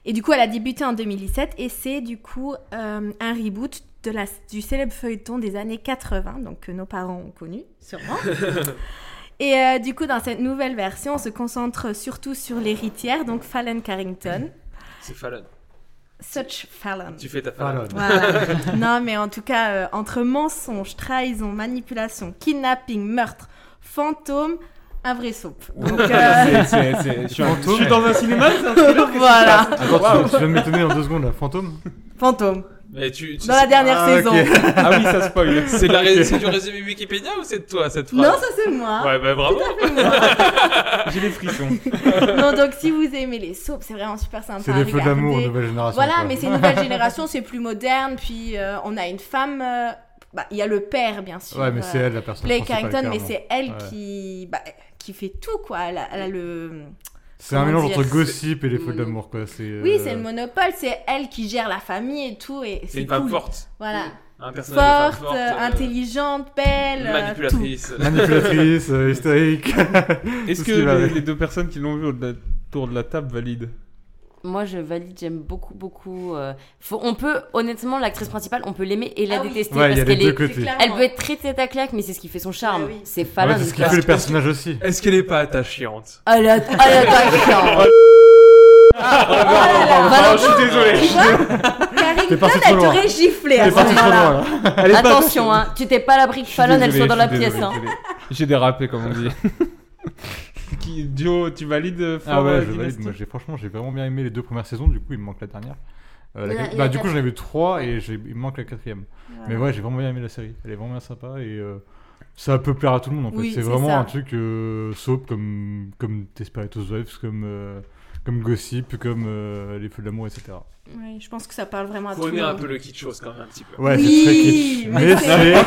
J: Et du coup, elle a débuté en 2017 et c'est du coup euh, un reboot de la, du célèbre feuilleton des années 80, donc que nos parents ont connu, sûrement. Et euh, du coup, dans cette nouvelle version, on se concentre surtout sur l'héritière, donc Fallon Carrington.
I: C'est Fallon.
J: Such Fallon.
I: Tu fais ta Fallon.
J: Voilà. non, mais en tout cas, euh, entre mensonges, trahison, manipulation, kidnapping, meurtre, fantôme, un vrai soap. Donc, euh...
N: C'est- c'est- je suis un- je suis [laughs] dans un cinéma, c'est un thriller, qu'est-ce qui
J: Voilà.
N: se passe
J: bah.
F: Attends, tu, tu viens de m'étonner en deux secondes là, fantôme
J: Fantôme.
I: Mais tu- tu-
J: Dans la dernière
F: Ah,
J: saison.
F: ok. Ah oui, ça spoil.
I: C'est de la ré- [laughs]
F: Ok.
I: c'est du résumé Wikipédia ou c'est de toi cette phrase
J: [laughs] Non, ça c'est moi.
I: Ouais, bah bravo.
N: J'ai des frissons.
J: [laughs] non, donc si vous aimez les soaps, c'est vraiment super sympa.
F: C'est
J: à
F: des feux
J: regarder.
F: d'amour, nouvelle génération,
J: Voilà,
F: quoi.
J: mais c'est une nouvelle génération, c'est plus moderne. Puis euh, on a une femme. euh, bah, Il y a le père, bien sûr.
F: Ouais, mais c'est elle, la personne
J: Blake
F: principale,
J: Carrington, mais
F: clairement.
J: c'est elle
F: Ouais.
J: qui, bah, qui fait tout, quoi. Elle a, elle a le.
F: C'est un mélange
J: comment
F: entre
J: dire, Mm.
F: gossip et les feux d'amour quoi. c'est,
J: Oui,
F: euh,
J: c'est le monopole, c'est elle qui gère la famille et tout. Et c'est
I: une femme
J: cool.
I: forte.
J: Voilà.
I: Un
J: forte,
I: personnage de femme forte,
J: euh,
I: euh,
J: intelligente, belle. euh,
I: manipulatrice.
F: Manipulatrice, euh, hystérique.
N: Est-ce
F: Tout ce
N: que
F: qui va
N: les,
F: avec.
N: les deux personnes qui l'ont vu autour de la table valident
L: Moi, je valide, j'aime beaucoup, beaucoup. euh, faut- on peut, honnêtement, l'actrice principale, on peut l'aimer et la
J: Ah oui.
L: détester
F: Ouais, il y
L: parce
F: a les
L: qu'elle
F: deux
L: est-
F: côtés.
L: elle
J: Oh
L: peut être très tête à claque, mais c'est ce qui fait son
J: Ah
L: charme. C'est Fallon.
F: Ouais, c'est ce qui
L: quoi. Oh,
F: fait les personnages aussi.
I: Est-ce qu'elle est pas attachante
L: Elle a-
F: [laughs]
L: elle a pas de charme.
I: pardon, je suis désolé.
J: Tu vois
L: T'es
J: Carrington,
L: parti trop
J: elle
L: loin.
J: t'aurait giflé à
L: T'es
J: ce
L: parti trop
J: moment-là.
L: loin, là. Elle est pas- Attention, hein, tu t'es pas à l'abri que
N: Je suis
L: Fallon, elle
N: désolé,
L: soit dans
N: je
L: la
N: suis désolé,
L: pièce, hein.
N: désolé. J'ai dérapé, comme on dit. [laughs] Qui- Joe, tu valides euh,
F: Ah
N: Flora
F: ouais, je
N: Dynasty
F: valide. Moi, j'ai franchement, j'ai vraiment bien aimé les deux premières saisons. Du coup, il me manque la dernière. Euh, la
N: Il y en a-
F: quat-
N: il y en
F: bah,
N: a
F: du coup,
N: quatre.
F: j'en ai vu trois et j'ai- il me manque la quatrième. Mais ouais, j'ai vraiment bien aimé la série. Elle est vraiment bien sympa et euh, ça peut plaire à tout le monde. En fait,
N: Oui,
F: c'est
N: c'est
F: vraiment
N: ça.
F: un truc euh, soap comme comme Desperados Wives, comme euh, comme Gossip, comme euh, Les Feux de l'amour, etc.
J: Ouais, je pense que ça parle vraiment à tout le
I: Prenez un peu
J: monde.
I: le kitsch chose quand même un petit peu.
F: Ouais, c'est très kitsch. Mais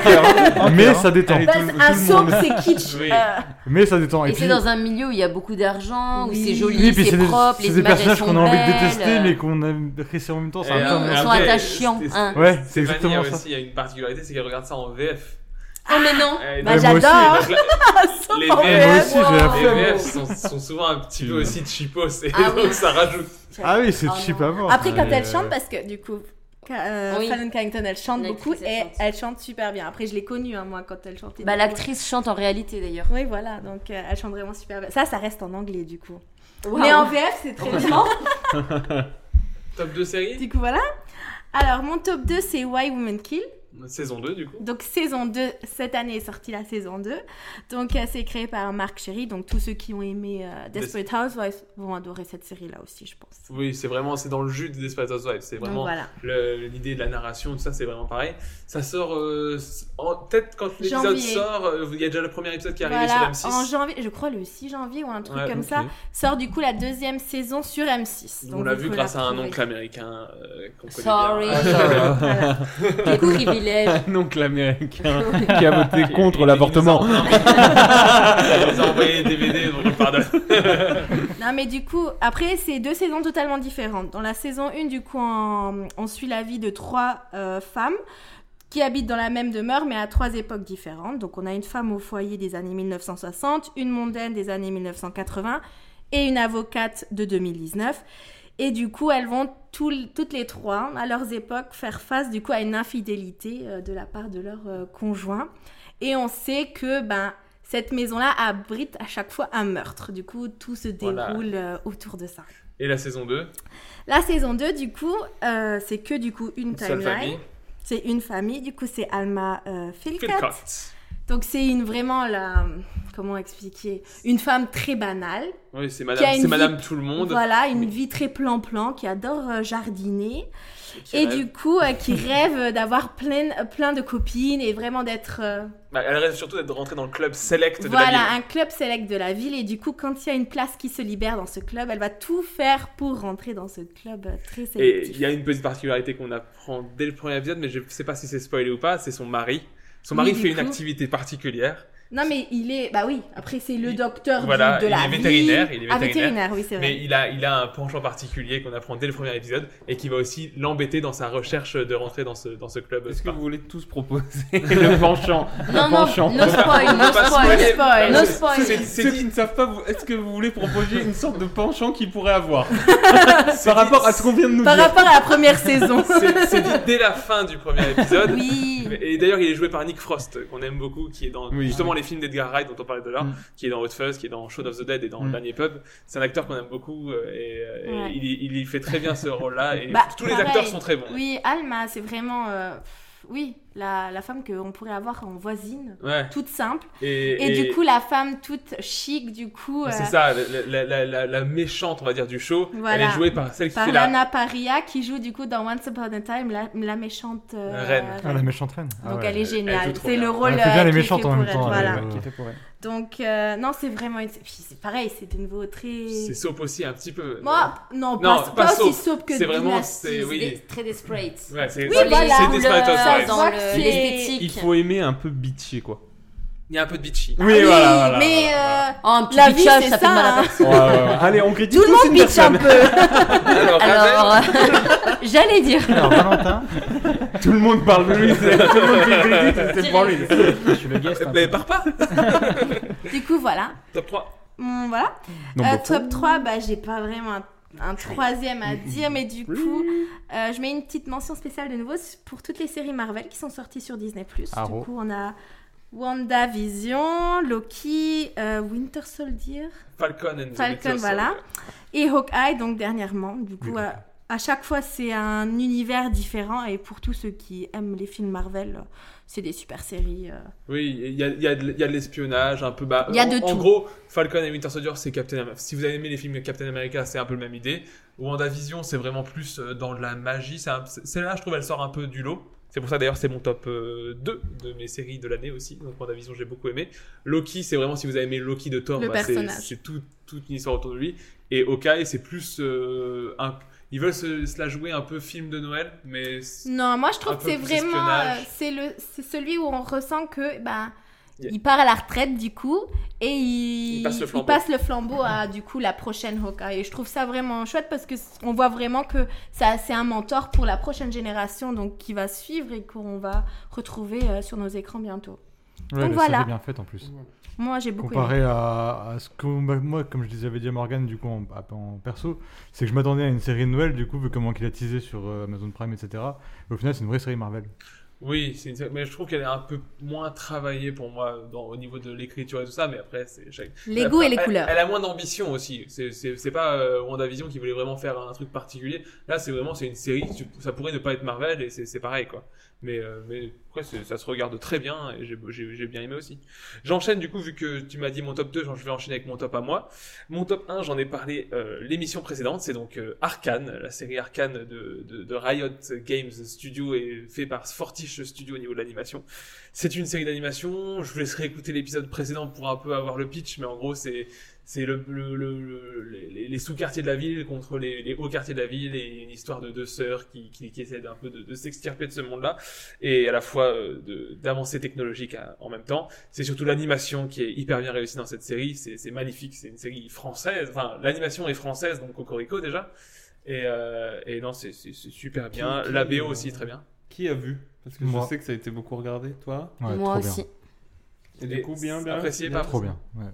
F: c'est mais ça détend.
L: Bah, c'est un soap, c'est kitsch.
F: Oui.
L: euh,
F: Mais ça détend.
L: Et,
F: Et
L: c'est
F: puis
L: dans un milieu où il y a beaucoup d'argent,
J: Oui.
L: où c'est joli,
F: Oui, puis
L: c'est
F: des-
L: propre,
F: c'est
L: les
F: des
L: images elles
F: personnages
L: sont
F: qu'on a envie de
L: belles,
F: détester,
L: euh,
F: mais qu'on aime apprécier en même temps. C'est
I: Et euh,
F: un peu-
I: après,
L: Ils sont
I: c'est-
L: attachants,
I: c'est-
L: hein.
F: Ouais, c'est
I: c'est
F: exactement
I: Vanilla
F: ça.
I: aussi, il y a une particularité, c'est qu'elle regarde ça en VF.
L: Ah, mais non
I: Eh,
L: Bah,
I: donc-
F: hein.
L: j'adore
I: donc, la-
L: Sauf
I: Les
L: en
I: VF,
L: VF, wow.
I: les VF sont, sont souvent un petit peu aussi cheapos et
L: Ah
I: donc
L: oui.
I: ça rajoute.
F: Ah oui,
L: Oh,
F: c'est cheap à mort.
J: Après, quand
F: Ouais.
J: elle
L: euh,
J: chante, parce que du coup, Ca- euh, Fallon Carrington, elle chante beaucoup et elle chante super bien. Après, je l'ai connue, hein, moi, quand elle chantait.
L: Bah, l'actrice chante en réalité d'ailleurs.
J: Oui, voilà, donc euh, elle chante vraiment super bien. Ça, ça reste en anglais, du coup.
L: Wow.
J: Mais en VF, c'est très bien.
I: Top 2 série
J: du coup, voilà. Alors, mon top 2, c'est Why Women Kill.
I: Saison 2 du coup.
J: Donc saison 2, cette année est sortie la saison 2. Donc euh, c'est créé par Marc Sherry. Donc tous ceux qui ont aimé euh, Desperate Housewives vont adorer cette série-là aussi, je pense.
I: Oui, c'est vraiment c'est dans le jus de Desperate Housewives. C'est
J: Donc,
I: vraiment
J: voilà.
I: le- l'idée de la narration, tout ça, c'est vraiment pareil. Ça sort euh, en- peut-être quand l'épisode
J: Janvier.
I: sort, euh, il y a déjà le premier épisode qui est arrivé
J: Voilà,
I: sur
J: en
I: M6.
J: janvier, je crois le 6 janvier ou un truc
I: Ouais,
J: comme
I: ok.
J: ça, sort du coup la deuxième saison sur M6.
I: On
J: Donc,
I: l'a
J: vous
I: vu
J: pouvez
I: grâce à
J: la
I: un
J: retrouver.
I: oncle américain euh, qu'on connaît
L: Ah, Sorry.
N: Ah,
I: bien. [laughs]
L: Voilà. [laughs] Quel
N: [laughs]
L: privilège.
N: Un oncle américain qui a voté contre l'avortement.
I: Il nous a envoyé [laughs] des DVD, donc on le pardonne.
J: [laughs] Non mais du coup, après c'est deux saisons totalement différentes. Dans la saison 1, du coup, on, on suit la vie de trois euh, femmes qui habitent dans la même demeure mais à trois époques différentes. Donc on a une femme au foyer des années 1960, une mondaine des années 1980 et une avocate de 2019. Et du coup, elles vont tout- toutes les trois, à leurs époques, faire face du coup à une infidélité euh, de la part de leur euh, conjoint. Et on sait que ben cette maison-là abrite à chaque fois un meurtre. Du coup, tout se déroule
I: Voilà.
J: euh, autour de ça.
I: Et la saison 2
J: La saison 2, du coup, euh, c'est que du coup une
I: seule famille.
J: timeline. C'est une famille, du coup, c'est Alma euh, Philcott.
I: Philcott.
J: Donc, c'est une vraiment la. Comment expliquer Une femme très banale.
I: Oui, c'est
J: qui a
I: madame,
J: une
I: c'est madame
J: vie-
I: tout le monde.
J: Voilà, une vie très plan-plan, qui adore euh, jardiner.
I: qui
J: Et,
I: rêve.
J: du coup, euh,
I: [laughs]
J: qui rêve d'avoir plein, euh, plein de copines et vraiment d'être. euh,
I: Bah, elle rêve surtout d'être rentrée dans le club select de la
J: voilà,
I: ville.
J: un club select de la ville. Et du coup, quand il y a une place qui se libère dans ce club, elle va tout faire pour rentrer dans ce club euh, très
I: Et
J: sélectif.
I: il y a une petite particularité qu'on apprend dès le premier épisode, mais je sais pas si c'est spoilé ou pas, c'est son mari. Son mari
J: Oui, du
I: fait une
J: coup.
I: activité particulière
J: Non, mais il est. Bah oui, après, c'est le docteur du-
I: Voilà,
J: de
I: il,
J: la.
I: est vétérinaire,
J: vie.
I: il est
J: Ah,
I: vétérinaire.
J: vétérinaire, oui, c'est vrai.
I: Mais il a, il a un penchant particulier qu'on apprend dès le premier épisode et qui va aussi l'embêter dans sa recherche de rentrer dans ce, dans ce club. Est-ce que vous
N: voulez tous proposer [laughs] le penchant
L: Non,
N: le
L: non,
N: penchant.
L: no spoil, no
N: On va pas
L: spoil,
N: spoiler.
L: no spoil, no
N: Euh,
L: spoil.
N: ceux- Ceux qui ne savent pas, vous- est-ce que vous voulez proposer une sorte de penchant qu'il pourrait avoir Par rapport à ce qu'on vient de nous
J: Par
N: dire.
J: rapport à la première saison.
I: C'est c'est dit dès la fin du premier épisode.
J: Oui.
I: Et d'ailleurs, il est joué par Nick Frost, qu'on aime beaucoup, qui est dans
N: Oui.
I: justement les films d'Edgar Wright dont on parlait tout à l'heure, qui est dans Hot Fuzz, qui est dans Shaun of the Dead et dans
N: Mm.
I: Le Dernier Pub. C'est un acteur qu'on aime beaucoup euh, et, euh, et
J: Ouais.
I: il, y- il y fait très bien
N: [laughs]
I: ce rôle-là. Et
J: Bah,
I: tous les
J: pareil.
I: acteurs sont très bons.
J: Oui, Alma, c'est vraiment. euh, pff, oui, la, la femme qu'on pourrait avoir en voisine.
I: Ouais.
J: Toute simple.
I: Et-
J: Et,
I: et- bah,
J: du coup, la femme toute chic, du coup.
I: C'est
J: euh,
I: ça, la, la- la- la- la méchante, on va dire, du show, elle
J: Voilà.
I: est jouée par celle qui
J: Par
I: fait la,
J: Anna Paria qui joue du coup dans Once Upon a Time la, la méchante euh,
I: Reine.
F: Ah, la méchante reine. Ah
J: Donc
F: ouais.
J: elle est
F: Elle joue
J: géniale.
F: trop
J: C'est
F: bien.
J: le rôle.
F: Elle fait bien
J: euh,
F: les
J: qui est
F: méchantes
J: fait
F: en même
J: pour
F: temps,
J: elle.
F: elle,
J: Voilà.
N: Ah.
F: euh, qui est fait
K: pour elle.
J: Donc euh, non, c'est vraiment. une- Puis c'est pareil, c'est de nouveau très.
I: C'est soap aussi un petit peu.
J: Moi, non, pas, pas, aussi soap que
I: C'est vraiment,
J: Dynasty.
I: c'est oui.
L: Très desperate.
I: Ouais, c'est c'est
L: Dans les
I: c'est
L: couleurs,
I: Desperate Housewives.
L: dans le- l'esthétique.
N: Il faut aimer un peu bitchy quoi.
I: Il y a un peu de
J: [laughs]
I: bitchy.
N: Oui, voilà, voilà.
J: Mais euh,
L: Oh, un petit
J: la vie,
L: bitchage,
J: c'est
L: ça fait
J: ça,
L: de mal à
J: hein.
L: personne.
N: Ouais, ouais, ouais. Allez, on critique
J: Tout le
N: tous
J: monde
N: une
J: bitch un
N: personne.
J: peu.
I: Alors,
J: euh,
L: Alors, euh, [laughs] j'allais dire.
N: Tout le monde parle de lui. c'est- Tout le monde dit critique, c'est pour lui.
K: Je suis le guest.
I: Mais pars pas
J: Du coup, voilà.
I: Eh ben, Top 3.
J: Bon, voilà.
I: Non,
J: Euh,
I: bah,
J: top 3, bah, j'ai pas vraiment un, un troisième à dire, mais du coup, euh, je mets une petite mention spéciale de nouveau pour toutes les séries Marvel qui sont sorties sur Disney.
L: Arrow.
J: Du coup, on a WandaVision, Loki, euh, Winter Soldier,
I: Falcon and the
J: Falcon,
I: Winter
J: voilà,
I: Soldier.
J: et Hawkeye, donc dernièrement. Du coup, à, à chaque fois, c'est un univers différent, et pour tous ceux qui aiment les films Marvel, euh, c'est des super séries. euh,
I: Oui, il y a, il y a de il y a de l'espionnage, un peu. Bah,
J: Il y a
I: en,
J: de
I: En
J: tout.
I: gros, Falcon et Winter Soldier, c'est Captain America. Si vous avez aimé les films Captain America, c'est un peu la même idée. WandaVision, c'est vraiment plus euh, dans de la magie. C'est un- c'est- Celle-là, je trouve, elle sort un peu du lot. C'est pour ça d'ailleurs, c'est mon top euh, 2 de mes séries de l'année aussi. Donc, WandaVision, j'ai beaucoup aimé. Loki, c'est vraiment si vous avez aimé Loki de Thor,
J: Le
I: bah, c'est-
J: personnage.
I: c'est tout- toute une histoire autour de lui. Et Hawkeye, c'est plus. euh, un- Ils veulent se, se la jouer un peu film de Noël, mais. c'est
J: Non, moi je trouve
I: un
J: que
I: peu
J: c'est
I: plus
J: vraiment
I: espionnage.
J: euh, c'est le c'est celui où on ressent que ben
I: Yeah.
J: il part à la retraite du coup et il,
I: Il passe le flambeau.
J: passe le flambeau à du coup la prochaine Hawkeye et je trouve ça vraiment chouette parce que c- on voit vraiment que ça c'est un mentor pour la prochaine génération donc qui va suivre et qu'on va retrouver euh, sur nos écrans bientôt.
F: Ouais,
J: donc
F: la
J: voilà.
F: série est bien faite en plus.
J: Moi j'ai beaucoup
F: Comparé
J: aimé.
F: à, à ce que bah, moi, comme je disais, j'avais dit à Morgan du coup en, à- en perso, c'est que je m'attendais à une série de Noël du coup vu comment qu'il a teasé sur euh, Amazon Prime etc. Au final, c'est une vraie série Marvel.
I: Oui, c'est une série- mais je trouve qu'elle est un peu moins travaillée pour moi dans, au niveau de l'écriture et tout ça, mais après, c'est chaque...
J: Les
I: elle a
J: goûts
I: pas-
J: et les
I: elle-
J: couleurs.
I: Elle a moins d'ambition aussi. C'est- C'est c'est pas euh, WandaVision qui voulait vraiment faire un truc particulier. Là, c'est vraiment c'est une série, tu- ça pourrait ne pas être Marvel et c'est c'est pareil, quoi. Mais, euh, mais après, c'est- ça se regarde très bien et j'ai j'ai- j'ai bien aimé aussi. J'enchaîne du coup, vu que tu m'as dit mon top 2, genre, je vais enchaîner avec mon top à moi. Mon top 1, j'en ai parlé euh, l'émission précédente, c'est donc euh, Arkane, la série Arkane de, de, de Riot Games Studio et fait par Fortiche Studio au niveau de l'animation. C'est une série d'animation, je vous laisserai écouter l'épisode précédent pour un peu avoir le pitch, mais en gros c'est c'est le, le- le- le- les, les sous-quartiers de la ville contre les, les hauts quartiers de la ville et une histoire de deux sœurs qui, qui, qui essaient un peu de, de s'extirper de ce monde-là et à la fois euh, de- d'avancées technologiques à- en même temps. C'est surtout l'animation qui est hyper bien réussie dans cette série, c'est c'est magnifique, c'est une série française, enfin l'animation est française donc Cocorico déjà et, euh, et non c'est c'est- c'est super bien,
N: Qui- qui-
I: la BO aussi très bien.
N: Qui a vu Parce que
F: Moi.
N: je sais que ça a été beaucoup regardé, toi.
F: Ouais, Moi trop bien. aussi.
N: Et du coup, bien, bien.
I: Apprécié
N: bien.
I: par
F: Trop bien. Ouais.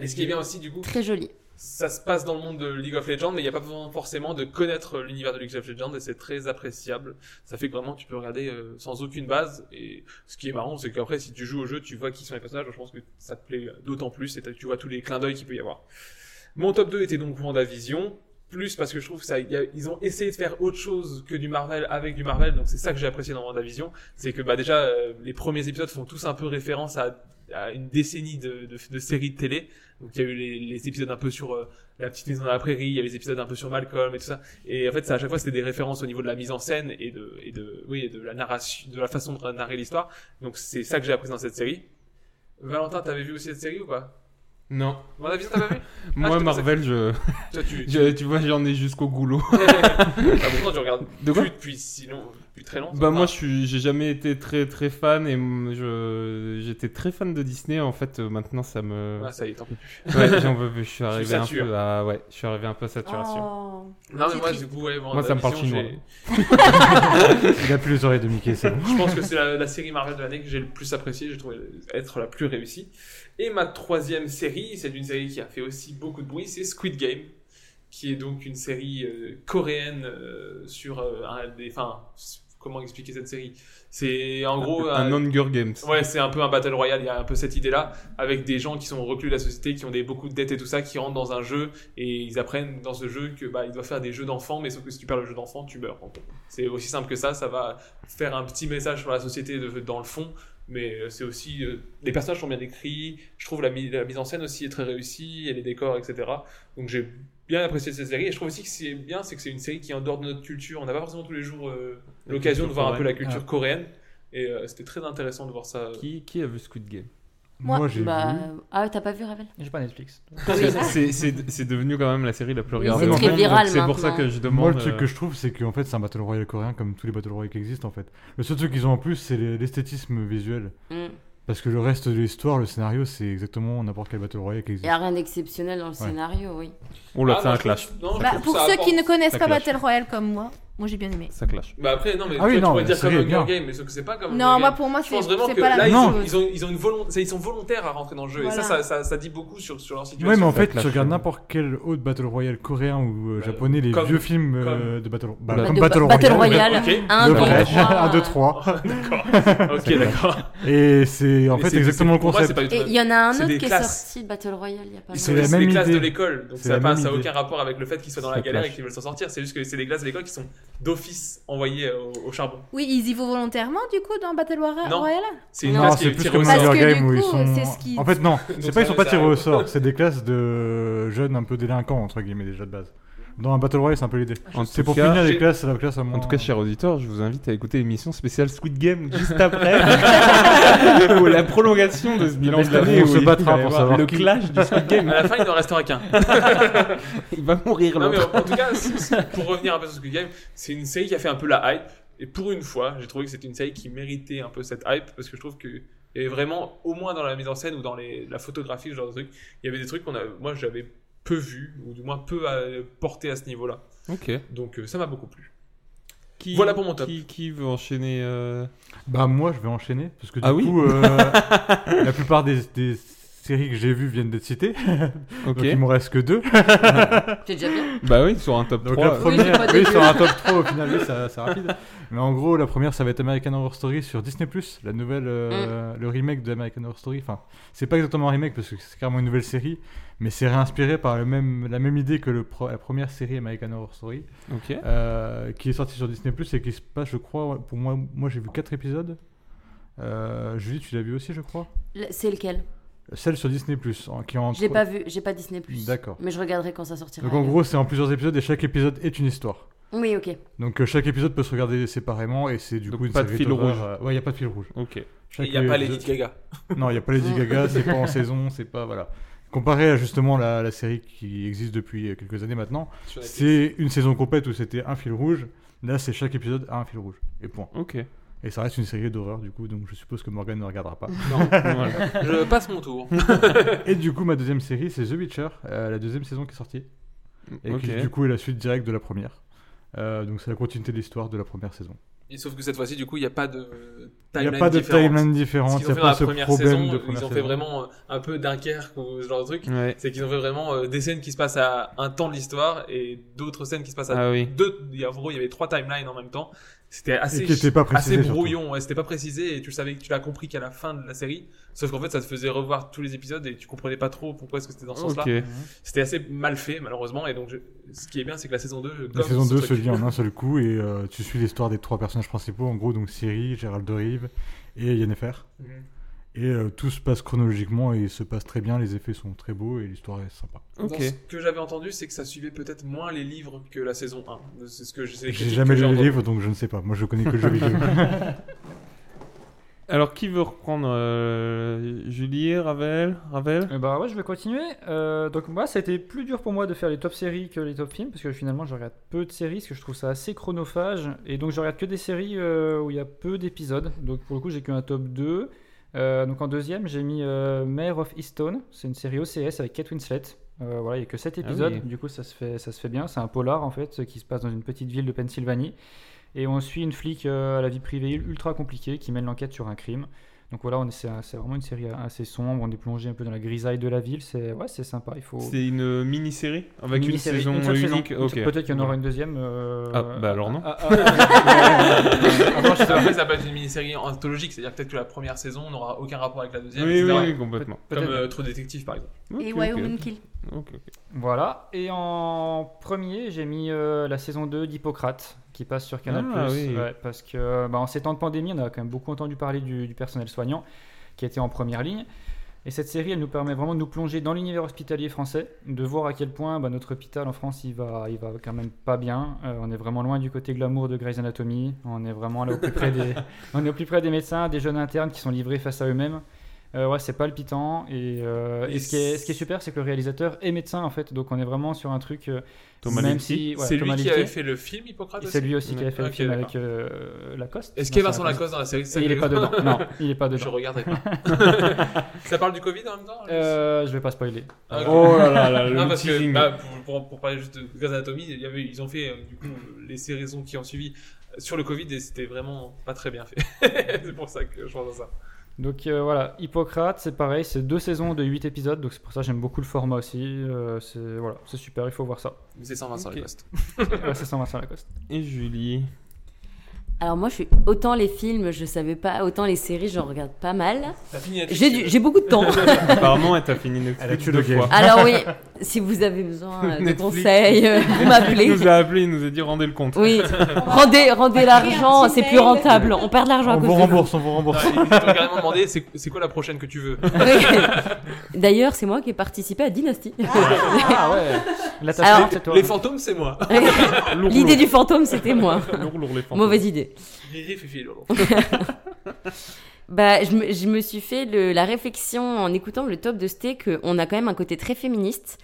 I: et ce qui est bien aussi, du coup.
L: Très joli.
I: Ça se passe dans le monde de League of Legends, mais il n'y a pas besoin forcément de connaître l'univers de League of Legends et c'est très appréciable. Ça fait que vraiment tu peux regarder euh, sans aucune base et ce qui est marrant, c'est qu'après si tu joues au jeu, tu vois qui sont les personnages. Je pense que ça te plaît euh, d'autant plus et t'as- tu vois tous les clins d'œil qu'il peut y avoir. Mon top 2 était donc WandaVision. Plus parce que je trouve que ça, il y a- ils ont essayé de faire autre chose que du Marvel avec du Marvel, donc c'est ça que j'ai apprécié dans WandaVision, c'est que bah déjà euh, les premiers épisodes font tous un peu référence à, à une décennie de, de, de séries de télé. Donc il y a eu les, les épisodes un peu sur euh, la petite maison dans la prairie, il y a eu les épisodes un peu sur Malcolm et tout ça. Et en fait, ça, à chaque fois, c'était des références au niveau de la mise en scène et de, et de, oui, et de la narration, de la façon de narrer l'histoire. Donc c'est ça que j'ai appris dans cette série. Valentin, t'avais vu aussi cette série ou pas
N: Non.
I: Mon avis, t'as pas vu
N: [laughs] Moi,
I: Ah, je te pensais-
N: Marvel, je...
I: Toi, tu-
N: [laughs]
I: [laughs]
N: je- tu vois, j'en ai jusqu'au goulot.
I: Ah, pourtant, tu regardes
N: De quoi
I: plus depuis si long- depuis depuis très longtemps.
N: Bah moi, je suis, j'ai jamais été très très fan et je, j'étais très fan de Disney. En fait, euh, maintenant, ça me.
I: Ah, ça y est, t'en peux plus.
N: [laughs] Ouais, j'en veux plus. Je
I: [laughs]
N: suis arrivé un
I: sature.
N: peu à, ouais, je suis arrivé un peu à saturation.
J: Oh.
I: Non, mais moi, du coup, ouais, bon, la
N: Moi, ça me parle
I: vision,
N: chinois.
F: [laughs] Il a plus les oreilles de Mickey, c'est bon.
I: Je pense que c'est la, la série Marvel de l'année que j'ai le plus appréciée, j'ai trouvé être la plus réussie. Et ma troisième série, c'est une série qui a fait aussi beaucoup de bruit, c'est Squid Game, qui est donc une série euh, coréenne euh, sur euh, un des. Enfin, comment expliquer cette série C'est en gros. euh,
N: un Hunger Games.
I: Ouais, c'est un peu un battle royale, il y a un peu cette idée-là, avec des gens qui sont reclus de la société, qui ont des, beaucoup de dettes et tout ça, qui rentrent dans un jeu, et ils apprennent dans ce jeu que bah, ils doivent faire des jeux d'enfants, mais sauf que si tu perds le jeu d'enfant, tu meurs. en gros. C'est aussi simple que ça, ça va faire un petit message sur la société de- dans le fond, mais euh, c'est aussi... euh, les personnages sont bien décrits, je trouve la, mi- la mise en scène aussi est très réussie, et les décors, etc. Donc j'ai bien apprécié cette série, et je trouve aussi que c'est bien, c'est que c'est une série qui est en dehors de notre culture, on n'a pas forcément tous les jours euh,
N: La
I: l'occasion
N: culture
I: de voir un peu la
N: coréenne.
I: culture
N: Ah.
I: coréenne, et euh, c'était très intéressant de voir ça. euh,
N: Qui, qui a vu Squid Game
L: Moi,
F: Moi, j'ai
L: bah,
F: vu.
L: euh, Ah, t'as pas vu Ravel
K: J'ai pas Netflix.
N: C'est- C'est c'est devenu quand même la série la plus
L: Oui,
N: regardée.
L: c'est
N: au
L: très
N: monde, donc
L: viral
N: C'est pour ça
L: maintenant.
N: que je demande.
F: Moi, le truc
N: euh,
F: que je trouve, c'est qu'en fait, c'est un battle royale coréen comme tous les battle royale qui existent en fait. Le seul truc qu'ils ont en plus, c'est les- l'esthétisme visuel.
L: Mm.
F: Parce que le reste de l'histoire, le scénario, c'est exactement n'importe quel battle royale qui
L: Il n'y
F: existe.
L: a rien d'exceptionnel dans le
F: Ouais.
L: scénario, oui.
N: Oh là,
I: Ah,
N: c'est
I: moi,
N: un
I: je
N: clash.
I: trouve- non, je
J: Bah,
I: trouve
J: pour
I: ça
J: ceux qui
I: apporte-
J: ne connaissent
N: Ça
J: pas
N: clash.
J: Battle Royale comme moi, moi j'ai bien aimé.
N: Ça clash.
I: Bah après, non, mais
F: Ah
I: toi,
F: oui,
I: tu
F: non,
I: pourrais
F: la
I: dire comme
F: série est
I: Hunger
F: bien.
I: Game, mais sauf que c'est pas comme
J: Non,
I: Hunger
J: moi
I: Game.
J: pour moi
I: Je
J: c'est
I: pense vraiment
J: c'est
I: que
J: pas
I: là,
J: la
I: ils,
J: même
I: ont,
J: chose.
I: ils, ont, ils ont une volonté, ils sont volontaires à rentrer dans le jeu, et ça,
J: Voilà.
I: ça, ça, ça dit beaucoup sur, sur leur situation.
F: Ouais, mais en fait,
N: clash.
F: tu regardes n'importe quel autre battle royale coréen ou euh, japonais, les
I: comme-
F: vieux films euh, de battle, bah,
L: Bah,
F: comme
L: de
F: battle,
L: ba-
F: royale.
L: Battle Royale.
I: Ok.
L: Un,
F: De
L: deux,
F: vrai.
L: trois.
F: [laughs] Un, deux, trois.
I: D'accord. Ok,
F: C'est clair. [laughs]
I: d'accord.
F: Et c'est en
I: Mais
F: fait
I: c'est-
F: exactement le
I: c'est- pour moi,
F: concept.
I: c'est pas du tout
L: Et
I: la-
L: il y en a un
I: c'est
L: autre
I: des
L: qui est
I: classes.
L: sorti de Battle Royale il y a pas
I: Ils
L: longtemps.
I: sont
F: la
I: c'est les
F: même
I: classes de
F: idée.
I: l'école, donc
F: C'est
I: ça
F: la
I: n'a
F: même idée.
I: aucun rapport avec le fait qu'ils soient dans
F: Ça
I: la galère et
F: clash.
I: qu'ils veulent s'en sortir. C'est juste que c'est les classes de l'école qui sont d'office envoyées au, au charbon.
J: Oui, ils y vont volontairement du coup dans Battle Royale
I: Non.
J: Royale
I: C'est une
F: Non,
I: classe qui
F: Ah, c'est
I: est
F: plus
I: tirée au
F: comme
J: Parce
I: sort.
J: que
F: Hunger
J: du
F: Game où ils
J: coup,
F: sont.
J: c'est ce qui-
F: En fait, non,
I: Donc
F: c'est pas
I: ça,
F: ils sont pas
I: ça
F: tirés
I: arrive.
F: au sort, c'est des classes de jeunes un peu délinquants, entre guillemets, déjà de base. Dans un Battle Royale, c'est un peu l'idée.
N: En
F: C'est
N: tout
F: pour
N: cas-
F: punir les
I: j'ai-
F: classes, la classe à moins.
N: En tout cas, chers auditeurs, je vous invite à écouter l'émission spéciale Squid Game juste après, ou la prolongation de ce bilan
F: Mais
N: de l'année
F: on
N: où
F: se
N: il
F: battra
N: va y
F: pour
N: avoir
F: savoir
N: le
F: qui.
N: clash du Squid
I: À
N: Game.
I: la fin, il n'en restera
F: [laughs]
I: qu'un.
N: Il va mourir
I: Non, mais
N: l'autre.
I: en en tout cas, c'est- c'est- pour revenir un peu sur Squid Game, c'est une série qui a fait un peu la hype. Et pour une fois, j'ai trouvé que c'était une série qui méritait un peu cette hype parce que je trouve que il y avait vraiment, au moins dans la mise en scène ou dans les- la photographie, ce genre de truc, il y avait des trucs qu'on a, moi j'avais peu vu ou du moins peu euh, porté à ce niveau-là.
N: Ok.
I: Donc euh, ça m'a beaucoup plu.
N: Qui,
I: Voilà pour mon top.
N: Qui, qui veut enchaîner euh,
F: Bah, moi, je vais enchaîner, parce que du
N: Ah oui [laughs]
F: coup, euh, la plupart des, des séries que j'ai vues viennent d'être citées.
N: Ok.
F: Donc, il m'en reste que deux.
L: C'est déjà bien.
N: Bah oui, sur un top
F: Donc
N: 3.
F: la
N: euh,
L: Oui, j'ai
F: première,
L: pas
F: oui,
L: dégueu.
F: sur un top 3 au final, oui, ça- c'est rapide. Mais en gros, la première, ça va être American Horror Story sur Disney+, la nouvelle,
L: Mm.
F: euh, le remake de American Horror Story. Enfin, c'est pas exactement un remake parce que c'est carrément une nouvelle série, mais c'est réinspiré par le même, la même idée que le pro- la première série American Horror Story,
N: Ok.
F: euh, qui est sortie sur Disney+, et qui se passe, je crois, pour moi, moi j'ai vu 4 épisodes. Euh, Julie, tu l'as vu aussi, je crois
L: Le- C'est lequel
F: Celle sur Disney+, en- qui est en
L: Je l'ai pas vu, j'ai pas Disney+.
F: D'accord.
L: Mais je regarderai quand ça sortira.
F: Donc en gros, c'est en plusieurs épisodes et chaque épisode est une histoire.
L: Oui, ok.
F: Donc euh, chaque épisode peut se regarder séparément et c'est du
N: Donc,
F: coup une
N: pas de
F: série
N: fil
F: d'horreur,
N: rouge.
F: euh, ouais, il y a pas de fil rouge.
N: Ok.
I: Et
F: Chaque
I: Il n'y a pas
F: épisode-
I: Lady Gaga.
F: Non, il y a
L: [laughs]
F: pas Lady Gaga, c'est pas en saison, c'est pas voilà. Comparé à justement la, la série qui existe depuis euh, quelques années maintenant,
I: sur Netflix.
F: c'est une saison complète où c'était un fil rouge. Là, c'est chaque épisode a un fil rouge et point.
N: Ok.
F: Et ça reste une série d'horreur du coup, donc je suppose que Morgan ne
L: [laughs]
F: regardera pas.
I: Non.
N: Voilà.
F: [laughs]
I: Je passe mon tour.
F: et du coup, ma deuxième série, c'est The Witcher, euh, la deuxième saison qui est sortie et
N: Ok.
F: qui du coup est la suite directe de la première. Euh, donc c'est la continuité de l'histoire de la première saison.
I: Et sauf que cette fois-ci, du coup, il n'y a pas de
F: Il n'y
I: timeline
F: a pas de
I: différente.
F: timeline
I: Ce
F: différente, il
I: qu'ils ont fait
F: n'y a
I: dans la
F: pas ce
I: première
F: problème
I: saison,
F: de
I: ils ont
F: première
I: fait
F: saison.
I: vraiment euh, un peu Dunkerque ou ce genre de truc.
N: Ouais.
I: C'est qu'ils ont fait vraiment euh, des scènes qui se passent à un temps de l'histoire et d'autres scènes qui se passent à
N: Ah oui.
I: deux. il y a- En gros, il y avait trois timelines en même temps. C'était assez,
F: Et qui étaient pas
I: assez
F: précisées, surtout.
I: brouillon, ouais, c'était pas précisé et tu le savais que tu l'as compris qu'à la fin de la série. Sauf qu'en fait, ça te faisait revoir tous les épisodes et tu comprenais pas trop pourquoi est-ce que c'était dans ce sens-là.
N: Ok.
I: C'était assez mal fait, malheureusement. Et donc, je- ce qui est bien, c'est que la saison 2.
F: La saison 2 se lit en un seul coup et euh, tu suis l'histoire des trois personnages principaux, en gros, donc Ciri, Gérald de Rive et Yennefer.
I: Mm.
F: Et euh, tout se passe chronologiquement et se passe très bien, les effets sont très beaux et l'histoire est sympa.
I: Dans
N: Ok.
I: ce que j'avais entendu, c'est que ça suivait peut-être moins les livres que la saison 1. C'est ce que je- c'est les
F: J'ai
I: critiques
F: jamais
I: que
F: lu les
I: [laughs] entendues.
F: livres donc je ne sais pas, moi je connais que le jeu vidéo.
N: Alors, qui veut reprendre euh, Julie, Ravel, Ravel
K: Eh Bah ouais, je vais continuer. Euh, donc moi, ça a été plus dur pour moi de faire les top séries que les top films, parce que finalement, je regarde peu de séries, parce que je trouve ça assez chronophage. Et donc, je regarde que des séries euh, où il y a peu d'épisodes. Donc pour le coup, j'ai qu'un top 2. donc en deuxième, j'ai mis euh, Mayor of Easttown. C'est une série OCS avec Kate Winslet. Euh, voilà, il n'y a que 7 épisodes.
N: Ah oui.
K: Du coup, ça se fait, ça se fait bien. C'est un polar, en fait, qui se passe dans une petite ville de Pennsylvanie. Et on suit une flic euh, à la vie privée ultra compliquée qui mène l'enquête sur un crime. Donc voilà, on est- c'est c'est vraiment une série assez sombre. On est plongé un peu dans la grisaille de la ville. C'est ouais, c'est sympa. Il faut.
N: C'est une mini-série
K: Une
N: avec une,
K: mini-série,
N: saison
K: une seule saison.
N: unique. Ok.
K: Peut-être qu'il y en aura
N: Ouais.
K: une deuxième. euh,
N: Ah, bah alors non.
K: ah, ah,
I: Euh,
N: [laughs]
K: ah.
N: Encore, je sais pas.
I: Après, ça peut être une mini-série anthologique, c'est-à-dire peut-être que la première saison n'aura aucun rapport avec la deuxième.
N: Oui,
I: etc.
N: oui, oui, complètement.
I: Comme
K: Peut-être.
I: euh, True Detective, par exemple.
J: Et Why Women Kill.
K: Voilà. Et en premier, j'ai mis euh, la saison 2 d'Hippocrate qui passe sur Canal+.
N: Ah, oui.
K: Ouais, parce que bah, en ces temps de pandémie, on a quand même beaucoup entendu parler du, du personnel soignant qui était en première ligne. Et cette série, elle nous permet vraiment de nous plonger dans l'univers hospitalier français, de voir à quel point bah, notre hôpital en France, il va, il va quand même pas bien. Euh, on est vraiment loin du côté glamour de Grey's Anatomy. On est vraiment là au plus
I: [laughs]
K: près des, [laughs] on est au plus près des médecins, des jeunes internes qui sont livrés face à eux-mêmes. Euh, ouais, c'est palpitant. Et, euh, et ce, qui est, ce qui est super, c'est que le réalisateur est médecin en fait. Donc on est vraiment sur un truc. euh,
N: Thomas
K: même
N: Lipsy.
K: si, ouais,
I: c'est lui
K: Thomas
I: qui
K: Lipsy.
I: avait fait le film Hippocrate
K: Et C'est
I: aussi
K: lui aussi qui avait fait
I: Ok,
K: le film
I: d'accord.
K: avec euh, Lacoste.
I: Est-ce
K: Non,
I: qu'il y a
K: c'est
I: Vincent Lacoste dans la série
K: Et Il est
I: [laughs]
K: pas dedans. Non, il est pas dedans.
I: Je regardais pas. ça parle du Covid en même temps
K: Euh, je vais pas spoiler.
I: Ah, ok.
A: oh,
I: non, parce que, bah, pour, pour- pour parler juste de Grey's Anatomy, il y avait, ils ont fait euh, du coup, les saisons qui ont suivi euh, sur le Covid et c'était vraiment pas très bien fait. [laughs] c'est pour ça que je pense à ça.
K: Donc euh, voilà, Hippocrate, c'est pareil, c'est deux saisons de 8 épisodes, donc c'est pour ça que j'aime beaucoup le format aussi. euh, c'est voilà, c'est super, il faut voir ça.
I: Mais c'est 120 sur les postes.
K: ouais, c'est 120 sur Lacoste.
N: Et Julie
L: Alors moi, je suis autant les films, je savais pas, autant les séries, j'en regarde pas mal.
I: T'as fini Netflix,
L: J'ai du- j'ai beaucoup de temps.
N: Apparemment, elle t'a fini Netflix
F: Elle a tué
N: deux
F: le game.
N: fois.
L: Alors oui, si vous avez besoin euh, de
N: Netflix.
L: conseils, euh, vous
N: Netflix
L: m'appelez.
N: nous a appelé, il nous a dit rendez le compte.
L: Oui,
J: [laughs]
L: rendez, rendez l'argent, c'est plus rentable. On perd de l'argent à cause de
F: on vous rembourse.
I: ils t'ont carrément demandé c'est c'est quoi la prochaine que tu veux
L: Oui. [laughs] D'ailleurs, c'est moi qui ai participé à Dynasty.
K: Ah ouais, la
L: Alors-
K: tâche c'est toi.
I: Les fantômes, c'est moi.
N: Lourd,
L: L'idée
N: lourd.
L: du fantôme, c'était moi.
N: Lourd, lourd, les fantômes.
L: Mauvaise idée.
I: Lili, Fifi, Lolo.
L: Bah, je me, je me suis fait le- la réflexion en écoutant le top de Sté qu'on a quand même un côté très féministe.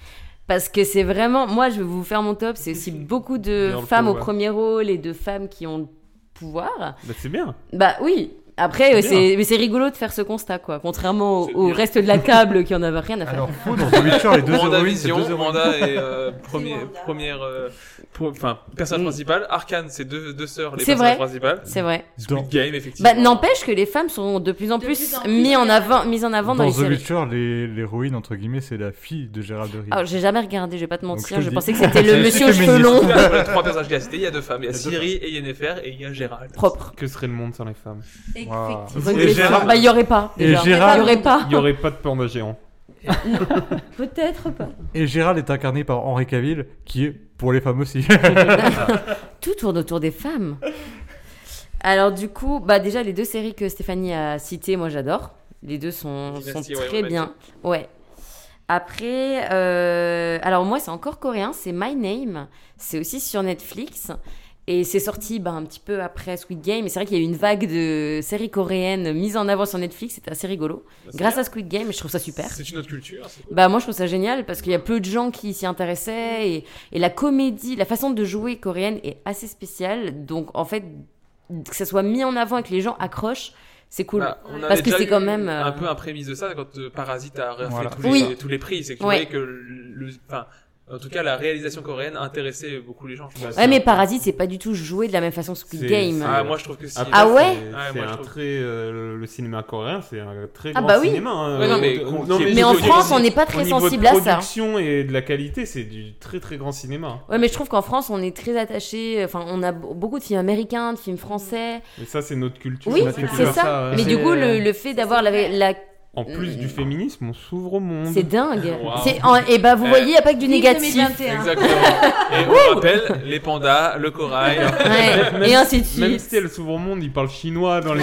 L: Parce que c'est vraiment. Moi, je vais vous faire mon top. C'est aussi beaucoup de
N: Girl
L: femmes au
N: power.
L: premier rôle et de femmes qui ont le pouvoir.
N: Bah, c'est bien.
L: Bah oui. Après, euh,
N: C'est
L: c'est
N: bien.
L: mais c'est rigolo de faire ce constat, quoi. Contrairement au, au reste de la table qui en avait
F: [laughs]
L: rien à faire.
F: Alors, faux, dans The Witcher, les deux
I: Wanda
F: héroïnes, c'est
I: Vision,
F: deux héroïnes.
I: Wanda est
L: [laughs]
I: euh, premier, première, euh, pro- enfin personnage principal. Arcane, c'est deux, deux sœurs, les
L: C'est
I: personnages
L: vrai.
I: principales.
L: C'est vrai.
I: Squid Game, effectivement.
L: Bah, n'empêche que les femmes sont de plus en plus, mises en avant, mises en avant dans,
F: Dans
L: les
F: The
L: séries.
F: Witcher, les- l'héroïne, entre guillemets, c'est la fille de Gérald de Rive.
L: Alors, j'ai jamais regardé, je vais pas te
F: Donc, je te le
L: mentir. Je
F: dis.
L: pensais que c'était le
F: C'est
L: monsieur aux cheveux
F: féministe.
L: longs.
I: Il y a trois personnages qu'il y a cité, il y a deux femmes, il y a Siri et il y a Yennefer et il y a Gérald.
L: Propre.
N: Que serait le monde sans les femmes
L: Effectivement.
N: Waouh.
L: Et Gérard- Bah, il y aurait pas,
F: Et
L: déjà.
F: Gérard-
L: Il y aurait pas.
N: Il y aurait pas de panda géant.
L: Peut-être pas.
F: Et Gérald est incarné par Henri Cavill, qui est pour les femmes aussi. [laughs]
L: Tout tourne autour des femmes. Alors du coup, bah déjà les deux séries que Stéphanie a citées, moi j'adore. Les deux sont, sont
I: Dynasty, ouais,
L: très
I: on l'a
L: bien. Ouais. Après, euh, alors moi c'est encore coréen, c'est My Name. C'est aussi sur Netflix. Et c'est sorti bah, un petit peu après Squid Game. Et c'est vrai qu'il y a eu une vague de séries coréennes mises en avant sur Netflix. C'était assez rigolo.
I: Bah, c'est
L: Grâce
I: bien.
L: à Squid Game, je trouve ça super.
I: C'est une autre culture. c'est cool.
L: Bah moi je trouve ça génial parce qu'il y a peu de gens qui s'y intéressaient et, et la comédie, la façon de jouer coréenne est assez spéciale. Donc en fait, que ça soit mis en avant et que les gens accrochent, c'est cool.
I: Bah, on avait
L: parce que
I: déjà
L: c'est
I: eu
L: quand même... euh,
I: un peu un prémisse de ça quand euh, Parasite a refait
L: Voilà.
I: tous, les,
L: Oui.
I: tous les prix, c'est que tu
L: Ouais.
I: voyais que le, enfin, en tout cas la réalisation coréenne intéressait beaucoup les gens. je pense.
L: Ouais mais Parasite c'est pas du tout joué de la même façon que Squid
N: C'est-
L: Game.
N: c'est-
I: Ah, moi, je trouve que si.
N: Après,
L: Ah
N: c'est-
L: ouais
N: C'est
I: Ouais, moi, je
N: un
I: trouve.
N: très. euh, le- le cinéma coréen, c'est un très
L: Ah
N: grand
L: bah oui.
N: cinéma. hein,
I: Ouais, non,
N: euh,
I: mais-
N: au-
I: mais
N: au-
L: mais en
N: au-
L: France, on n'est pas
N: au
L: très
N: niveau de
L: sensible à ça.
N: production et de la qualité, c'est du très très grand cinéma.
L: Ouais mais je trouve qu'en France on est très attaché, enfin on a be- beaucoup de films américains, de films français.
N: Mais ça, c'est notre culture.
L: Oui,
N: notre
L: c'est
N: culture,
L: ça.
N: ouais.
L: Mais du coup le, le fait d'avoir la... la-
N: En plus du féminisme, on s'ouvre au monde.
L: C'est dingue.
N: Waouh.
L: C'est en- et bah vous
N: Eh.
L: voyez, il n'y a pas que du
J: Vive
L: négatif.
J: 2021.
I: Et on rappelle les pandas, le corail.
L: Ouais, et ainsi de suite.
N: Même si elle s'ouvre au monde, il parle chinois dans les.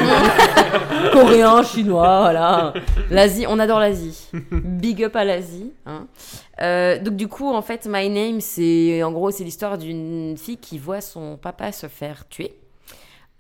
L: Coréen, chinois, voilà. L'Asie, on adore l'Asie. Big up à l'Asie. hein. Euh, donc du coup, en fait, My Name, c'est en gros, c'est l'histoire d'une fille qui voit son papa se faire tuer.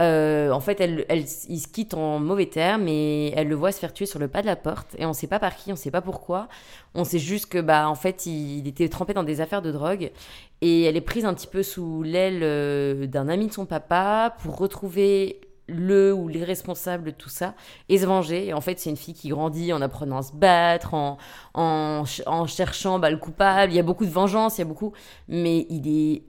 L: Euh, en fait, elle, elle, ils se quittent en mauvais termes et elle le voit se faire tuer sur le pas de la porte. Et on sait pas par qui, on sait pas pourquoi. On sait juste que, bah, en fait, il, il était trempé dans des affaires de drogue. Et elle est prise un petit peu sous l'aile euh, d'un ami de son papa pour retrouver le ou les responsables de tout ça et se venger. Et en fait, c'est une fille qui grandit en apprenant à se battre, en, en, en cherchant bah, le coupable. Il y a beaucoup de vengeance, il y a beaucoup. Mais il est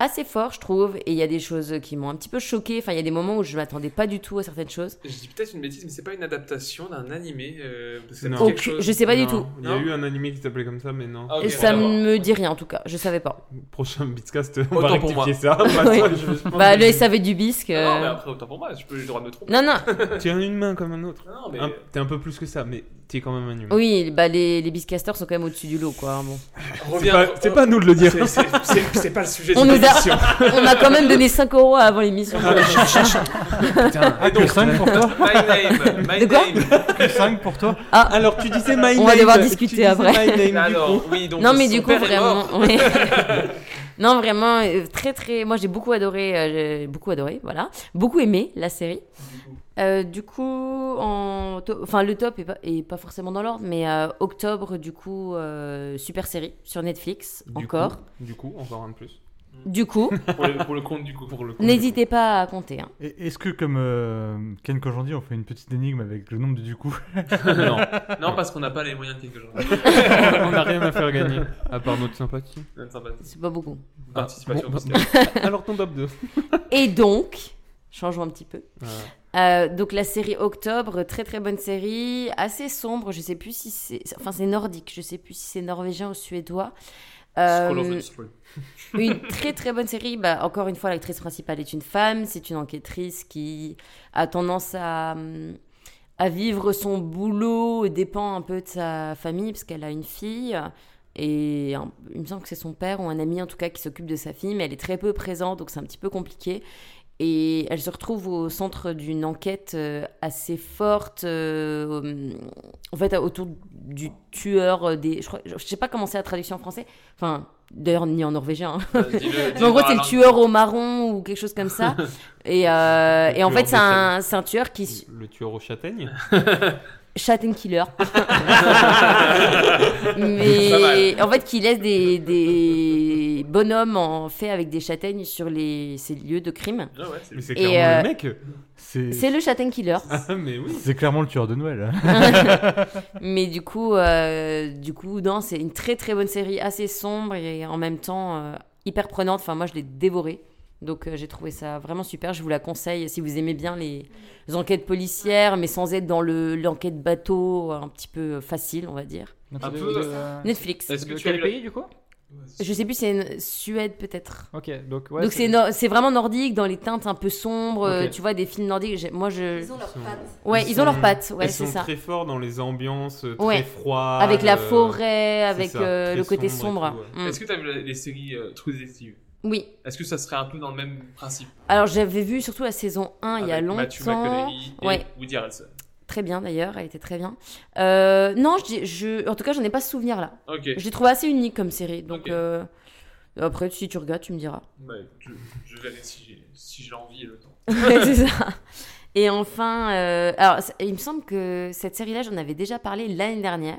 L: assez fort, je trouve. Et il y a des choses qui m'ont un petit peu choqué. Enfin, il y a des moments où je m'attendais pas du tout à certaines choses.
I: [laughs] Je dis peut-être une bêtise, mais c'est pas une adaptation d'un animé. Euh,
L: non. Quelque chose... Je sais pas
A: non.
L: du tout.
A: Il y a non. eu un animé qui s'appelait comme ça, mais non.
I: Ah,
L: Okay. Ça ne me dit rien en tout cas. Je savais pas.
A: Prochain Biscast, on autant va pour moi.
L: [laughs]
A: ça. oui.
L: ça je, je bah, le SAV du bisque.
I: Euh... Non, mais après, autant pour moi. Je peux le droit de me tromper.
L: Non, non.
A: tu as une main comme un autre. Non, mais... T'es un peu plus que ça, mais t'es quand même un humain.
L: Oui, bah les, les biscasters sont quand même au-dessus du lot, quoi. hein, Bon.
A: C'est pas, euh,
I: [laughs]
A: pas, nous de le dire.
I: C'est pas le sujet
L: on
I: de
L: nous a, [laughs] On a quand même donné 5 euros avant l'émission. Ah,
F: Putain,
A: ah,
F: et donc, 5 pour toi
I: My name, my
L: de quoi
F: name. 5 pour toi
L: [laughs] ah,
A: Alors tu disais my on name.
L: On va devoir discuter après.
A: My name, Alors,
I: oui, donc
L: non, mais du coup, vraiment. Oui.
A: [laughs]
L: non, vraiment, euh, très très. Moi j'ai beaucoup adoré, euh, beaucoup adoré, voilà. Beaucoup aimé la série. Euh, du coup, en to... enfin, le top est pas, est pas forcément dans l'ordre, mais euh, octobre, du coup, euh, super série sur Netflix,
A: du
L: encore.
A: Coup, du coup, encore un de plus.
L: Du coup,
I: pour, le, pour, le, compte, du coup, pour le
L: N'hésitez pas à compter. Hein.
F: Est-ce que, comme euh, Ken Kojandi, on fait une petite énigme avec le nombre de du coup
A: Ah,
I: non. non. parce qu'on n'a pas les moyens de Ken Kojandi.
A: [laughs] on n'a rien à faire gagner, à part notre sympathie. sympathie.
L: C'est pas beaucoup.
I: Ah, Participation bon,
A: [laughs] Alors ton top 2.
L: Et donc, changeons un petit peu. Ah. Euh, donc la série Octobre, très très bonne série, assez sombre, je sais plus si c'est... Enfin c'est nordique, je sais plus si c'est norvégien ou suédois.
I: Euh,
L: une très très bonne série. Bah, encore une fois, l'actrice principale est une femme, c'est une enquêtrice qui a tendance à, à vivre son boulot, dépend un peu de sa famille, parce qu'elle a une fille. Et un, il me semble que c'est son père ou un ami en tout cas qui s'occupe de sa fille, mais elle est très peu présente, donc c'est un petit peu compliqué et elle se retrouve au centre d'une enquête euh, assez forte, euh, en fait autour du tueur euh, des, je, crois, je sais pas comment c'est la traduction en français, enfin d'ailleurs ni en norvégien. Hein. [laughs] Mais en gros c'est le tueur au marron ou quelque chose
A: [laughs]
L: comme ça. et, euh, et en fait c'est un, un, tueur qui.
A: Le tueur aux
L: [laughs]
A: châtaignes.
L: Chatten
A: [laughs]
L: Killer. mais en fait, qui laisse des, des bonhommes en fait avec des châtaignes sur les, ces lieux de crime.
I: Ah ouais,
A: mais c'est clairement euh, le mec.
L: C'est le Chatten Killer.
A: Ah, mais oui.
F: C'est clairement le tueur de Noël.
L: mais du coup, euh, du coup, non, c'est une très très bonne série, assez sombre et en même temps euh, hyper prenante. Enfin, moi, je l'ai dévorée. Donc euh, j'ai trouvé ça vraiment super. Je vous la conseille si vous aimez bien les, les enquêtes policières, mais sans être dans l'enquête le... bateau un petit peu facile, on va dire.
I: Un peu, euh...
L: Netflix.
K: Est-ce que tu as le pays du coup
L: je sais plus, c'est une... Suède peut-être.
K: Ok, donc ouais,
L: Donc c'est no... vraiment nordique dans les teintes un peu sombres, okay. tu vois, des films nordiques. Moi je.
J: Ils ont leurs pattes.
L: Ouais, ils, ils ont sont... leurs pattes, ouais,
A: c'est
L: ça.
A: très forts dans les ambiances euh, très ouais. froides. euh,
L: Avec la forêt, avec ça, euh, le côté sombre.
I: Ouais. Mm. Est-ce que tu as vu les séries euh, True Detective
L: oui.
I: Est-ce que ça serait un peu dans le même principe
L: Alors j'avais vu surtout la saison 1 Avec Ah, il y a longtemps.
I: Matthew McConaughey et ouais. Woody Harrelson.
L: Très bien d'ailleurs, elle était très bien. Euh, non, je, je, en tout cas, j'en ai pas ce souvenir là.
I: Okay.
L: Je l'ai trouvé assez unique comme série. Donc okay. euh, après, si tu regardes, tu me diras. [laughs]
I: Bah, je, je, verrai si j'ai si l'envie et le temps.
L: C'est ça. Et enfin, euh, alors il me semble que cette série-là, j'en avais déjà parlé l'année dernière.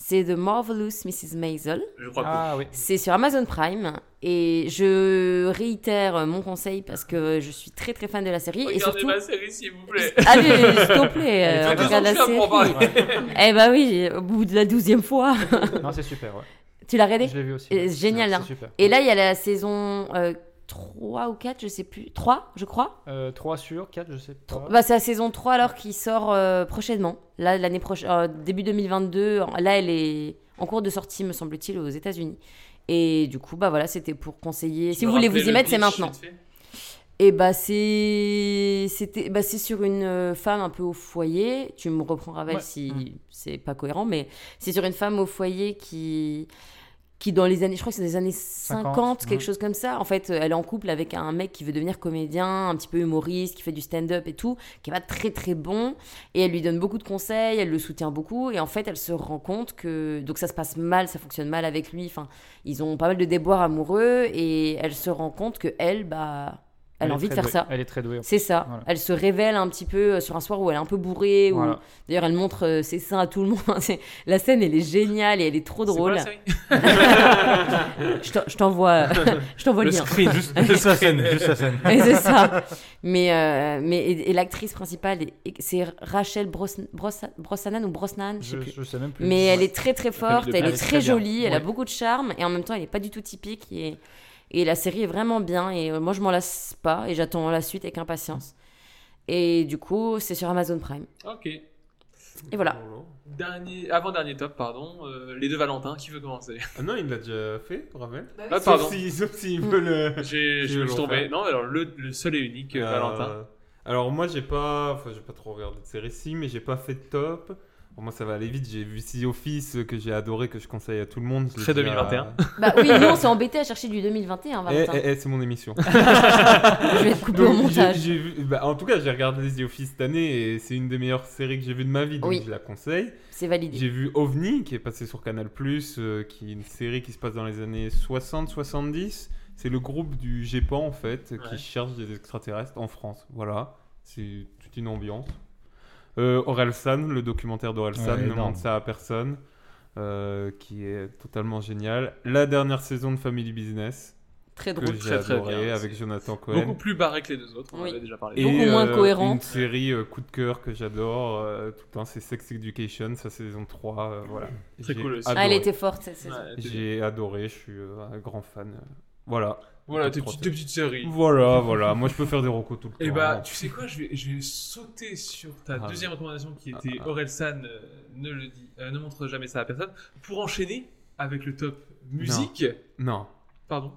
L: C'est The Marvelous Mrs. Maisel.
I: Je crois
K: ah,
I: [laughs]
K: que oui.
L: C'est sur Amazon Prime et je réitère mon conseil parce que je suis très très fan de la série
I: Regardez
L: et surtout.
I: la série s'il vous plaît.
L: [laughs] Allez, s'il te plaît, euh, regarde la série. eh bah oui, au bout de la douzième fois.
K: non, c'est super. Ouais.
L: [laughs] Tu l'as regardé
K: Je l'ai vu aussi.
L: C'est génial.
K: Non,
L: hein. super. Et là, il y a la saison. Euh, 3 ou 4, je sais plus. 3, je crois.
K: Euh, 3 sur 4, je sais pas. 3...
L: Bah, c'est la saison 3 alors qui sort euh, prochainement. Là, l'année prochaine, euh, début 2022. Là, elle est en cours de sortie, me semble-t-il, aux États-Unis. Et du coup, bah voilà, c'était pour conseiller.
I: Tu
L: si vous voulez vous y mettre, c'est maintenant. Et bah c'est c'était bah c'est sur une femme un peu au foyer. Tu me reprends Ravel ouais. si mmh. c'est pas cohérent, mais c'est sur une femme au foyer qui qui dans les années, je crois que c'est des années 50, 50 quelque ouais. chose comme ça. En fait, euh, elle est en couple avec un mec qui veut devenir comédien, un petit peu humoriste, qui fait du stand-up et tout, qui est pas très très bon. Et elle lui donne beaucoup de conseils, elle le soutient beaucoup. Et en fait, elle se rend compte que donc ça se passe mal, ça fonctionne mal avec lui. Enfin, ils ont pas mal de déboires amoureux et elle se rend compte que elle, bah elle, a envie de faire
K: douée.
L: ça.
K: Elle est très douée. hein. en
L: C'est
K: fait.
L: ça.
K: Voilà.
L: Elle se révèle un petit peu euh, sur un soir où elle est un peu bourrée. Où...
K: Voilà.
L: D'ailleurs, elle montre euh, ses seins à tout le monde. [laughs] C'est- la scène, elle est géniale et elle est trop drôle.
K: la série
L: Je t'en- je t'envoie, [laughs] je t'envoie le,
K: Le
L: lien.
K: screen, juste-
L: [laughs]
K: juste la scène, juste la scène.
L: Et c'est ça. Mais, euh, mais et, et l'actrice principale, est- est- c'est Rachel Brosn- Brossa- Brosnan ou Brosnan, je sais
K: Je-
L: plus.
K: je sais même plus.
L: Mais elle
K: Ouais.
L: est très très
K: La famille de
L: forte, elle
K: Blair.
L: est
K: Elle est
L: très
K: très bien.
L: jolie, elle a
K: Ouais.
L: beaucoup de charme et en même temps, elle n'est pas du tout typique et et la série est vraiment bien et euh, moi je m'en lasse pas et j'attends la suite avec impatience. Et du coup, c'est sur Amazon Prime.
I: Ok.
L: Et voilà.
A: Oh,
I: Dernier, avant dernier top, pardon. euh, les deux Valentins, qui veut commencer
A: Ah non, il l'a déjà fait, Ravel.
J: Bah
I: Ah,
A: Sauf
I: pardon.
A: si- Sauf s'il veut
L: [laughs]
A: le.
L: Mmh.
I: J'ai-
A: s'il
I: Je
A: veut
I: me
A: le
I: suis tombé.
A: refaire.
I: Non, alors le, le seul et unique euh,
A: Euh,
I: Valentin.
A: Alors moi j'ai pas, enfin j'ai pas trop regardé de séries ci, mais j'ai pas fait de top. Pour moi ça va aller vite. J'ai vu Sea Office euh, que j'ai adoré, que je conseille à tout le monde. Je l'ai
N: euh,
I: Très
A: dit à-
I: 2021.
L: Bah oui, nous on s'est embêté à chercher du 2021,
A: Eh,
L: Valentin.
A: eh, eh, c'est mon émission.
L: Je vais
N: [laughs]
L: te couper au
A: Donc, [laughs] j'ai-
L: montage.
A: j'ai vu- bah, en tout cas, j'ai regardé The Office cette année et c'est une des meilleures séries que j'ai vues de ma vie, donc
L: Oui.
A: je la conseille.
L: C'est validé.
A: J'ai vu OVNI qui est passé sur Canal+, euh, qui est une série qui se passe dans les années 60-70. C'est le groupe du GEPAN en fait
I: Ouais.
A: qui cherche des extraterrestres en France. Voilà, c'est toute une ambiance. Euh, Orelsan, le documentaire d'Orelsan,
F: Ouais,
A: ne
F: énorme.
A: montre ça à personne, euh, qui est totalement génial. La dernière saison de Family Business.
L: Très
A: que
L: drôle.
A: j'ai
I: Très, très
A: adoré,
I: bien.
A: avec
I: C'est
A: Jonathan Cohen.
I: Beaucoup plus barré que les deux autres, on en
L: Oui.
I: avait déjà parlé.
A: Et,
L: Beaucoup moins
A: euh,
L: cohérent.
A: Une série euh, coup de cœur que j'adore euh, tout le temps, c'est Sex Education, sa saison 3. euh, voilà.
I: Très
A: J'ai
I: cool aussi.
A: adoré.
L: Ah, elle était forte cette saison.
I: Ouais, elle était
A: J'ai adoré, je suis euh, un grand fan. euh, Voilà.
I: Voilà,
A: Pas de
I: tes
A: trop
I: petites-
A: de-
I: tes petites séries.
A: Voilà, voilà. Moi, je peux faire des recos tout le temps.
I: Et bah,
A: hein.
I: tu sais quoi, je vais, je vais sauter sur ta
A: Ah.
I: deuxième recommandation qui
A: Ah,
I: était
A: ah.
I: Orelsan euh, ne le dit, euh, ne montre jamais ça à personne, pour enchaîner avec le top musique.
A: Non.
I: Pardon.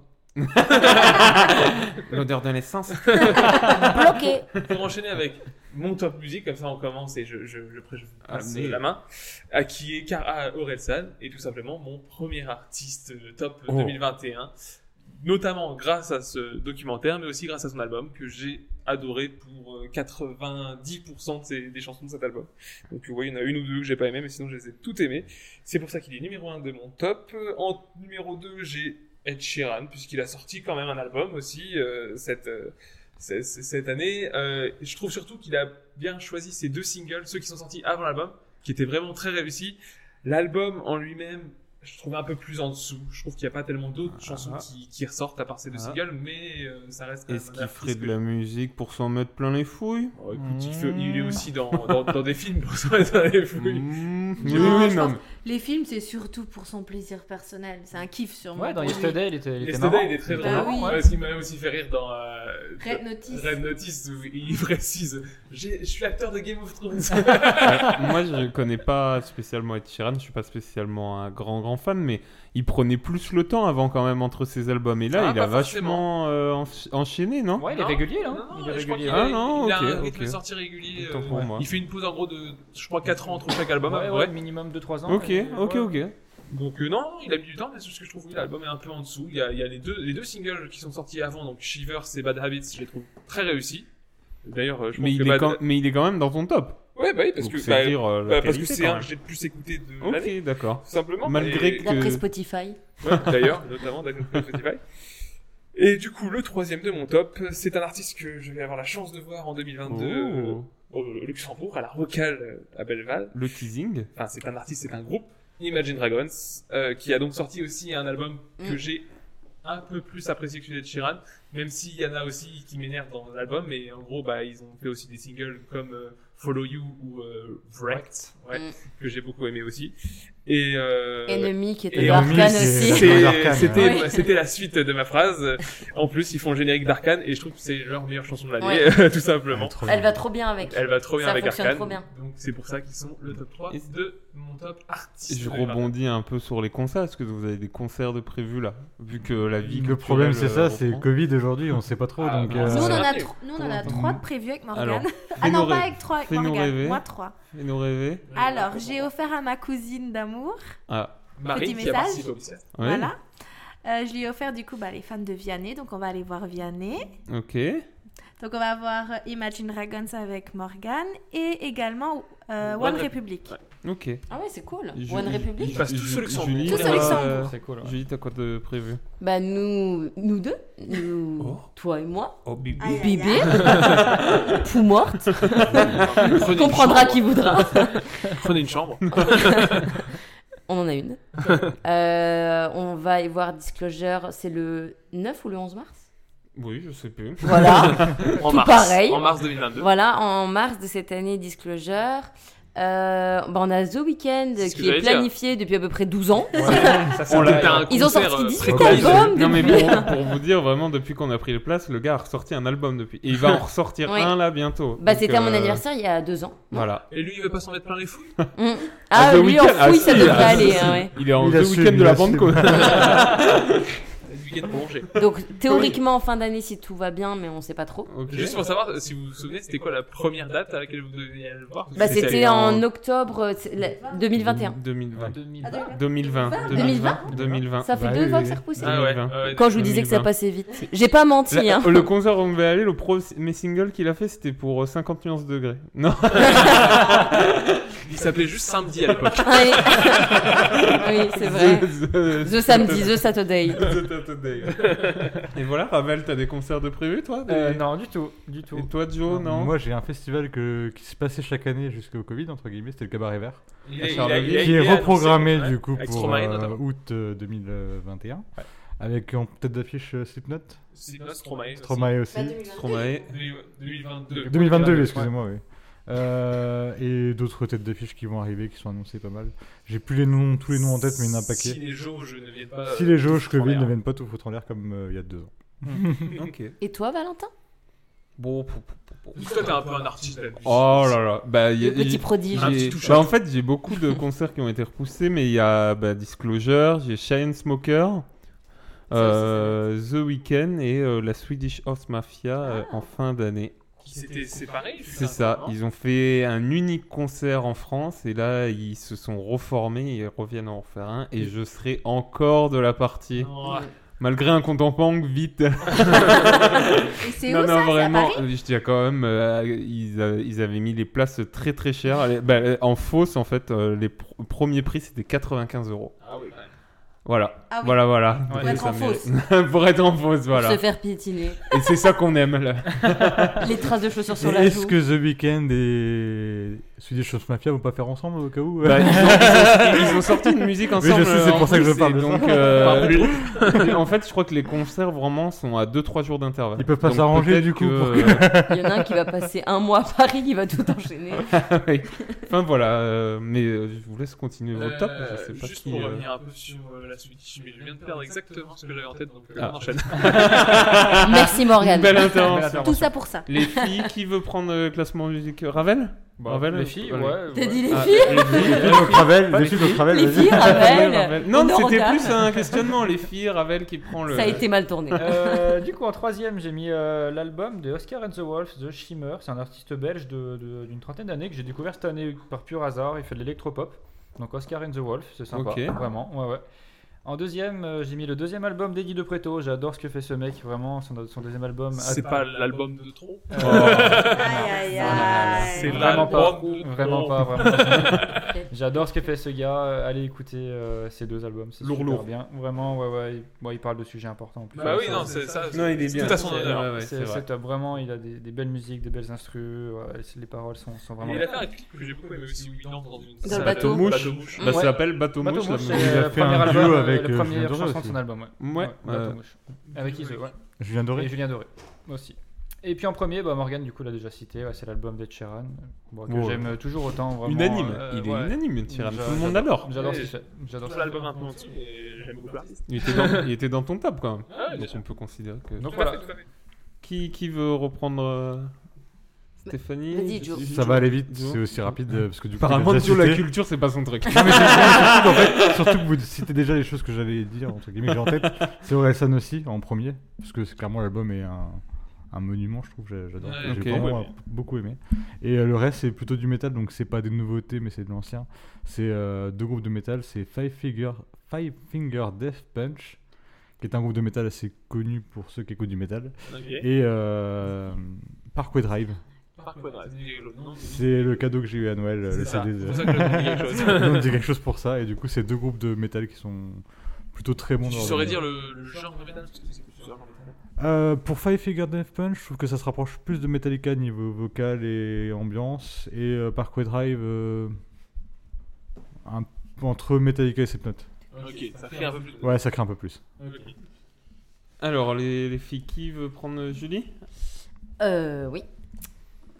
A: L'odeur de
I: [laughs]
A: naissance.
L: [laughs]
I: Bloqué. Pour enchaîner avec mon top musique, comme ça on commence et je, je, je, pré- je vous passe
A: Amenez.
I: la main, à qui est Cara Orelsan et tout simplement mon premier artiste euh, top
A: Oh.
I: 2021, notamment grâce à ce documentaire, mais aussi grâce à son album que j'ai adoré pour euh, 90% de ses- des chansons de cet album. Donc vous voyez, il y en a une ou deux que j'ai pas aimé, mais sinon je les ai toutes aimées. C'est pour ça qu'il est numéro 1 de mon top. En numéro 2, j'ai Ed Sheeran, puisqu'il a sorti quand même un album aussi euh, cette, euh, c- c- cette année. Euh, je trouve surtout qu'il a bien choisi ses deux singles, ceux qui sont sortis avant l'album, qui étaient vraiment très réussis. L'album en lui-même, je trouve un peu plus en dessous. Je trouve qu'il n'y a pas tellement d'autres chansons qui, qui ressortent à part ces deux
A: Ah.
I: singles, mais euh, ça reste quand même
A: Est-ce
I: un
A: qu'il
I: artiste
A: ferait de
I: que-
A: la musique pour s'en mettre plein les fouilles
I: Oh, écoute, il, fait- il est aussi dans, dans, dans des films pour ça, dans les
A: [laughs]
I: fouilles.
A: Mm.
I: [laughs]
A: Oui,
J: Non,
A: oui,
J: je
A: non.
J: pense- Les films, c'est surtout pour son plaisir personnel. C'est un kiff sûrement.
K: Ouais, dans
J: pour lui.
K: Yesterday, il était, il était
I: Yesterday,
K: marrant.
I: il est très
K: Il
I: drôle.
K: était marrant, ouais.
I: Ouais, Ce qui m'avait aussi fait rire dans euh,
J: Red Notice.
I: Red Notice, où
A: [laughs]
I: il précise J'ai- Je suis l'acteur de Game of Thrones.
A: Ah Alors, moi, je connais pas spécialement Ed Sheeran, je suis pas spécialement un grand grand fan, mais il prenait plus le temps avant quand même entre ses albums. Et là,
I: Ah,
A: il
I: pas
A: a vachement euh, enchi- enchaîné,
L: Ah
A: non
K: Ouais, il est
I: Non,
K: régulier, là.
I: non, non,
K: il est
I: je crois
K: régulier.
I: qu'il
A: Ah,
I: a-
A: non,
I: il a
A: ok,
I: un rythme
A: ok.
I: de sortie régulier. euh,
A: Autant pour moi.
I: Il fait une pause en gros de, je crois, 4 ans entre chaque album. à
K: Ouais,
I: peu
K: ouais,
I: près.
K: minimum de 3 ans.
A: Ok,
K: et-
A: ok,
K: ouais.
A: ok.
I: Donc euh, non, il a mis du temps, mais c'est juste que je trouve que l'album est un peu en dessous. Il y a, il y a les, deux, les deux singles qui sont sortis avant, donc Shivers et Bad Habits, je les trouve très réussis. D'ailleurs, euh, je pense
A: Mais il,
I: que
A: est
I: Bad-
A: quand... mais il est quand même dans ton top.
I: Ouais, bah oui, parce
A: Donc,
I: que
A: c'est
I: bah,
A: dire, euh, la
I: bah, parce que
A: qualité,
I: c'est
A: quand
I: un
A: même.
I: que j'ai le plus écouté de l'année.
A: Ok, d'accord.
I: Tout simplement.
A: Malgré
I: et-
A: que.
L: D'après Spotify.
I: Ouais, D'ailleurs, notamment d'après Spotify. Et du coup, le troisième de mon top, c'est un artiste que je vais avoir la chance de voir en 2022 euh,
A: Oh.
I: au Luxembourg, à la Rocale euh, à Belleval.
A: Le teasing.
I: Enfin, c'est un artiste, c'est un groupe. Imagine Dragons, euh, qui a donc sorti aussi un album que
A: Mm.
I: j'ai un peu plus apprécié que celui de Sheeran, même s'il y en a aussi qui m'énervent dans l'album, mais en gros, bah, ils ont fait aussi des singles comme euh, Follow You ou euh, Wrecked, ouais,
L: Mm.
I: que j'ai beaucoup aimé aussi. Et, euh,
L: Enemy, qui était
I: et
L: dans
I: Enemy,
L: Arkane
I: c'est-
L: aussi.
I: c'est-
L: Dans Arkane,
I: C'était
L: ouais.
I: c'était la suite de ma phrase. En plus, ils font le générique d'Arkane et je trouve que c'est leur meilleure chanson de l'année, [laughs]
L: Ouais.
I: tout simplement.
L: Elle va trop bien avec.
I: Elle va trop bien
L: Ça
I: avec
L: fonctionne
I: Arkane.
L: trop bien.
I: Donc c'est pour ça qu'ils sont le top 3 de mon top artiste.
A: Je rebondis un peu sur les concerts. Est-ce que vous avez des concerts de prévus là Vu que la vie.
F: Le
A: culturelle,
F: problème, c'est
A: euh,
F: ça, c'est le
A: reprend. Ah,
F: Covid aujourd'hui, on sait pas trop. donc,
A: non,
F: euh,
A: c'est
J: Nous, on en a,
A: vrai.
J: tro- nous, on en a trois de prévus avec Morgane.
A: Alors,
J: ah
A: fais-nous
J: non, pas
A: rêver.
J: avec trois avec
A: Fais-nous
J: Morgane.
A: rêver.
J: Moi, trois.
A: Fais-nous rêver.
J: Alors, j'ai offert à ma cousine d'amour.
A: Ah.
I: Marine
J: Petit
I: qui a
J: message.
I: participé au message.
A: Ouais.
J: Voilà. Euh, je lui ai offert du coup bah, les fans de Vianney, donc on va aller voir Vianney.
A: Ok.
J: Donc on va voir Imagine Dragons avec Morgan et également euh, One,
A: One
J: Republic.
A: Ok.
L: Ah ouais, c'est cool.
A: Ju-
L: One Republic.
A: Ju- Ju- Julie,
L: Tous au
A: euh,
I: [laughs]
L: Luxembourg.
K: C'est cool, ouais.
A: Julie, t'as quoi de prévu
L: Bah nous, nous deux, nous- toi et moi.
A: Oh, bébé.
L: Aïe, aïe, Bébé. [laughs] aïe. Pou morte. Prenez Comprendra une chambre. qui voudra.
I: Prenez une chambre.
L: On en a une. Euh, on va y voir Disclosure, c'est le 9 ou le 11 mars
A: Oui, je sais
L: [laughs]
A: plus.
L: Voilà.
I: En
L: Tout
I: mars.
L: pareil.
I: En mars 2022.
L: Voilà, en mars de cette année Disclosure. Euh, bah, on a The Weeknd
I: C'est ce que
L: qui est
I: j'allais dire.
L: planifié depuis à peu près 12 ans.
K: [laughs]
A: Ça, ça
L: On
A: me
L: l'a-
A: fait un
L: Ils ont
A: concert,
L: sorti
A: euh,
L: 18
A: précoce.
L: albums
A: Non, mais
L: depuis.
A: pour, pour vous dire, vraiment, depuis qu'on a pris les places, le gars a ressorti un album depuis. Et il va en ressortir
L: Ouais.
A: un là bientôt.
L: Bah,
A: Donc,
L: c'était à mon
A: euh,
L: anniversaire il y a deux ans.
A: Voilà.
I: Et lui, il veut pas s'en mettre plein les fouilles
L: Mm. Ah,
A: The
L: lui, en
A: Weeknd, ah,
L: fouille, ça
A: si,
L: devrait
A: ah, si,
L: aller.
A: si.
L: hein, ouais.
A: Il est en
I: Il
A: deux
I: assume,
A: week-ends de
I: il
A: la
I: assume.
A: bande, quoi.
I: Du week-end prolongé.
L: Donc, théoriquement, en fin d'année, si tout va bien, mais on sait pas trop.
I: Juste pour savoir si vous vous souvenez, c'était quoi la première date à laquelle vous deviez aller le voir
L: Bah, c'était en octobre euh, c'est la- 2021.
A: 2020.
L: 2020.
A: 2020.
L: 2020
A: 2020.
L: Ça fait
A: Bah
L: deux
A: oui,
L: fois
A: oui.
L: que c'est repoussé.
A: Ah ouais, ouais,
L: Quand je vous disais que ça
A: 2020.
L: passait vite. J'ai pas menti.
A: La- [laughs]
L: hein.
A: Le concert où on va aller, le premier single qu'il a fait, c'était pour euh, 50 nuances degrés. Non.
I: Il s'appelait juste Samedi à
F: [laughs]
I: l'époque.
L: Ah oui. Oui, c'est vrai.
A: [laughs] The-
L: The Samedi, The Saturday.
A: The Saturday. Et voilà, Ravel, t'as des concerts de prévu, toi Des-
K: Euh, non, du tout, du tout.
A: Et toi, Joe, non
F: Moi, j'ai un festival que, qui se passait chaque année jusqu'au Covid, entre guillemets, c'était le Cabaret Vert.
A: Il
F: à
A: est- il a-
F: Charleville,
A: il a-
F: qui
A: il a
F: est
A: annoncé,
F: reprogrammé
A: ouais,
F: du coup
A: avec
F: pour
A: Stromae,
F: euh,
A: notamment.
F: août euh, 2021. Avec en tête d'affiche euh, Slipknot.
I: Slipknot, Stromae aussi.
F: Stromae aussi.
I: Bah, 2022.
A: Stromae.
I: 2022.
F: 2022, excusez-moi, oui. Euh, et d'autres têtes d'affiche qui vont arriver, qui sont annoncées pas mal. J'ai plus les noms, tous les noms en tête, mais il y en a un paquet.
I: Si les jauges ne viennent pas,
F: Si
I: euh,
F: les
I: tout
F: jauges
I: foutre en
F: Covid
I: l'air.
F: ne viennent pas tout foutre en l'air comme euh, il y a deux ans.
A: ok.
L: Et toi, Valentin
A: Bon, pou-
I: hein. Toi, t'es un peu un artiste là.
A: Oh là là, bah, il y a-
L: Le petit
A: j'ai-
L: prodige.
A: j'ai-
L: Un petit toucheur.
A: bah, en fait, j'ai beaucoup de concerts qui ont été repoussés, mais il y a bah, Disclosure, j'ai Shine Smoker, euh, The Weeknd et euh, la Swedish House Mafia euh, en fin d'année.
I: Qui s'étaient séparés, juste
A: C'est ça, ils ont fait un unique concert en France et là ils se sont reformés, ils reviennent en faire un et je serai encore de la partie.
I: Ah.
A: Malgré un compte en banque, vite.
I: c'est
A: non,
I: où,
A: non,
I: ça C'est à
A: vraiment,
I: Paris
N: [laughs]
A: je dirais quand même, euh, ils, a- ils avaient mis les places très très chères. Allez, bah, euh, en fausse, en fait, euh, les pr- premiers prix c'était 95 euros.
I: Ah oui.
A: Voilà. [laughs]
L: Ah oui.
A: voilà, voilà.
L: Pour
A: Donc,
L: être
A: ça
L: en
A: mérite.
L: fausse.
A: Pour être en fausse,
L: Pour
A: voilà.
L: se faire piétiner.
A: Et c'est ça qu'on aime, là.
L: Les traces de chaussures sur
F: Et
L: la
F: Est-ce
L: joue.
F: que The Weeknd et Swedish House Mafia vont pas faire ensemble au cas où euh, [laughs]
A: Bah, ils, ont, ils ont- ils ont sorti une musique ensemble.
F: Oui, je sais, c'est
A: euh,
F: pour
A: en
F: ça que je
A: plus,
F: parle
A: et
F: de
A: donc,
F: ça.
A: euh, le- [laughs] en fait, je crois que les concerts vraiment sont à 2-3 jours d'intervalle.
F: Ils peuvent pas
A: Donc,
F: s'arranger,
A: peut-être
F: du coup,
A: que,
F: pour
A: euh,
L: Il y en a un qui va passer un mois à Paris, il va tout
A: [laughs]
L: enchaîner.
A: oui. Enfin voilà, euh, mais euh, je vous laisse continuer votre top.
I: Euh,
A: Je sais pas
I: juste
A: qui.
I: pour
A: euh,
I: revenir un peu sur euh, la Swedish, mais je viens de perdre exactement ce que j'avais en tête, donc euh,
A: Ah.
I: on enchaîne.
L: Merci, Morgane.
A: Une Belle
F: [laughs]
A: intervention.
L: Tout ça pour ça.
A: [laughs] Les filles, qui veut prendre le classement musique Ravel
K: Bah,
A: Ravel euh,
K: les filles,
A: allez.
K: ouais,
L: T'as ouais. dit les
A: Ah,
L: filles
A: les filles,
F: Les filles, donc Ravel,
A: Pas
F: les filles, donc Ravel,
L: Les
N: [laughs]
F: vas-y.
L: filles, Ravel.
A: Non,
L: Honor
A: c'était
L: Honda.
A: plus un questionnement. Les filles, Ravel qui prend le. Ah
L: Ça a été mal tourné.
K: Euh, du coup, en troisième, j'ai mis euh, l'album de Oscar and the Wolf, The Shimmer. C'est un artiste belge de- de- d'une trentaine d'années que j'ai découvert cette année par pur hasard. Il fait de l'électropop. Donc Oscar and the Wolf, c'est sympa,
A: Ok.
K: vraiment. Ouais, ouais. En deuxième, euh, j'ai mis le deuxième album d'Eddie De Preto. J'adore ce que fait ce mec, vraiment. Son, son deuxième album.
I: C'est
K: Ah,
I: pas l'album de trop
K: Euh,
I: Oh.
K: Aïe,
I: Aïe, aïe,
K: aïe.
I: C'est
K: vraiment pas,
I: l'album de
K: vraiment
I: trop.
K: pas, vraiment
I: [laughs]
K: pas. J'adore ce que fait ce gars. Euh, Allez écouter euh, ces deux albums, c'est
A: Lourd,
K: super
A: lourd.
K: bien. Vraiment, ouais, ouais. Il, bon, il parle de sujets importants. en plus.
I: Bah oui,
K: Ça,
I: non,
K: c'est-
I: c'est ça.
A: Non, il est
I: c'est euh,
A: bien.
I: Tout à son
A: C'est-
I: honneur.
A: ouais, ouais, c'est
K: c'est
A: vrai.
K: c'est top, vraiment. Il a des, des belles musiques, des belles instrus. ouais, c'est- les paroles sont, sont vraiment.
I: Et Il a fait un clip que j'ai beaucoup aimé aussi où il danse dans une
A: Dans le
I: salle,
A: bateau.
I: euh,
A: Mouche.
I: mouche.
A: Bah, ça Ouais. s'appelle Bateau Mouche, la
K: c'est
A: musique. Il a
K: le
A: fait un
K: premier
A: duo
K: album,
A: avec,
K: la
A: euh,
K: première
A: Julien Doré
K: chanson de
A: aussi.
K: son album. Ouais.
A: Ouais,
K: Bateau
A: euh,
K: Mouche. Avec Iseu, ouais.
F: Julien Doré.
K: Et Julien Doré aussi. Et puis en premier, bah, Morgan, du coup, l'a déjà cité. ouais, c'est l'album d'Ed Sheeran. bon, que
A: Ouais.
K: j'aime toujours autant. Vraiment,
A: Unanime.
K: euh,
A: Il est
K: ouais.
A: unanime, Ed Sheeran.
K: J'a-
A: Tout le monde
K: j'adore-
A: l'adore.
K: J'adore ce
I: Et
K: qu'il fait. J'adore
I: tout
K: ce qu'il
I: l'album
K: fait.
I: un peu en dessous et j'aime beaucoup l'artiste.
A: Il était, dans, il était dans ton top quand même.
I: Ah ouais, bien
A: Donc
I: sûr.
A: on peut considérer que.
K: Donc voilà.
A: Qui, qui veut reprendre euh, Stéphanie
L: Vas-y, Joe.
F: Ça va aller vite, c'est aussi rapide euh, parce que du coup.
A: Apparemment,
F: il a déjà
A: Joe, la
F: cité.
A: culture, c'est pas son [laughs] truc.
F: Non, mais c'est- surtout, qu'en fait, surtout que vous citez déjà les choses que j'allais dire, entre guillemets, que j'ai en tête. C'est Orelsan aussi, en premier, parce que c'est clairement l'album est un, un monument, je trouve, j'ai- j'adore.
A: Ouais,
F: j'ai
A: ok.
F: vraiment
A: Ouais.
F: euh, beaucoup aimé. Et euh, le reste, c'est plutôt du métal, donc c'est pas des nouveautés, mais c'est de l'ancien. C'est euh, deux groupes de métal, c'est Five Finger, Five Finger Death Punch, qui est un groupe de métal assez connu pour ceux qui écoutent du métal.
I: Ok.
F: Et euh, Parkway Drive.
I: Parkway Drive, le nom.
F: C'est le cadeau que j'ai eu à Noël,
I: C'est
F: le
I: ça,
F: CD. de-
I: c'est pour ça que le nom dit
F: [laughs]
I: quelque chose.
F: Le nom dit quelque chose pour ça. Et du coup, c'est deux groupes de métal qui sont plutôt très bons.
I: Tu
F: dans leur
I: saurais
F: domaine.
I: dire le, le genre de métal parce que c'est plusieurs genres de métal.
F: Euh, pour Five Finger Death Punch, je trouve que ça se rapproche plus de Metallica niveau vocal et ambiance. Et euh, Parkway Drive, euh, un peu entre Metallica et Slipknot.
I: Ok, ça fait un peu plus.
F: Ouais, ça crée un peu plus.
N: Alors, les, les filles, qui veut prendre Julie
L: Euh, oui.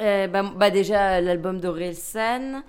L: Euh, bah, bah, déjà l'album d'Orelsan,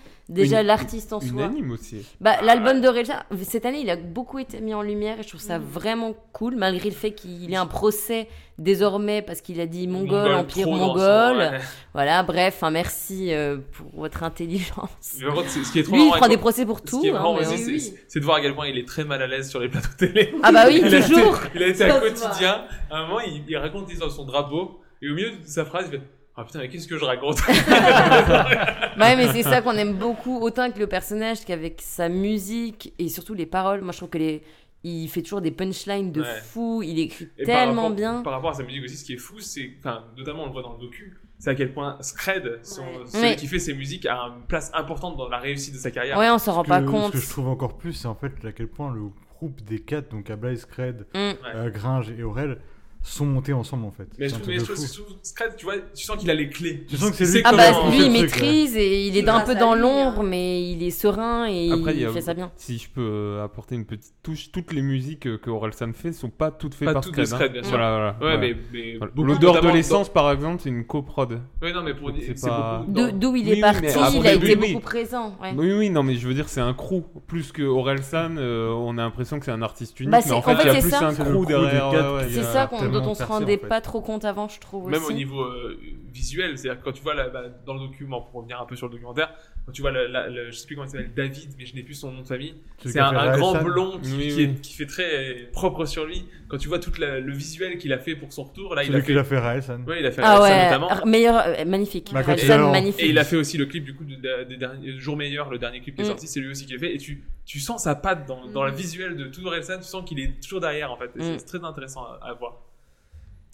N: Une-
L: déjà
N: Ah,
L: l'artiste en soi.
N: unanime aussi.
L: Bah, l'album d'Orelsan, cette année il a beaucoup été mis en lumière et je trouve ça
I: Mm.
L: vraiment cool, malgré le fait qu'il ait un procès désormais parce qu'il a dit mongol,
I: Mongol,
L: empire
I: trop dans son-
L: mongol.
I: ouais.
L: Voilà, bref, un merci euh, pour votre intelligence.
I: Mais par contre, c'est- ce qui est trop
L: Lui il
I: marrant
L: prend
I: avec-
L: des procès pour
I: Ce
L: tout.
I: qui est
L: hein,
I: marrant
L: mais
I: aussi,
L: oui,
I: c'est-
L: oui.
I: c'est- c'est de voir à quel point il est très mal à l'aise sur les plateaux télé.
L: Ah bah oui,
I: [laughs] il a été-
L: toujours.
I: il a été
L: Ça
I: à
L: se voit.
I: quotidien. À un moment, il, il raconte l'histoire de son drapeau. Et au milieu de sa phrase, il fait Ah putain, mais qu'est-ce que je raconte
L: Bah ouais, mais c'est ça qu'on aime beaucoup, autant avec le personnage qu'avec sa musique et surtout les paroles. Moi, je trouve que les... il fait toujours des punchlines de
I: Ouais.
L: fou, il écrit
I: Et par
L: tellement
I: rapport-
L: bien.
I: Par rapport à sa musique aussi, ce qui est fou, c'est, enfin, notamment on le voit dans le docu, c'est à quel point Scred, son, celui
L: Ouais.
I: qui fait ses musiques, a une place importante dans la réussite de sa carrière.
F: Ce que- Ce que je trouve encore plus, c'est en fait à quel point le groupe des quatre, donc Abla, Cred, euh, Gringe et Aurel, sont montés ensemble en fait.
I: Mais je
F: C'est un
I: trouve, mais
F: truc de
I: je trouve-
F: fou.
I: surtout Scred, tu vois, tu sens qu'il a les clés.
F: Tu sens que c'est
I: Il
F: lui
I: sait
F: qui-
L: Ah
I: comment-
L: bah lui,
F: ce
L: il
F: truc,
L: maîtrise et il est un
J: Grâce
L: peu
J: à
L: dans
J: lui, hein.
L: l'ombre, mais il est serein et
N: Après,
L: il,
N: y a-
L: fait ça bien.
N: Si je peux euh, apporter une petite touche, toutes les musiques euh, que Orelsan fait sont pas toutes faites
I: Pas
N: par
I: toutes de
N: Scred. hein.
I: Scred, bien sûr.
N: Voilà, voilà,
I: Ouais,
N: voilà.
I: mais- mais
N: Voilà.
I: beaucoup,
N: L'odeur de
I: notamment
N: l'essence, par exemple, c'est une coprod.
I: Ouais, non, mais pour-
N: Donc,
I: c'est beaucoup
L: De- d'où il est
N: Oui, oui,
L: parti,
N: mais
L: il a
N: après-
L: été
N: oui, oui.
L: beaucoup présent. ouais.
N: Oui, oui, non, mais je veux dire, c'est un crew. Plus que Orelsan, euh, on a l'impression que c'est un artiste unique,
L: Bah,
N: mais en
L: c'est- en
N: fait, il y
L: fait,
N: a
L: c'est
N: plus
L: ça.
N: un
L: C'est le
N: crew
L: crew des
N: derrière.
L: quatre
N: ouais, ouais, il y
L: C'est
N: a
L: ça qu'on- dont on se
N: tellement
L: rendait
N: percé, en fait.
L: pas trop compte avant, je trouve.
I: Même
L: aussi.
I: au niveau euh, visuel, c'est-à-dire que quand tu vois là, bah, dans le document, pour revenir un peu sur le documentaire, quand tu vois, la, la- la- je sais plus comment il s'appelle, David, mais je n'ai plus son nom de famille,
N: Celui
I: c'est
N: qui a
I: un,
N: fait
I: un grand
N: Raelsan.
I: blond qui,
N: Oui,
I: qui
N: oui.
I: est- qui fait très euh, propre sur lui. Quand tu vois tout le visuel qu'il a fait pour son retour, là, Ah, il
F: Celui
I: a
F: qu'il a fait Raelsan.
I: Oui, il a fait
L: Ah
I: Raelsan
L: ouais,
I: notamment.
L: r- meilleur, euh, magnifique.
F: Bah, quand
L: Raelsan,
F: il a-
L: magnifique.
I: Et il a fait aussi le clip du coup de, de- des derniers- Jour Meilleur, le dernier clip qui est
L: Mm.
I: sorti, c'est lui aussi qui l'a fait. Et tu, tu sens sa patte dans, dans le visuel de tout Relsan, tu sens qu'il est toujours derrière en fait. Et
L: Mm.
I: C'est très intéressant à, à voir.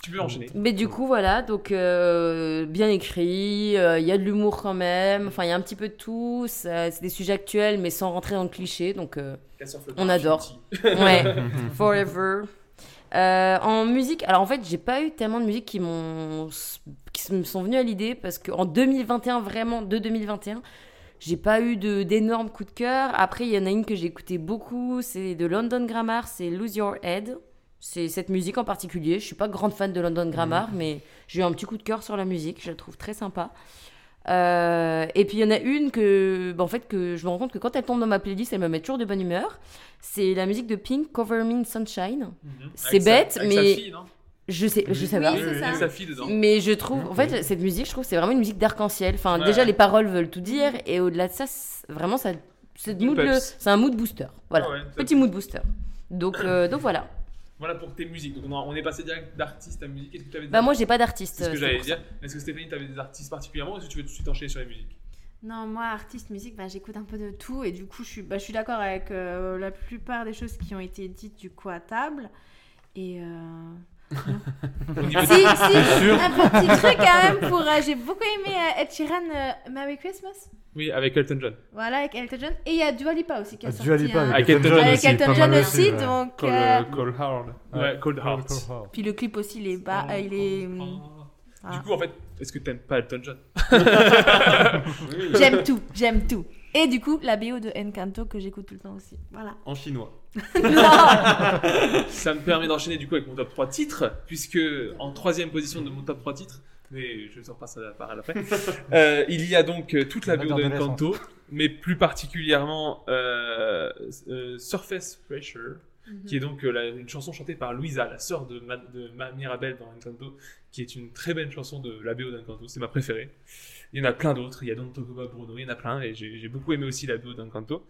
I: Tu peux enchaîner.
L: Mais du coup, voilà, donc euh, bien écrit, euh, il y a de l'humour quand même, enfin, il y a un petit peu de tout, ça- c'est des sujets actuels, mais sans rentrer dans le cliché, donc euh,
I: Casseur flottant,
L: on adore.
I: Infinity.
L: Ouais, forever. Euh, en musique, alors en fait, j'ai pas eu tellement de musique qui m'ont qui me sont venues à l'idée parce qu'en 2021, vraiment de 2021, j'ai pas eu de- d'énormes coups de cœur. Après, il y en a une que j'ai écoutée beaucoup, c'est de London Grammar, c'est Lose Your Head. C'est cette musique en particulier. Je suis pas grande fan de London Grammar, mais j'ai eu un petit coup de cœur sur la musique. Je la trouve très sympa. Euh, et puis il y en a une que, bah, en fait, que je me rends compte que quand elle tombe dans ma playlist, elle me met toujours de bonne humeur. C'est la musique de Pink, Cover Me in Sunshine. C'est
I: Mhm. Avec sa-
L: bête,
I: avec
L: mais
I: sa fille, non
L: je sais, je sais
I: Oui,
L: pas.
I: oui, oui, oui. Sa fille dedans.
L: Mais je trouve, en fait, cette musique, je trouve, que c'est vraiment une musique d'arc-en-ciel. Enfin,
I: Ouais,
L: déjà
I: ouais.
L: les paroles veulent tout dire, et au-delà de ça, c'est- vraiment, ça, c'est de
I: Une
L: mood,
I: peps.
L: le- c'est un mood booster. Voilà,
I: Ah ouais, ça-
L: petit mood booster. Donc, euh, donc voilà.
I: Voilà pour tes musiques. Donc on, a- on est passé direct d'artiste à musique. Est-ce que t'avais des-
L: Bah, moi, j'ai pas d'artiste,
I: C'est ce que
L: c'est
I: j'allais
L: pour ça.
I: dire. Est-ce que Stéphanie, t'avais des artistes particulièrement ou est-ce que tu veux tout de suite enchaîner sur les musiques
J: Non, moi, artiste, musique, bah, j'écoute un peu de tout et du coup, je suis, bah, je suis d'accord avec euh, la plupart des choses qui ont été dites du coup à table. Et. euh, non.
I: Au
J: si, si,
I: niveau des- T'es
J: un
I: sûr
J: petit truc quand même pour. euh, J'ai beaucoup aimé euh, Ed Sheeran, euh, Merry Christmas.
I: Oui, avec Elton John.
J: Voilà, avec Elton John. Et il y a Dua Lipa aussi qui a
I: Ah,
J: sorti.
I: Dua Lipa
J: un-
I: avec Elton John
J: avec
I: aussi,
J: Elton
I: pas
J: John
I: mal
J: aussi,
I: aussi, ouais.
J: donc.
I: Cold,
J: euh,
I: euh, Cold Hard. Ouais, Cold [laughs] Hard.
J: Puis le clip aussi, les bas,
L: Bah,
J: euh, il est.
L: euh, ah.
I: Du coup, en fait, est-ce que t'aimes pas Elton John
J: J'aime tout, j'aime tout. Et du coup, la BO de Encanto que j'écoute tout le temps aussi. Voilà.
I: En chinois.
J: Non.
I: Ça me permet d'enchaîner du coup avec mon top 3 titres, puisque en troisième position de mon top 3 titres, mais je sors pas ça par après, euh, il y a donc euh, toute la bio de Encanto, mais plus particulièrement euh, euh, Surface Pressure,
S: Mhm.
I: qui est donc euh, la- une chanson chantée par Louisa, la sœur de, Ma, de Ma Mirabel dans Encanto, qui est une très belle chanson de la BO d'Encanto, c'est ma préférée. Il y en a plein d'autres, il y a Don Togoba Bruno, il y en a plein, et j'ai j'ai beaucoup aimé aussi la BO d'Encanto.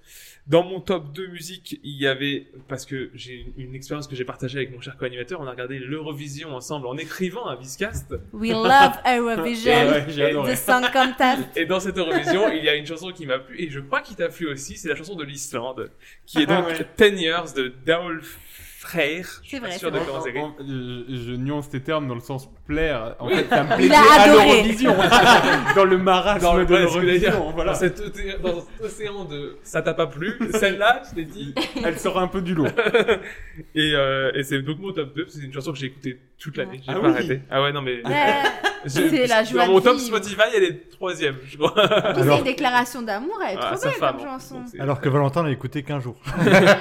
I: Dans mon top 2 musique, il y avait, parce que j'ai une, une expérience que j'ai partagée avec mon cher co-animateur, on a regardé l'Eurovision ensemble en écrivant un Viscast.
J: We love Eurovision,
I: Et ouais, j'ai adoré.
J: the song contest.
I: Et dans cette Eurovision, il y a une chanson qui m'a plu, et je crois qu'il t'a plu aussi, c'est la chanson de l'Islande, qui est donc
S: Ah ouais.
I: 10 Years de Daolf frère.
J: C'est vrai.
I: Sûr de
J: c'est
I: comment c'est.
N: En- je, je nuance tes termes dans le sens plaire. En fait, ça me
J: Il
N: plaisait
J: a
N: à
L: [laughs]
J: adoré.
N: l'Eurovision. [laughs] dans le marasme
I: Dans le-
N: de
I: ouais, ce que j'allais dire.
N: l'Eurovision. Voilà.
I: Dans cet oté- dans cet océan de ça t'a pas plu, celle-là, je t'ai dit.
N: Elle sort un peu du lot.
I: et euh, et c'est donc mon top 2, parce que c'est une chanson que j'ai écoutée toute l'année. J'ai pas
N: Ah oui.
I: arrêté. Ah ouais, non mais.
J: Ouais,
I: Je-
J: c'est la joie
I: Dans mon
J: de
I: top
J: vivre.
I: Spotify, elle est troisième, je crois.
J: C'est une déclaration d'amour, elle est
I: Ah,
J: trop
I: sa
J: belle
I: femme,
J: comme
I: en
J: chanson.
F: Alors que Valentin l'a écouté qu'un jour.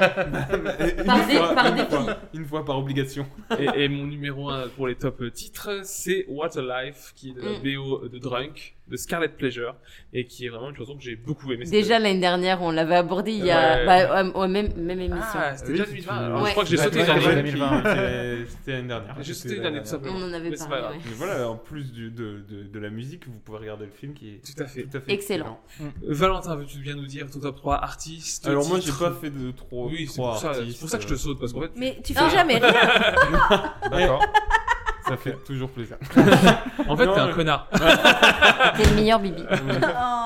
J: Par dé- par
N: une,
J: dépit.
N: fois, une fois par obligation.
I: et, et mon numéro 1 pour les top euh, titres, c'est What a Life, qui est de la
L: Mm.
I: BO de Drunk, de Scarlet Pleasure, et qui est vraiment une chanson que j'ai beaucoup aimée.
L: Déjà l'année dernière, on l'avait abordé il y a
I: Ouais.
L: bah, ouais, ouais, même, même émission.
I: Ah, c'était
N: Oui,
I: déjà
N: tu-
I: 2020. Alors,
L: Ouais.
I: Je crois que j'ai
N: Ouais,
I: sauté
N: ouais,
I: une année.
N: ouais, 2020, c'était-
I: [laughs]
N: C'était l'année dernière.
I: J'ai
N: C'était
I: sauté une année, tout simplement.
L: On en avait
I: Mais c'est
L: parlé,
I: pas grave.
L: ouais.
N: Mais voilà, en plus du- de, de, de la musique, vous pouvez regarder le film qui est
I: Tout à fait.
L: Excellent.
I: Euh, Valentin, veux-tu bien nous dire ton top 3 artistes
N: Alors moi, j'ai
I: titres
N: pas fait de trop.
I: Oui, c'est
N: trois
I: pour, ça- c'est
N: artistes,
I: pour ça que je te
N: euh,
I: saute, parce qu'en fait.
J: Mais tu
L: Ah,
J: fais jamais rien.
N: D'accord. [laughs] Ça fait toujours plaisir.
I: [laughs] En fait,
N: Non,
I: t'es un
N: mais- [laughs]
I: connard.
L: [laughs] T'es le meilleur Bibi.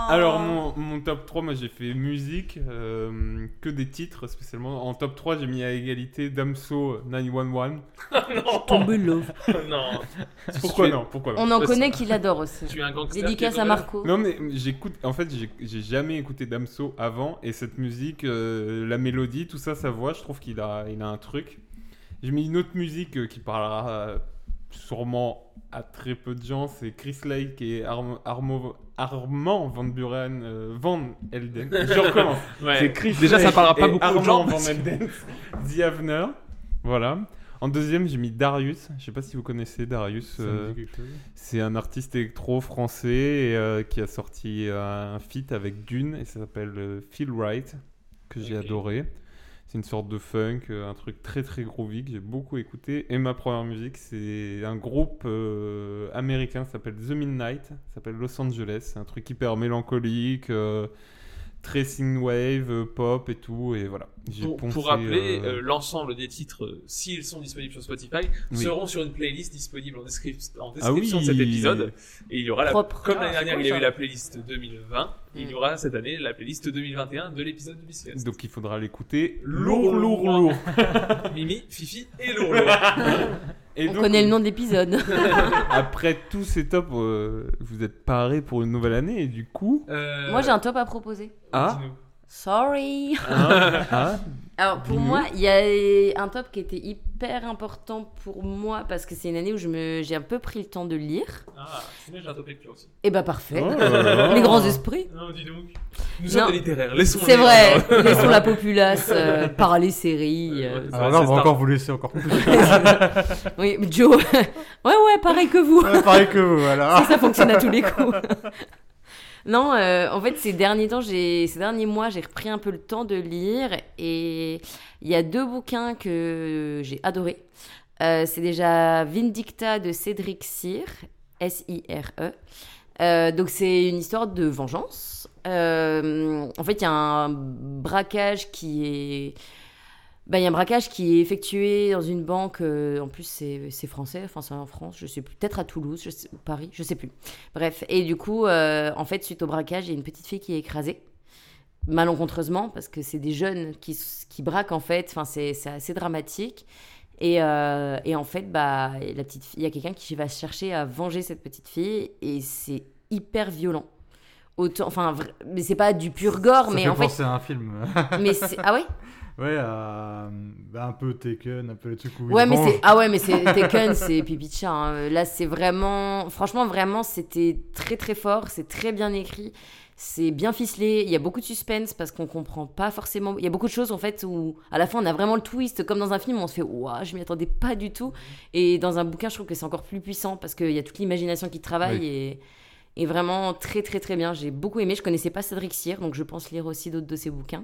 N: Alors, mon, mon top 3, moi j'ai fait musique, euh, que des titres spécialement. En top 3, j'ai mis à égalité Damso euh, 911.
I: [laughs]
L: Tombé love.
I: non.
N: Pourquoi
I: Tu es-
N: non Pourquoi
L: On
N: non
L: en
I: Parce-
L: connaît qui l'adore aussi.
I: Tu es un gangster.
L: Dédicace
I: qui est
L: à
I: dans-
L: Marco.
N: Non, mais j'écoute. En fait, j'ai- j'ai jamais écouté Damso avant et cette musique, euh, la mélodie, tout ça, sa voix, je trouve qu'il a, il a un truc. J'ai mis une autre musique euh, qui parlera euh, sûrement à très peu de gens, c'est Chris Lake et Arm- Armo- Armand Van Buren euh, Van Elden. Je recommence.
I: Ouais.
N: C'est Chris
I: Déjà, ça
N: Lake
I: parlera pas
N: et
I: beaucoup aux
N: Armand
I: gens, parce
N: Van
I: que-
N: Elden. The Avener. Voilà. En deuxième, j'ai mis Darius. Je sais pas si vous connaissez Darius.
F: Ça me
N: euh,
F: dit quelque chose.
N: c'est un artiste électro français et, euh, qui a sorti euh, un feat avec Dune et ça s'appelle euh, Feel Right, que j'ai adoré. C'est une sorte de funk, euh, un truc très très groovy que j'ai beaucoup écouté. Et ma première musique, c'est un groupe euh, américain qui s'appelle The Midnight, ça s'appelle Los Angeles. C'est un truc hyper mélancolique, euh, très synthwave, euh, pop et tout. Et voilà. J'ai
I: Pour,
N: poncé,
I: pour rappeler,
N: euh,
I: euh, l'ensemble des titres, euh, s'ils sont disponibles sur Spotify,
N: Oui.
I: seront sur une playlist disponible en, descrip- en
N: Ah
I: description
N: oui.
I: de cet épisode. Et il y aura la,
L: Propre.
I: comme
L: Ah,
I: l'année
L: c'est
I: dernière,
L: cool,
I: il y a eu
L: ça.
I: la playlist 2020. Il y
L: Mm.
I: aura cette année la playlist 2021 de l'épisode du Biscuit.
N: Donc il faudra l'écouter
I: Lourd,
N: lourd, lourd,
I: lourd.
N: lourd.
I: Mimi, Fifi
L: [laughs]
I: et Lourdes.
N: Et
L: on
N: donc,
L: connaît le nom de l'épisode.
N: Après tous ces tops, euh, vous êtes parés pour une nouvelle année et du coup.
I: Euh,
L: Moi j'ai un top à proposer.
N: Ah,
L: Sorry. [laughs]
N: ah, ah,
L: Alors pour
N: Dis-nous.
L: moi, il y a un top qui était hyper important pour moi parce que c'est une année où je me j'ai un peu pris le temps de lire.
I: Ah, sinon, j'ai un top lecture aussi.
L: Et bah parfait.
N: Oh là là.
L: [laughs] Les grands esprits.
I: Non, dis donc. Nous
L: Non.
I: sommes des littéraires, laissons
L: C'est
I: les-
L: vrai.
I: Alors-
L: Laissons la populace euh, par les séries.
N: [laughs]
L: euh.
I: Ouais,
F: Alors
I: c'est
F: là, on va
I: Star.
F: encore vous laisser encore plus.
L: Oui, mais Joe. [laughs] ouais ouais, pareil que
N: [laughs]
L: vous.
F: Ouais, pareil que vous, voilà.
L: ça, ça fonctionne à tous les coups. Non, euh, en fait, ces derniers temps, j'ai, ces derniers mois, j'ai repris un peu le temps de lire et il y a deux bouquins que j'ai adorés. Euh, c'est déjà Vindicta de Cédric Cyr, S-I-R-E. E. Euh, donc c'est une histoire de vengeance. Euh, en fait, il y a un braquage qui est, ben, il y a un braquage qui est effectué dans une banque. euh, en plus, c'est c'est français, enfin c'est en France, je sais plus, peut-être à Toulouse, je sais- ou Paris, je sais plus. Bref, et du coup, euh, en fait, suite au braquage, il y a une petite fille qui est écrasée malencontreusement parce que c'est des jeunes qui, s- qui braquent en fait. Enfin, c'est c'est assez dramatique. Et, euh, et en fait, bah, la petite fille, il y a quelqu'un qui va chercher à venger cette petite fille et c'est hyper violent. Autant, enfin, vra- mais c'est pas du pur gore,
F: Ça
L: mais
F: fait
L: en fait,
F: penser à un film. [laughs]
L: mais c'est- ah ouais.
F: Ouais, euh, bah, un peu Taken, un peu les trucs où ils
L: Ouais, mais
F: mangent.
L: c'est ah ouais, mais c'est Taken, c'est pipi de chat. hein. Là, c'est vraiment, franchement, vraiment, c'était très très fort, c'est très bien écrit, c'est bien ficelé. Il y a beaucoup de suspense parce qu'on comprend pas forcément. Il y a beaucoup de choses en fait où à la fin on a vraiment le twist comme dans un film, on se fait ouah, je m'y attendais pas du tout. Et dans un bouquin, je trouve que c'est encore plus puissant parce qu'il y a toute l'imagination qui travaille
F: Oui.
L: et et vraiment très très très bien. J'ai beaucoup aimé. Je connaissais pas Cédric Cyr, donc je pense lire aussi d'autres de ses bouquins.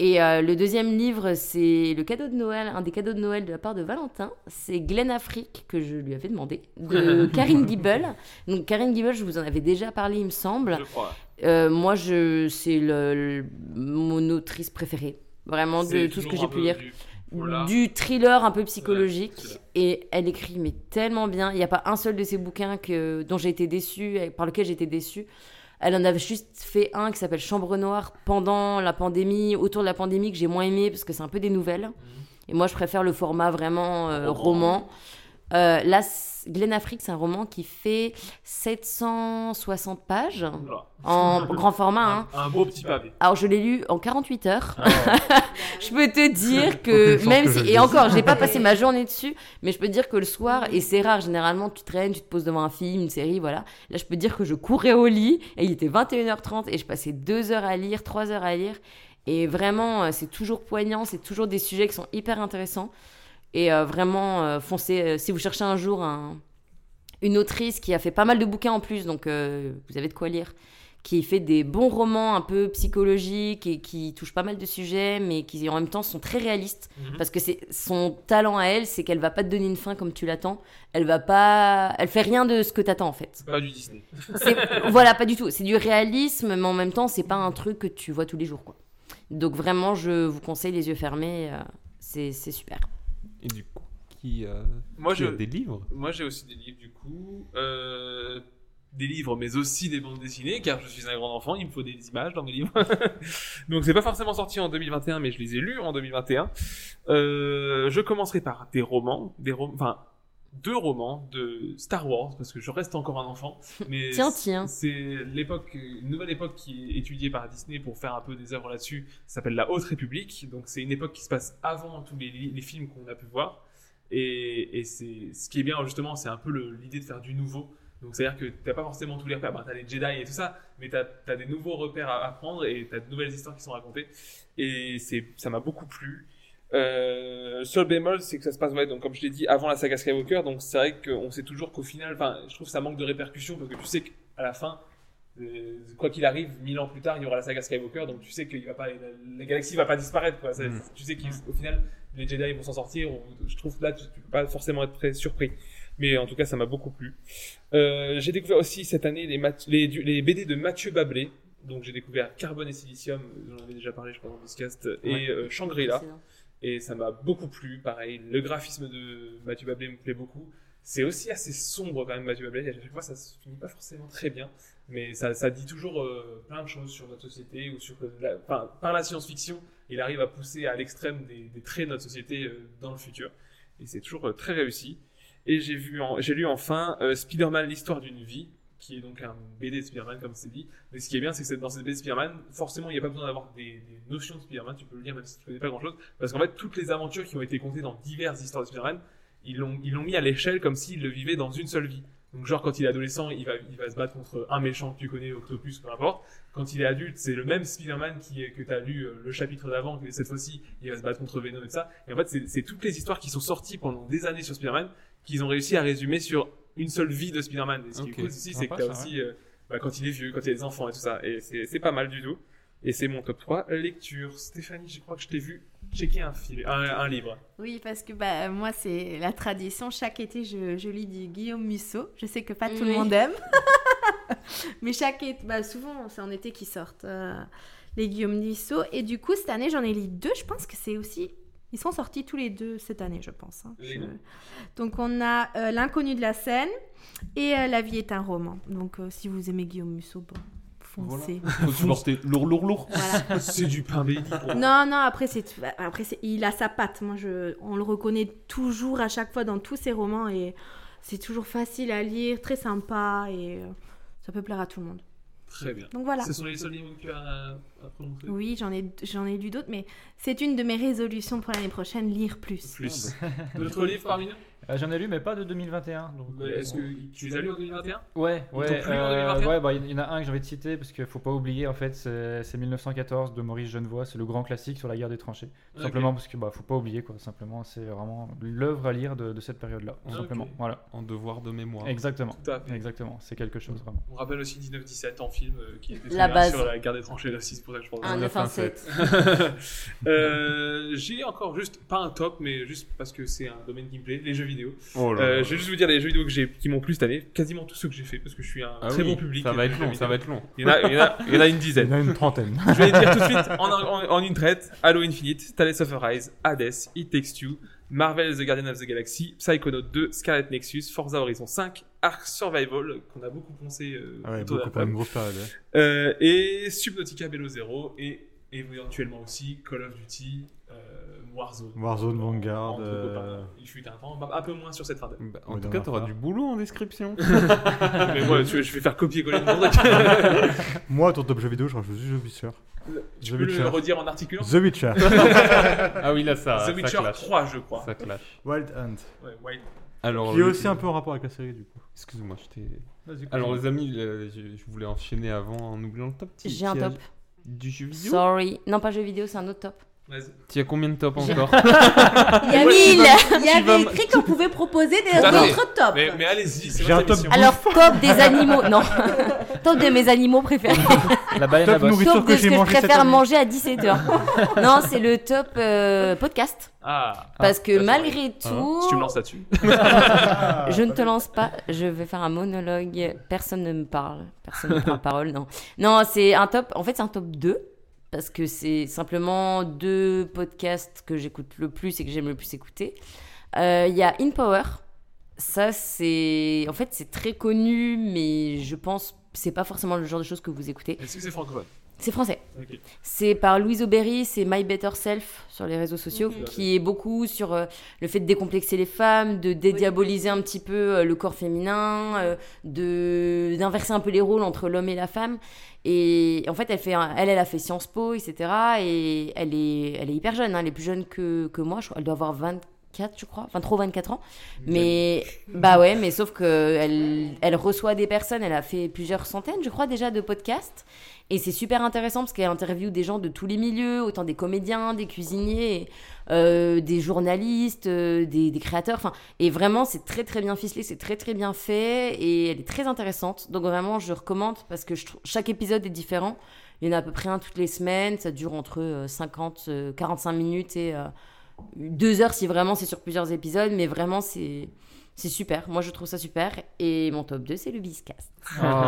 L: Et euh, le deuxième livre, c'est le cadeau de Noël, un des cadeaux de Noël de la part de Valentin. C'est Glen Afrique, que je lui avais demandé,
I: [laughs]
L: de Karine Giebel. Donc, Karine Giebel, je vous en avais déjà parlé, il me semble.
I: Je crois.
L: Euh, moi, je, c'est le, le- mon autrice préférée, vraiment, de
I: C'est
L: tout ce que
I: toujours
L: j'ai
I: un
L: pu
I: peu
L: lire.
I: du polar.
L: Du thriller un peu psychologique.
I: Ouais, c'est
L: et elle écrit, mais tellement bien. Il n'y a pas un seul de ses bouquins que, dont j'ai été déçue, et par lequel j'ai été déçue. Elle en avait juste fait un qui s'appelle Chambre Noire pendant la pandémie, autour de la pandémie, que j'ai moins aimé parce que c'est un peu des nouvelles. Et moi, je préfère le format vraiment euh, roman. Euh, là, Glen Affric, c'est un roman qui fait 760 pages
I: Voilà.
L: en grand format. hein.
I: Un, un beau petit pavé.
L: Alors, je l'ai lu en 48 heures. je peux te dire que, même si, et encore, j'ai pas passé ma journée dessus, mais je peux te dire que le soir, et c'est rare, généralement, tu traînes, tu te poses devant un film, une série, voilà. Là, je peux te dire que je courais au lit, et il était 21h30, et je passais 2 heures à lire, 3 heures à lire. Et vraiment, euh, c'est toujours poignant, c'est toujours des sujets qui sont hyper intéressants. Et euh, vraiment, euh, foncez, euh, si vous cherchez un jour un, une autrice qui a fait pas mal de bouquins en plus, donc euh, vous avez de quoi lire, qui fait des bons romans un peu psychologiques et qui touchent pas mal de sujets, mais qui en même temps sont très réalistes.
J: Mhm.
L: Parce que c'est son talent à elle, c'est qu'elle va pas te donner une fin comme tu l'attends. Elle va pas, elle fait rien de ce que t'attends en fait.
I: Pas du Disney. [laughs]
L: C'est- voilà, pas du tout. C'est du réalisme, mais en même temps, c'est pas un truc que tu vois tous les jours, quoi. Donc vraiment, je vous conseille les yeux fermés. euh, c'est c'est super.
N: Et du coup, qui, euh,
I: Moi,
N: qui
I: je-
N: a des livres
I: Moi, j'ai aussi des livres, du coup. Euh, des livres, mais aussi des bandes dessinées, car je suis un grand enfant, il me faut des images dans mes livres. [laughs] Donc, c'est pas forcément sorti en 2021, mais je les ai lus en 2021. Euh, je commencerai par des romans, des rom- enfin, deux romans de Star Wars, parce que je reste encore un enfant. Mais
L: Tiens, tiens.
I: C'est l'époque, une nouvelle époque qui est étudiée par Disney pour faire un peu des œuvres là-dessus. Ça s'appelle la Haute République. Donc, c'est une époque qui se passe avant tous les, li- les films qu'on a pu voir. Et, et c'est ce qui est bien justement, c'est un peu le- l'idée de faire du nouveau. Donc c'est-à-dire que t'as pas forcément tous les repères, bah, t'as les Jedi et tout ça, mais t'as as des nouveaux repères à apprendre et t'as de nouvelles histoires qui sont racontées. Et c'est ça m'a beaucoup plu. Euh, seul bémol, c'est que ça se passe ouais, donc comme je l'ai dit avant la saga Skywalker, donc c'est vrai qu'on sait toujours qu'au final, enfin, je trouve que ça manque de répercussions parce que tu sais qu'à la fin, euh, quoi qu'il arrive, mille ans plus tard, il y aura la saga Skywalker, donc tu sais que va pas, la, la galaxie va pas disparaître. Quoi. Ça-
N: Mm.
I: Tu sais qu'au final, les Jedi vont s'en sortir. ou- Je trouve que là, tu, tu peux pas forcément être très surpris. Mais en tout cas, ça m'a beaucoup plu. Euh, j'ai découvert aussi cette année les, mat- les, du- les BD de Mathieu Bablé. Donc j'ai découvert Carbone et Silicium, euh, j'en avais déjà parlé, je crois, dans le podcast,
N: Ouais.
I: et euh, Shangri-La.
N: Excellent.
I: Et ça m'a beaucoup plu, pareil. Le graphisme de Mathieu Bablé me plaît beaucoup. C'est aussi assez sombre quand même, Mathieu Bablé. et À chaque fois, ça se finit pas forcément très bien. Mais ça, ça dit toujours euh, plein de choses sur notre société ou sur euh, la, enfin, par la science-fiction. Il arrive à pousser à l'extrême des, des traits de notre société euh, dans le futur. Et c'est toujours euh, très réussi. Et j'ai vu, en- j'ai lu enfin euh, Spider-Man, l'histoire d'une vie, qui est donc un BD de Spider-Man, comme c'est dit. Mais ce qui est bien, c'est que c'est dans cette BD de Spider-Man, forcément, il n'y a pas besoin d'avoir des, des notions de Spider-Man. Tu peux le lire même si tu ne connais pas grand-chose. Parce qu'en fait, toutes les aventures qui ont été contées dans diverses histoires de Spider-Man, ils l'ont, ils l'ont mis à l'échelle comme s'il le vivait dans une seule vie. Donc, genre, quand il est adolescent, il va, il va se battre contre un méchant que tu connais, Octopus, peu importe. Quand il est adulte, c'est le même Spider-Man qui, est- que tu as lu euh, le chapitre d'avant, que cette fois-ci, il va se battre contre Venom et tout ça. Et en fait, c'est, c'est toutes les histoires qui sont sorties pendant des années sur Spider-Man qu'ils ont réussi à résumer sur une seule vie de Spider-Man. Et ce qui
N: Ok.
I: est cool aussi, c'est que
N: Sympa,
I: tu as
N: ça, ouais.
I: aussi euh, bah, quand il est vieux, quand il y a des enfants et tout ça. Et c'est c'est pas mal du tout. Et c'est mon top 3 lecture. Stéphanie, je crois que je t'ai vu checker un, fil- un, un
N: [laughs]
I: livre.
J: Oui, parce que bah, moi, c'est la tradition. Chaque été, je, je lis du Guillaume Musso. Je sais que pas tout le
L: Oui.
J: monde aime. [laughs] Mais chaque été, bah, souvent, c'est en été qu'ils sortent euh, les Guillaume Musso. Et du coup, cette année, j'en ai lu deux. Je pense que c'est aussi. Ils sont sortis tous les deux cette année, je pense. hein.
L: Les
J: Je-
L: noms.
J: Donc, on a euh, L'inconnu de la Seine et euh, La vie est un roman. Donc, euh, si vous aimez Guillaume Musso, bon, foncez.
N: Faut supporter lourd, lourd, lourd.
J: Voilà.
I: C'est du pain béni.
J: Non, non, après, c'est, après c'est, il a sa patte. Moi, je, on le reconnaît toujours à chaque fois dans tous ses romans et c'est toujours facile à lire, très sympa et euh, ça peut plaire à tout le monde.
I: Très bien.
J: Donc voilà.
I: Ce sont les seuls livres que tu as euh, à, à prononcer.
J: Oui, j'en ai, j'en ai lu d'autres, mais c'est une de mes résolutions pour l'année prochaine, lire plus.
I: Plus. [laughs]
J: Ah
I: D'autres livres parmi nous
K: Euh, J'en ai lu, mais pas de 2021. Donc, euh,
I: Mais Est-ce que tu les as lus en 2021
K: Ouais,
I: Ils
K: ouais,
I: t'ont plu en
K: euh,
I: 2021
K: ouais, bah, il y en a un que j'ai envie de citer parce qu'il faut pas oublier en fait, c'est c'est 1914 de Maurice Genevoix, c'est le grand classique sur la guerre des tranchées. Tout
I: Ok.
K: Simplement parce que bah faut pas oublier quoi, simplement c'est vraiment l'œuvre à lire de, de cette période-là, tout
I: Ok.
K: simplement. Voilà.
N: En devoir de mémoire.
K: Exactement.
I: Tout à fait.
K: Exactement, c'est quelque chose vraiment.
I: On rappelle aussi 1917 en film euh, qui était
L: La
I: sur-
L: base.
I: sur la guerre des tranchées là, c'est pour ça que je pense.
J: Ah,
L: Un
I: à
L: neuf, un
I: 917. [laughs] Euh, J'ai encore juste, pas un top, mais juste parce que c'est un domaine qui me plaît, les jeux vidéo.
N: Oh là
I: Euh,
N: là.
I: Je vais juste vous dire les jeux vidéo que j'ai- qui m'ont plu cette année, quasiment tous ceux que j'ai fait parce que je suis un
N: Ah
I: très
N: oui,
I: bon public.
N: ça va
I: de
N: être
I: jeux
N: long, ça
I: vidéo.
N: va être long.
I: Il y en a, il y en a- il y en a une dizaine.
K: Il y en a une trentaine.
I: Je vais les dire tout de suite en, un- en- en une traite Halo Infinite, Tales of Arise, Hades, It Takes Two, Marvel The Guardian of the Galaxy, Psychonaut 2, Scarlet Nexus, Forza Horizon 5, Ark Survival, qu'on a beaucoup pensé euh,
F: Ah ouais,
I: autour de la
F: beaucoup, pas une
I: table.
F: grosse période, ouais.
I: Euh, et Subnautica Bello Zero et éventuellement aussi Call of Duty, euh, Warzone.
F: Warzone, Vanguard.
I: Entre
K: euh,
I: copains. Il fut un temps, un peu moins sur cette fin d'année.
N: Bah, En tout cas, t'auras du boulot en description.
I: [laughs] Mais moi, tu veux, je vais faire copier-coller le monde.
K: [laughs]
F: Moi, ton top jeu vidéo, je rajoute juste The Witcher.
I: Tu peux
F: Witcher.
I: le redire en articulant
F: The Witcher.
N: ah oui, là, ça.
I: The
N: ça
I: Witcher
N: clash.
I: 3, je crois.
N: Ça clash.
F: Wild Hunt.
I: Ouais, Wild.
N: Alors,
F: qui est
N: le-
F: aussi un peu en rapport avec la série, du coup.
N: Excuse-moi, je t'ai.
F: Vas-y, continue.
N: Alors, les amis, le- je, je voulais enchaîner avant en oubliant le top. Tu-
L: J'ai un
N: tu as-
L: top.
N: Du jeu vidéo
L: Sorry. Non, pas jeu vidéo, c'est un autre top.
N: Tu as combien de tops
L: J'ai-
N: encore
L: [laughs]
I: Ah,
L: Il y a
J: Il,
L: mille.
J: y avait écrit qu'on pouvait proposer des
N: Attendez.
J: d'autres tops.
I: Mais, mais allez-y, c'est
N: J'ai
I: votre
N: un top
I: émission.
L: Alors, top des animaux.
I: [laughs]
L: Non. top de mes animaux préférés.
K: La baleine à
L: top
K: bosse.
L: de ce que je préfère manger à 17h. non, c'est le top euh, podcast.
I: Ah.
L: Parce que
I: Ah,
L: malgré
I: ça, c'est vrai.
L: tout-
I: Si tu me lances là-dessus.
L: je ne te lance pas, je vais faire un monologue. Personne ne me parle, personne ne prend la parole, non. Non, c'est un top, en fait, c'est un top 2, parce que c'est simplement deux podcasts que j'écoute le plus et que j'aime le plus écouter. Euh, Il y a In Power, ça c'est. En fait, c'est très connu, mais je pense c'est pas forcément le genre de choses que vous écoutez.
I: [laughs] Est-ce que c'est francophone
L: C'est français.
I: Ok.
L: C'est par Louise Aubery, c'est My Better Self sur les réseaux sociaux, qui est beaucoup sur euh, le fait de décomplexer les femmes, de dédiaboliser un petit peu euh, le corps féminin, euh, de d'inverser un peu les rôles entre l'homme et la femme. Et en fait, elle, fait un- elle, elle a fait Sciences Po, etc. Et elle est, elle est hyper jeune, hein, elle est plus jeune que, que moi, je crois. elle doit avoir 24, je crois, enfin trop 24 ans. Mais bah ouais, mais sauf que elle, elle reçoit des personnes, elle a fait plusieurs centaines, je crois déjà, de podcasts. Et c'est super intéressant parce qu'elle interviewe des gens de tous les milieux, autant des comédiens, des cuisiniers, euh, des journalistes, euh, des, des créateurs. Enfin, et vraiment, c'est très très bien ficelé, c'est très très bien fait et elle est très intéressante. Donc vraiment, je recommande parce que je trou- chaque épisode est différent. Il y en a à peu près un toutes les semaines. Ça dure entre euh, 50, euh, 45 minutes et euh, deux heures si vraiment c'est sur plusieurs épisodes. Mais vraiment, c'est c'est super. Moi, je trouve ça super. Et mon top 2, c'est le Biscast.
K: Ah.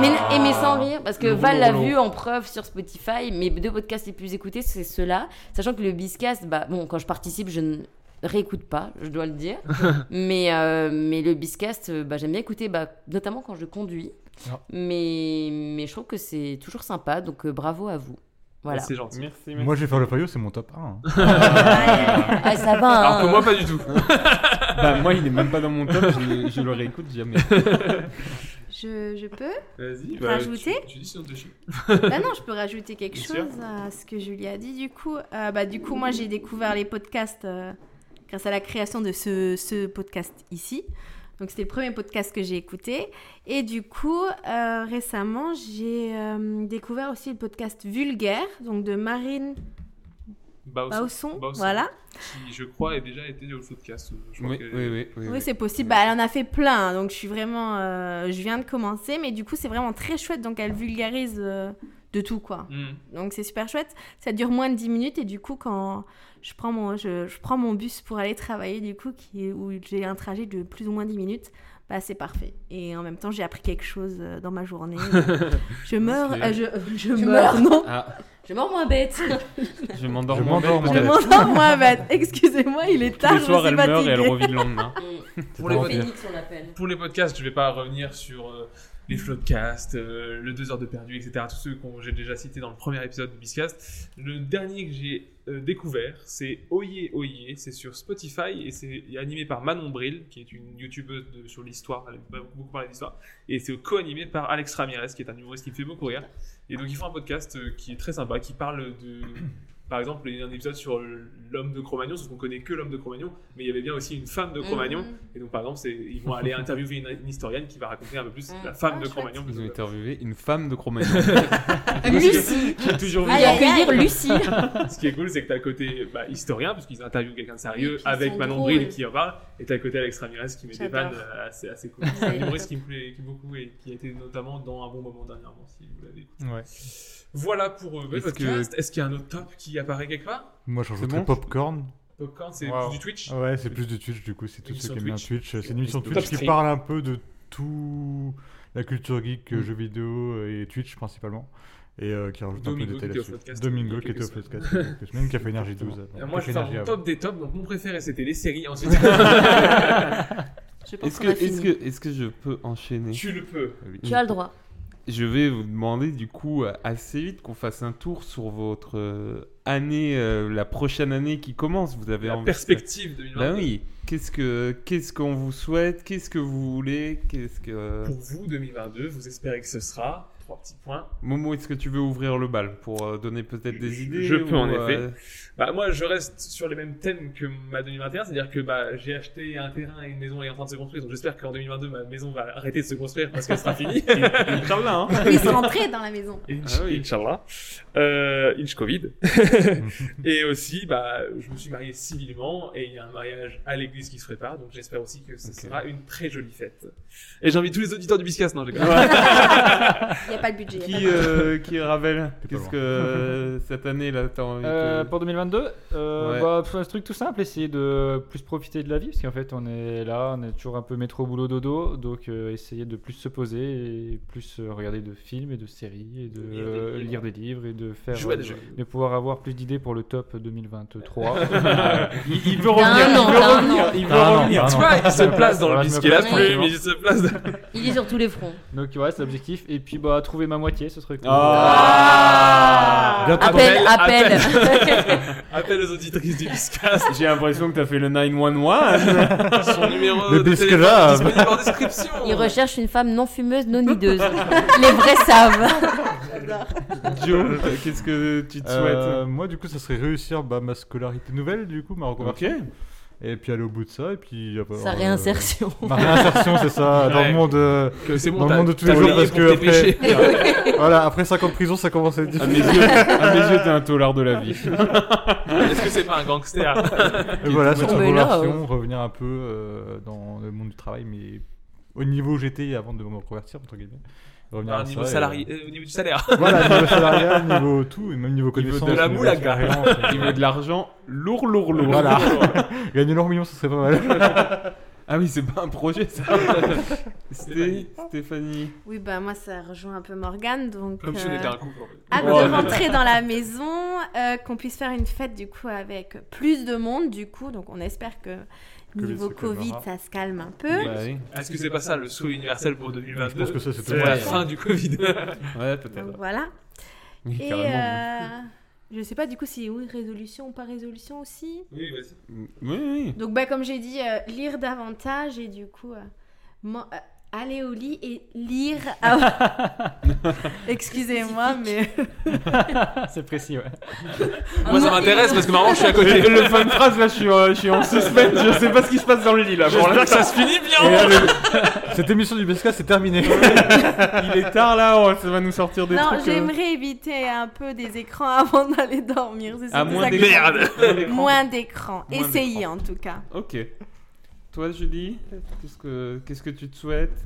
L: Mais, et mais sans rire, parce que
J: Le
L: Val
J: rouleau,
L: l'a
J: rouleau.
L: vu en preuve sur Spotify, mes deux podcasts les plus écoutés, c'est ceux-là. Sachant que le Biscast, bah, bon, quand je participe, je ne réécoute pas, je dois le dire. mais, euh, mais le Biscast, euh, bah, j'aime bien écouter, bah, notamment quand je conduis.
F: Ah.
L: Mais, mais je trouve que c'est toujours sympa, donc euh, bravo à vous. Voilà.
I: C'est gentil. Merci,
F: Moi, je vais faire le paillot, c'est mon top 1. hein.
L: Ah, ça va, hein.
I: Alors que moi, pas du tout.
N: bah, moi, il est même pas dans mon top, je, je le réécoute jamais.
J: Je, je peux
I: Vas-y, bah,
J: Rajouter
I: tu, tu dis sinon t'es chiant.
J: Bah non, je peux rajouter quelque
I: Bien
J: chose
I: sûr.
J: à ce que Julie a dit du coup. Euh, bah du coup, moi j'ai découvert les podcasts euh, grâce à la création de ce, ce podcast ici. Donc c'était le premier podcast que j'ai écouté. Et du coup, euh, récemment, j'ai euh, découvert aussi le podcast Vulgaire, donc de Marine
L: Bah,
J: Bausson. Voilà.
I: Qui, je crois, a déjà été au podcast. euh, Je crois
N: Oui,
I: qu'elle-
N: oui, oui.
J: Oui, c'est possible. Bah, elle en a fait plein, hein, donc je suis vraiment, euh, je viens de commencer, mais du coup c'est vraiment très chouette. Donc elle vulgarise euh, de tout quoi.
I: Mm.
J: Donc c'est super chouette. Ça dure moins de 10 minutes et du coup quand je prends mon, je, je prends mon bus pour aller travailler du coup qui est- où j'ai un trajet de plus ou moins 10 minutes, bah c'est parfait. Et en même temps j'ai appris quelque chose euh, dans
N: [laughs]
J: ma journée. je meurs,
N: Ok.
J: euh, je, je
L: Tu
J: meurs,
L: meurs.
J: non.
N: Ah.
L: Je mors moins bête.
N: Je m'endors
F: Je
N: moins
F: m'endors
N: bête,
F: moins
J: Je
N: peut-être.
J: m'endors moins bête. Excusez-moi, il est
N: Tous
J: tard.
N: les
J: je
N: soirs,
J: suis
N: elle meurt et elle
J: fatiguée.
N: revit le lendemain.
L: Pour les phénix, on l'appelle.
I: Pour les podcasts, je vais pas revenir sur euh, les floodcasts, euh, le 2 heures de perdu, etc. Tous ceux que j'ai déjà cités dans le premier épisode de Biscast. Le dernier que j'ai euh, découvert, c'est Oye Oye. C'est sur Spotify et c'est animé par Manon Bril, qui est une youtubeuse de- sur l'histoire. Elle aime pas beaucoup parler d'histoire. Et c'est co-animé par Alex Ramirez, qui est un humoriste qui me fait beaucoup rire. Et donc, ils font un podcast euh, qui est très sympa, qui parle de. [coughs] Par exemple, il y a un épisode sur euh, l'homme de Cro-Magnon, sauf qu'on connaît que l'homme de Cro-Magnon, mais il y avait bien aussi une femme de
L: Mm.
I: Cro-Magnon.
S: Mhm.
I: Et donc, par exemple, c'est- ils vont aller interviewer une, une historienne qui va raconter un peu plus
L: Mm.
I: la
L: Ah,
I: femme de Cro-Magnon.
N: Ils ont interviewé une femme de Cro-Magnon.
L: Lucie.
N: J'ai toujours vu
L: Allez,
N: ça.
L: accueillir Lucie.
I: Ce qui est cool, c'est que t'as le côté bah, historien, parce qu'ils interviewent quelqu'un de sérieux
L: Oui, puis ils
I: avec
L: sont
I: Manon
L: drôles.
I: Bril qui en parle, et t'as le côté Alex Ramirez qui met des
L: J'adore.
I: vannes euh, assez, assez
L: [laughs]
I: cool. C'est un humoriste qui me plaît qui me plaît beaucoup et qui a été notamment dans un bon moment dernièrement, si vous l'avez écouté.
F: Ouais.
I: Voilà pour euh, le
N: Est-ce que-
I: podcast. Est-ce qu'il y a un autre top qui apparaît quelque part
F: Moi, je
N: C'est
F: rajouterais
N: bon
F: Popcorn.
I: Popcorn, c'est
N: Wow. Ah
I: plus du Twitch
F: Ouais, c'est plus de Twitch, du coup, c'est tous
I: Émission
F: ceux qui aiment bien
I: Twitch.
F: Twitch. C'est une émission
I: Top
F: Twitch qui
I: stream.
F: parle un peu de tout la culture geek, euh,
I: Mm.
F: jeux vidéo euh, et Twitch principalement. Et euh, qui rajoute un peu
I: Domingo
F: de
I: qui
F: détails
I: était au
F: là-dessus.
I: podcast il y
F: Domingo
I: a
F: qui était au
I: quelques
F: podcast,
I: semaines.
F: quelques semaines, qui a fait énergie 12.
I: Euh, Moi, je
F: Café
I: fais
F: Énergie
I: un
F: avant.
I: top des tops, donc mon préféré c'était les séries, ensuite.
N: [laughs]
L: Je pense
N: Est-ce
L: qu'on
N: que,
L: a
N: est-ce
L: fini.
N: que, est-ce que je peux enchaîner Ah
I: Tu le peux.
N: Oui.
L: Tu as le droit.
N: Je vais vous demander du coup assez vite qu'on fasse un tour sur votre euh, année, euh, la prochaine année qui commence. Vous avez
I: la
N: envie
I: perspective
N: de...
I: 2022.
N: Ben oui. Qu'est-ce que qu'est-ce qu'on vous souhaite Qu'est-ce que vous voulez Qu'est-ce que
I: Pour vous, 2022, vous espérez que ce sera trois petits points.
N: Momo, est-ce que tu veux ouvrir le bal pour euh, donner peut-être des idées
I: Je peux
N: ou,
I: en
N: euh,
I: effet. Bah, moi, je reste sur les mêmes thèmes que ma 2021, c'est-à-dire que bah, j'ai acheté un terrain et une maison est en train de se construire, donc j'espère qu'en 2022, ma maison va arrêter de se construire parce qu'elle sera
K: [laughs]
I: finie. Inch'Allah. Hein.
J: Ils sont rentrés dans la maison.
K: Ah
I: Inch- Inch'Allah. Euh, Inch
K: [laughs]
I: Covid. et aussi, bah, je me suis marié civilement et il y a un mariage à l'église qui se prépare, donc j'espère aussi que ce sera une très jolie fête. Et j'invite tous les auditeurs du Biscas, non, j'ai
J: Il n'y a pas de budget.
N: Qui, euh, qui est Ravel Qu'est-ce que euh, cette année là t'as envie
K: Euh,
N: de-
K: pour 2022, euh,
N: Ouais.
K: bah, pff, un truc tout simple, essayer de plus profiter de la vie, parce qu'en fait on est là, on est toujours un peu métro boulot dodo, donc euh, essayer de plus se poser et plus euh, regarder de films et de séries et de
I: Lire des
K: euh,
I: livres.
K: lire des livres et de faire euh,
I: Jouer à des jeux.
K: de pouvoir avoir plus d'idées pour le top
I: [laughs]
K: 2023.
I: Il- il veut revenir, D'un il an, veut d'un revenir, an.
F: Ah,
I: il veut
K: D'un an,
I: revenir.
K: d'un
I: Tu
K: an.
I: vois, il se place dans le
K: Voilà, je me
I: biscuit, là,
K: place,
I: ce premier,
K: franchement.
I: mais il se place dans-
L: Il est sur tous les fronts.
K: [laughs] Donc ouais, c'est l'objectif. Et puis bah trouver ma moitié, ce serait cool.
L: Ah Bientôt. Appel, appel.
I: Appel aux auditrices du [laughs] Biscas.
N: [laughs] J'ai l'impression que t'as fait le 911.
I: Son numéro
N: Le
I: de
N: bisque
I: téléphone
N: là.
I: disponible en description.
L: Il recherche une femme non fumeuse, non nideuse. Les vrais savent.
N: Joe, euh, qu'est-ce que tu te
F: Euh,
N: souhaites
F: Moi, du coup, ça serait réussir bah, ma scolarité nouvelle, du coup, ma reconversion. Et puis aller au bout de ça, et puis. euh,
L: Sa réinsertion.
F: euh, ma réinsertion, c'est ça, dans
N: Ouais.
F: le monde, euh,
N: Que c'est bon,
F: dans le
N: t'as-
F: monde de tous
N: t'as
F: les jours,
N: oublié
F: parce
N: pour
F: que
N: tes
F: après.
N: péchés.
F: voilà, après 5 ans de prison, ça commence
I: Ah,
F: à être
N: À
F: difficile.
N: mes yeux, à mes yeux, t'es un taulard de la [laughs] vie. [laughs]
I: Est-ce que c'est pas un gangster
F: Et
L: Euh,
F: voilà, sur
N: Oh,
F: cette
N: mais là,
F: reconversion, revenir un peu euh, dans le monde du travail, mais au niveau où j'étais avant de me reconvertir, entre guillemets. Revenir
I: Ah,
F: à
I: niveau
F: ça et-
I: salarié- euh, au niveau du salaire.
F: Voilà, niveau salarial,
I: [laughs]
F: niveau tout, et même niveau
N: Niveau de
F: connaissance.
N: la
F: niveau
N: moula, gars.
F: expérience.
N: Niveau de l'argent, lourd, lourd, lourd.
F: Voilà. euh, Gagner l'or million, ce serait pas
I: [laughs]
F: mal.
N: Ah oui, c'est pas un projet ça. Sté- Stéphanie.
J: Oui, bah moi ça rejoint un peu Morgane, donc. euh,
N: Comme si on était un couple, en fait.
L: Ah,
J: Hâte
N: Oh,
J: de
N: mais-
J: rentrer dans la maison, euh, qu'on puisse faire une fête du coup avec plus de monde, du coup, donc on espère que
I: Covid
J: niveau
I: se
J: Covid
I: calmera.
J: ça se calme un peu.
I: Mais
N: Bah
I: Est-ce que c'est pas ça le souhait universel pour 2022
N: Je pense que ça, c'est
I: c'est
N: tout.
I: la
N: Ouais.
I: fin du Covid. [laughs]
N: Ouais,
J: Donc voilà.
N: Oui,
J: Et
N: carrément,
J: euh, je sais pas du coup si oui, résolution ou pas résolution aussi.
I: Oui, vas-y.
N: Oui, oui.
J: Donc bah, comme j'ai dit, euh, lire davantage et du coup euh, m'en- euh, aller au lit et lire.
N: [laughs]
J: avant- Excusez-moi, mais
K: c'est précis, ouais.
L: Ah,
I: Moi, ça m'intéresse parce que marrant, je suis à côté.
N: [laughs] Le fin de phrase là, je suis, euh, je suis en suspens. Je sais pas ce qui se passe dans le lit là.
I: J'espère que ça se finit bien.
N: Et, euh,
F: Cette émission du Besca,
I: [laughs]
F: c'est terminé.
N: Il est tard là, oh, ça va nous sortir des
J: non,
N: trucs. euh,
J: j'aimerais éviter un peu des écrans [laughs] avant d'aller dormir. c'est
N: Ah,
J: surtout
N: moins
J: ça que
N: d'écran.
J: je
N: Merde.
J: voulais dire.
N: Moins d'écran.
J: Moins d'écran.
N: Moins
J: Essayez en tout cas.
N: Ok. Toi, Julie, qu'est-ce que qu'est-ce que tu te souhaites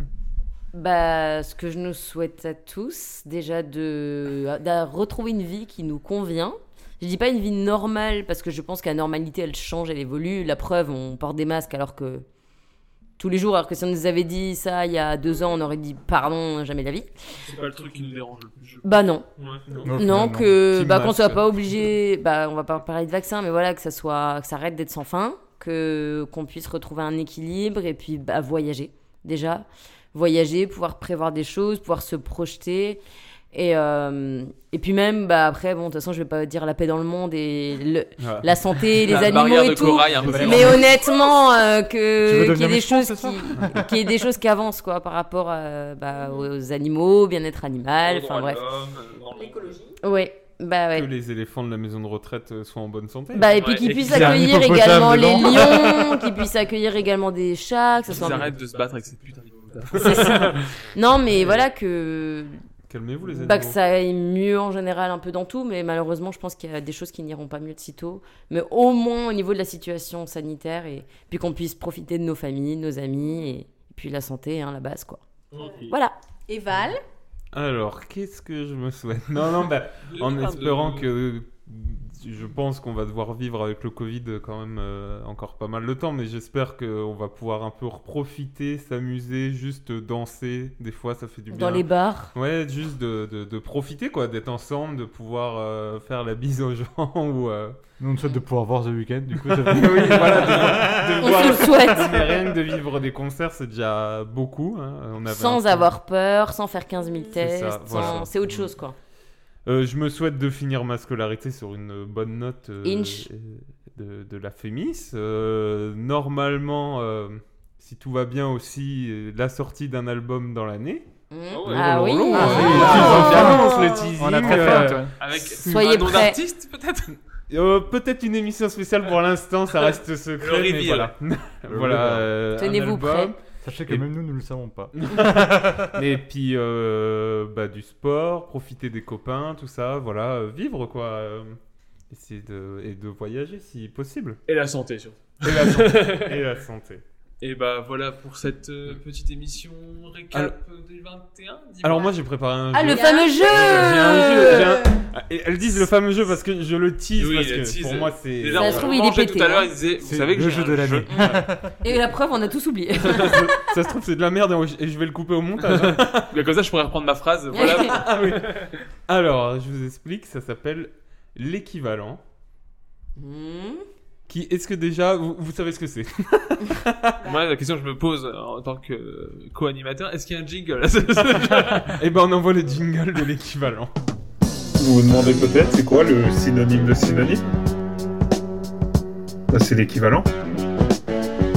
L: Bah, ce que je nous souhaite à tous, déjà de, de retrouver une vie qui nous convient. Je dis pas une vie normale parce que je pense que la normalité elle change, elle évolue. La preuve, on porte des masques alors que tous les jours, alors que si on nous avait dit ça il y a deux ans, on aurait dit pardon, jamais de la vie.
I: C'est pas le truc qui nous dérange le plus. je-
L: Bah non.
I: Ouais,
L: non.
H: Mmh.
L: que
I: Petit
L: bah, qu'on
I: masque.
L: soit pas obligé, bah on va pas parler de vaccin, mais voilà que ça soit que ça arrête d'être sans fin, que qu'on puisse retrouver un équilibre et puis bah, voyager déjà, voyager, pouvoir prévoir des choses, pouvoir se projeter. Et, euh, et puis même, bah après, bon, de toute façon, je vais pas dire la paix dans le monde et le-
H: Ouais.
L: la
H: [laughs]
L: santé, les
H: La
L: animaux
H: barrière
L: et
H: de
L: tout.
H: corail, hein, un peu plus
L: mais
H: grande.
L: honnêtement, euh,
H: Tu veux
L: que qu'il y ait
H: devenir
L: des
H: méchant,
L: choses
H: c'est ça
L: qui, qu'il y ait des choses qui avancent quoi par rapport euh, bah, aux animaux, bien-être
H: Oh,
L: animal, enfin bref.
I: euh,
J: L'écologie.
L: Ouais, bah ouais.
N: Que les éléphants de la maison de retraite euh, soient en bonne santé.
L: Bah, et puis qu'ils puissent accueillir également les
N: [laughs]
L: lions, qu'ils puissent accueillir également des chats, que ce
I: Qu'ils
L: soit.
I: arrêtent de se battre avec cette putain
L: C'est ça.
I: d'hippopotame.
L: Non, mais voilà que.
N: Calmez-vous, les
L: Bah,
N: animaux.
L: que ça aille mieux en général, un peu dans tout, mais malheureusement, je pense qu'il y a des choses qui n'iront pas mieux de sitôt. Mais au moins au niveau de la situation sanitaire, et puis qu'on puisse profiter de nos familles, de nos amis, et puis la santé, hein, la base, quoi. Voilà.
J: Et Val
N: Alors, qu'est-ce que je me souhaite Non,
I: [laughs]
N: non, bah, en espérant que. Je pense qu'on va devoir vivre avec le Covid quand même euh, encore pas mal de temps, mais j'espère qu'on va pouvoir un peu profiter, s'amuser, juste danser. Des fois, ça fait du bien.
L: Dans les bars.
N: Ouais, juste de, de- de profiter, quoi, d'être ensemble, de pouvoir euh, faire la bise aux gens [laughs] ou. euh,
F: Nous, on souhaite de pouvoir voir The Weeknd, du
I: [laughs]
F: coup. Ça...
N: oui, voilà, de, de
L: On
N: voir-
L: se le souhaite.
N: Mais rien que de vivre des concerts, c'est déjà beaucoup. hein. On avait
L: Sans
N: un-
L: avoir peur, sans faire 15 000
N: C'est
L: tests,
N: ça,
L: sans-
N: voilà.
L: c'est autre chose, quoi.
N: Euh, je me souhaite de finir ma scolarité sur une bonne note euh,
L: Inch.
N: de, de la Fémis. Euh, normalement, euh, si tout va bien aussi, euh, la sortie d'un album dans l'année.
L: ouais. Ah oui.
N: Ah, c'est-
L: Ah.
N: le teasing, le teasing,
K: On a très peur, toi.
I: Avec
L: Soyez
I: un nom
L: prêts.
I: d'artiste, peut-être
N: Euh, Peut-être une émission spéciale pour l'instant,
I: [laughs]
N: ça reste
I: Le
N: secret.
I: reveal.
N: Mais voilà. [laughs] voilà euh, un
L: Tenez-vous
N: album.
L: prêts.
F: Sachez que
N: Et-
F: même nous, nous le savons pas.
N: Et puis euh, bah, du sport, profiter des copains, tout ça, voilà, euh, vivre quoi. euh, essayer de, et de voyager
I: [laughs]
N: si possible.
I: Et la santé, surtout.
N: Et la santé. et la santé.
I: Et bah voilà pour cette euh, petite émission récap 2021. dis-moi.
N: Alors moi j'ai préparé un
L: Ah,
N: jeu.
L: le fameux jeu
N: J'ai un jeu, j'ai un- Ah, et Elles disent le fameux jeu parce que je le tease
I: Oui,
N: parce
I: le
N: que
I: tease.
N: pour moi c'est.
I: Déjà,
L: Ça
I: on
L: se trouve, il est
I: mangeait
L: pété,
I: Tout à l'heure,
L: hein.
I: il disait, vous
N: C'est
I: savez que
F: le
I: j'ai
F: jeu
I: un
F: de l'année.
L: Et la preuve, on a tous oublié.
N: Ça se trouve c'est de la merde et on- et je vais le couper au montage.
F: [laughs]
N: hein.
I: Mais comme ça, je pourrais reprendre ma phrase. Voilà.
N: Ah oui. Alors, je vous explique, ça s'appelle l'équivalent.
L: Hmm.
N: Qui est-ce que déjà vous, vous savez ce que c'est
I: Moi, la question que je me pose euh, en tant que euh, co-animateur, est-ce qu'il y a un jingle [laughs]
N: Eh ben on envoie le jingle de l'équivalent.
A: Vous vous demandez peut-être c'est quoi le synonyme de synonyme Bah, C'est l'équivalent.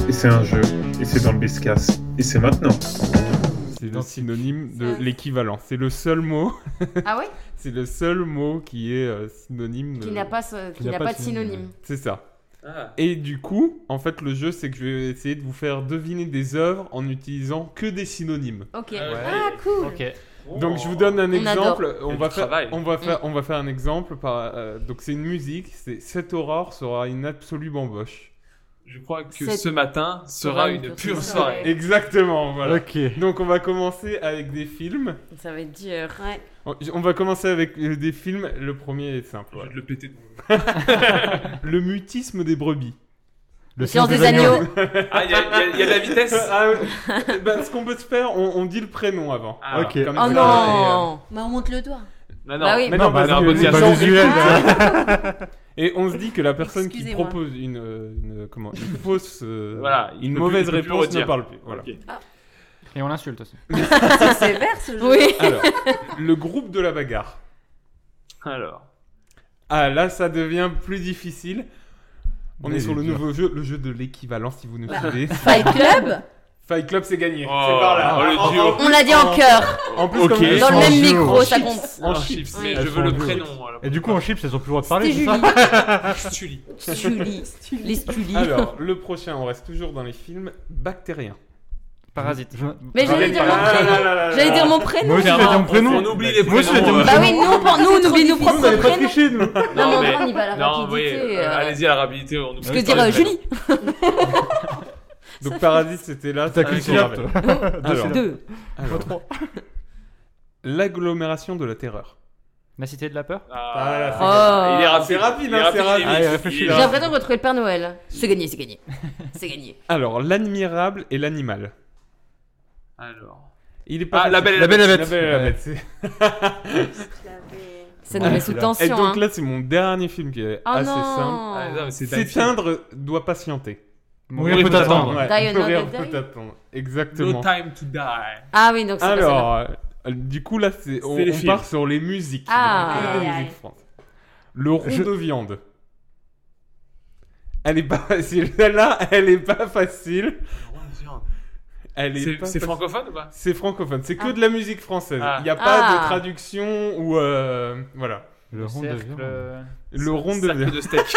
A: Et c'est un jeu. Et c'est dans le Biscas. Et c'est maintenant.
N: C'est le synonyme de l'équivalent. C'est le seul mot.
L: Ah ouais
N: [laughs] C'est le seul mot qui est euh, synonyme.
L: Qui
N: de-
L: n'a pas, ce- qui n'a pas de synonyme.
N: C'est ça.
I: Ah.
N: Et du coup, en fait, le jeu, c'est que je vais essayer de vous faire deviner des œuvres en utilisant que des synonymes.
L: Ok.
I: Ouais.
L: Ah, cool.
K: Ok.
N: Donc je vous donne un
L: On Mm.
N: exemple. On
I: Et
N: va,
I: du
N: faire,
I: travail.
N: on, va faire, on va faire un exemple. Par, euh, donc c'est une musique. C'est Cette aurore sera une absolue bamboche.
I: Je crois que
L: Cette-
I: ce matin sera une pure soirée.
N: Exactement, voilà.
F: Ok.
N: Donc on va commencer avec des films.
L: Ça va être dur. Ouais.
N: On- On va commencer avec euh, des films. Le premier est simple.
I: Je vais
N: voilà.
I: te le péter.
N: Le mutisme des brebis.
F: Le
L: Silence
F: sens
L: des agneaux.
I: Ah, il y, a- il y a- il y a de la vitesse.
N: [laughs] Ah, oui. Ben, ce qu'on peut se faire, on, on dit le prénom avant.
I: Ah,
F: Ok.
N: Comme ça, euh,
L: Oh non
J: Bah, on monte le doigt.
I: Non, non,
L: Bah oui.
N: Mais
F: Non,
N: non,
F: bah,
N: mais c'est un
F: non,
N: peu
F: c'est pas
N: différent.
F: visuel,
L: Ah.
N: Et on se dit que la personne qui
J: Excusez-moi.
N: propose une, euh, une- comment, une fausse, euh,
I: Voilà, il
N: une
I: peut
N: mauvaise
I: plus- il peut plus
N: réponse ne
I: redire.
N: parle plus. Voilà.
I: Ok.
K: Et on l'insulte aussi.
J: C'est sévère ce jeu.
L: Oui.
N: Alors, le groupe de la bagarre.
I: Alors.
N: Ah là, ça devient plus difficile. On
F: Mais
N: est sur
F: il est
N: le
F: dur.
N: nouveau jeu, le jeu de l'équivalent si vous nous suivez.
J: Fight Club
N: Fight Club, c'est gagné.
I: Oh,
N: c'est par là.
I: oh, le duo.
L: On l'a dit en cœur.
N: En
I: [laughs]
N: plus,
I: Ok.
N: comme
I: Et
L: Dans le
F: sans
L: même
F: jeu,
L: micro,
F: en
L: ça
F: chips.
L: compte.
I: En chips, mais
F: Ah, Oui.
I: je veux le
F: Elles sont
I: prénom. Ah, voilà.
F: Et du coup, en chips, elles ont plus le droit de
L: C'était
F: parler, c'est ça
L: Julie.
I: Stuli.
L: Julie. Les Stuli.
N: Alors, le prochain, on reste toujours dans les films bactériens.
K: Parasite.
F: Je- Ah,
L: Mais j'allais
I: Ah,
L: dire mon
A: ah
L: prénom. J'allais dire mon prénom.
F: Moi aussi, j'ai dit mon prénom.
I: on oublie les
F: Moi aussi, j'ai dit
I: prénoms,
F: mon
I: euh.
F: prénom.
L: Bah oui, nous, on prend- nous, on oublie nos
F: Vous n'avez
L: propres
F: pas
L: prénoms.
F: triché, nous
L: Non, mais en vrai, on y va à la
I: non,
L: rapidité,
I: oui,
L: euh,
I: allez-y à la rapidité. On oublie
L: Parce que dire euh, Julie.
N: Donc, Parasite, Ah, c'était là.
F: T'as
N: ça
F: qu'une
N: avait été
F: syllabe,
N: rappelé.
F: toi.
N: Alors,
L: Deux.
N: alors, L'agglomération de la terreur.
K: La cité de la peur
I: Ah,
L: Oh.
I: Il est rapide.
N: C'est rapide,
I: Il est
N: hein, c'est rapide.
I: il est
F: Allez,
I: vite.
F: réfléchis,
I: Il est
L: J'ai
F: là.
I: rapide.
L: l'impression de retrouver le Père Noël. C'est gagné, c'est gagné. C'est gagné.
N: Alors, l'admirable et l'animal.
I: Alors.
N: Il est pas
I: Ah, la belle et
N: La belle et la
I: bête.
N: bête. et la
F: Ouais.
N: bête, c'est-
L: Ça nous met
F: Ouais,
L: sous
F: là.
N: Et
L: tension.
N: donc
L: hein.
N: là, c'est mon dernier film qui est
L: Oh
N: assez simple.
L: non.
I: Ah, non, mais c'est un
N: S'éteindre doit patienter.
F: Mourir peut attendre.
N: Ouais,
L: Die another
N: mourir
L: day.
N: peut attendre.
I: film.
N: Exactement.
I: No time to die.
L: Ah oui, donc c'est pas celle-là.
N: Alors, euh, du coup, là, c'est, on,
I: C'est les
N: on
I: films.
N: part sur les musiques.
L: Ah.
N: Donc, que des
J: Aïe, aïe.
N: musiques françaises. Le rond
F: Je-
N: de viande. Elle est pas facile. [laughs] Celle-là, elle est pas facile. Elle est,
I: C'est-
N: pas
I: C'est
N: facile.
I: francophone ou pas
N: C'est francophone. C'est que de la musique française. Il
I: Ah.
N: n'y a pas
L: Ah.
N: de traduction ou. euh, voilà.
F: Le rond de
K: Cercle,
F: viande.
K: euh,
N: Le rond de
I: Sac
N: viande.
I: de [laughs] steak.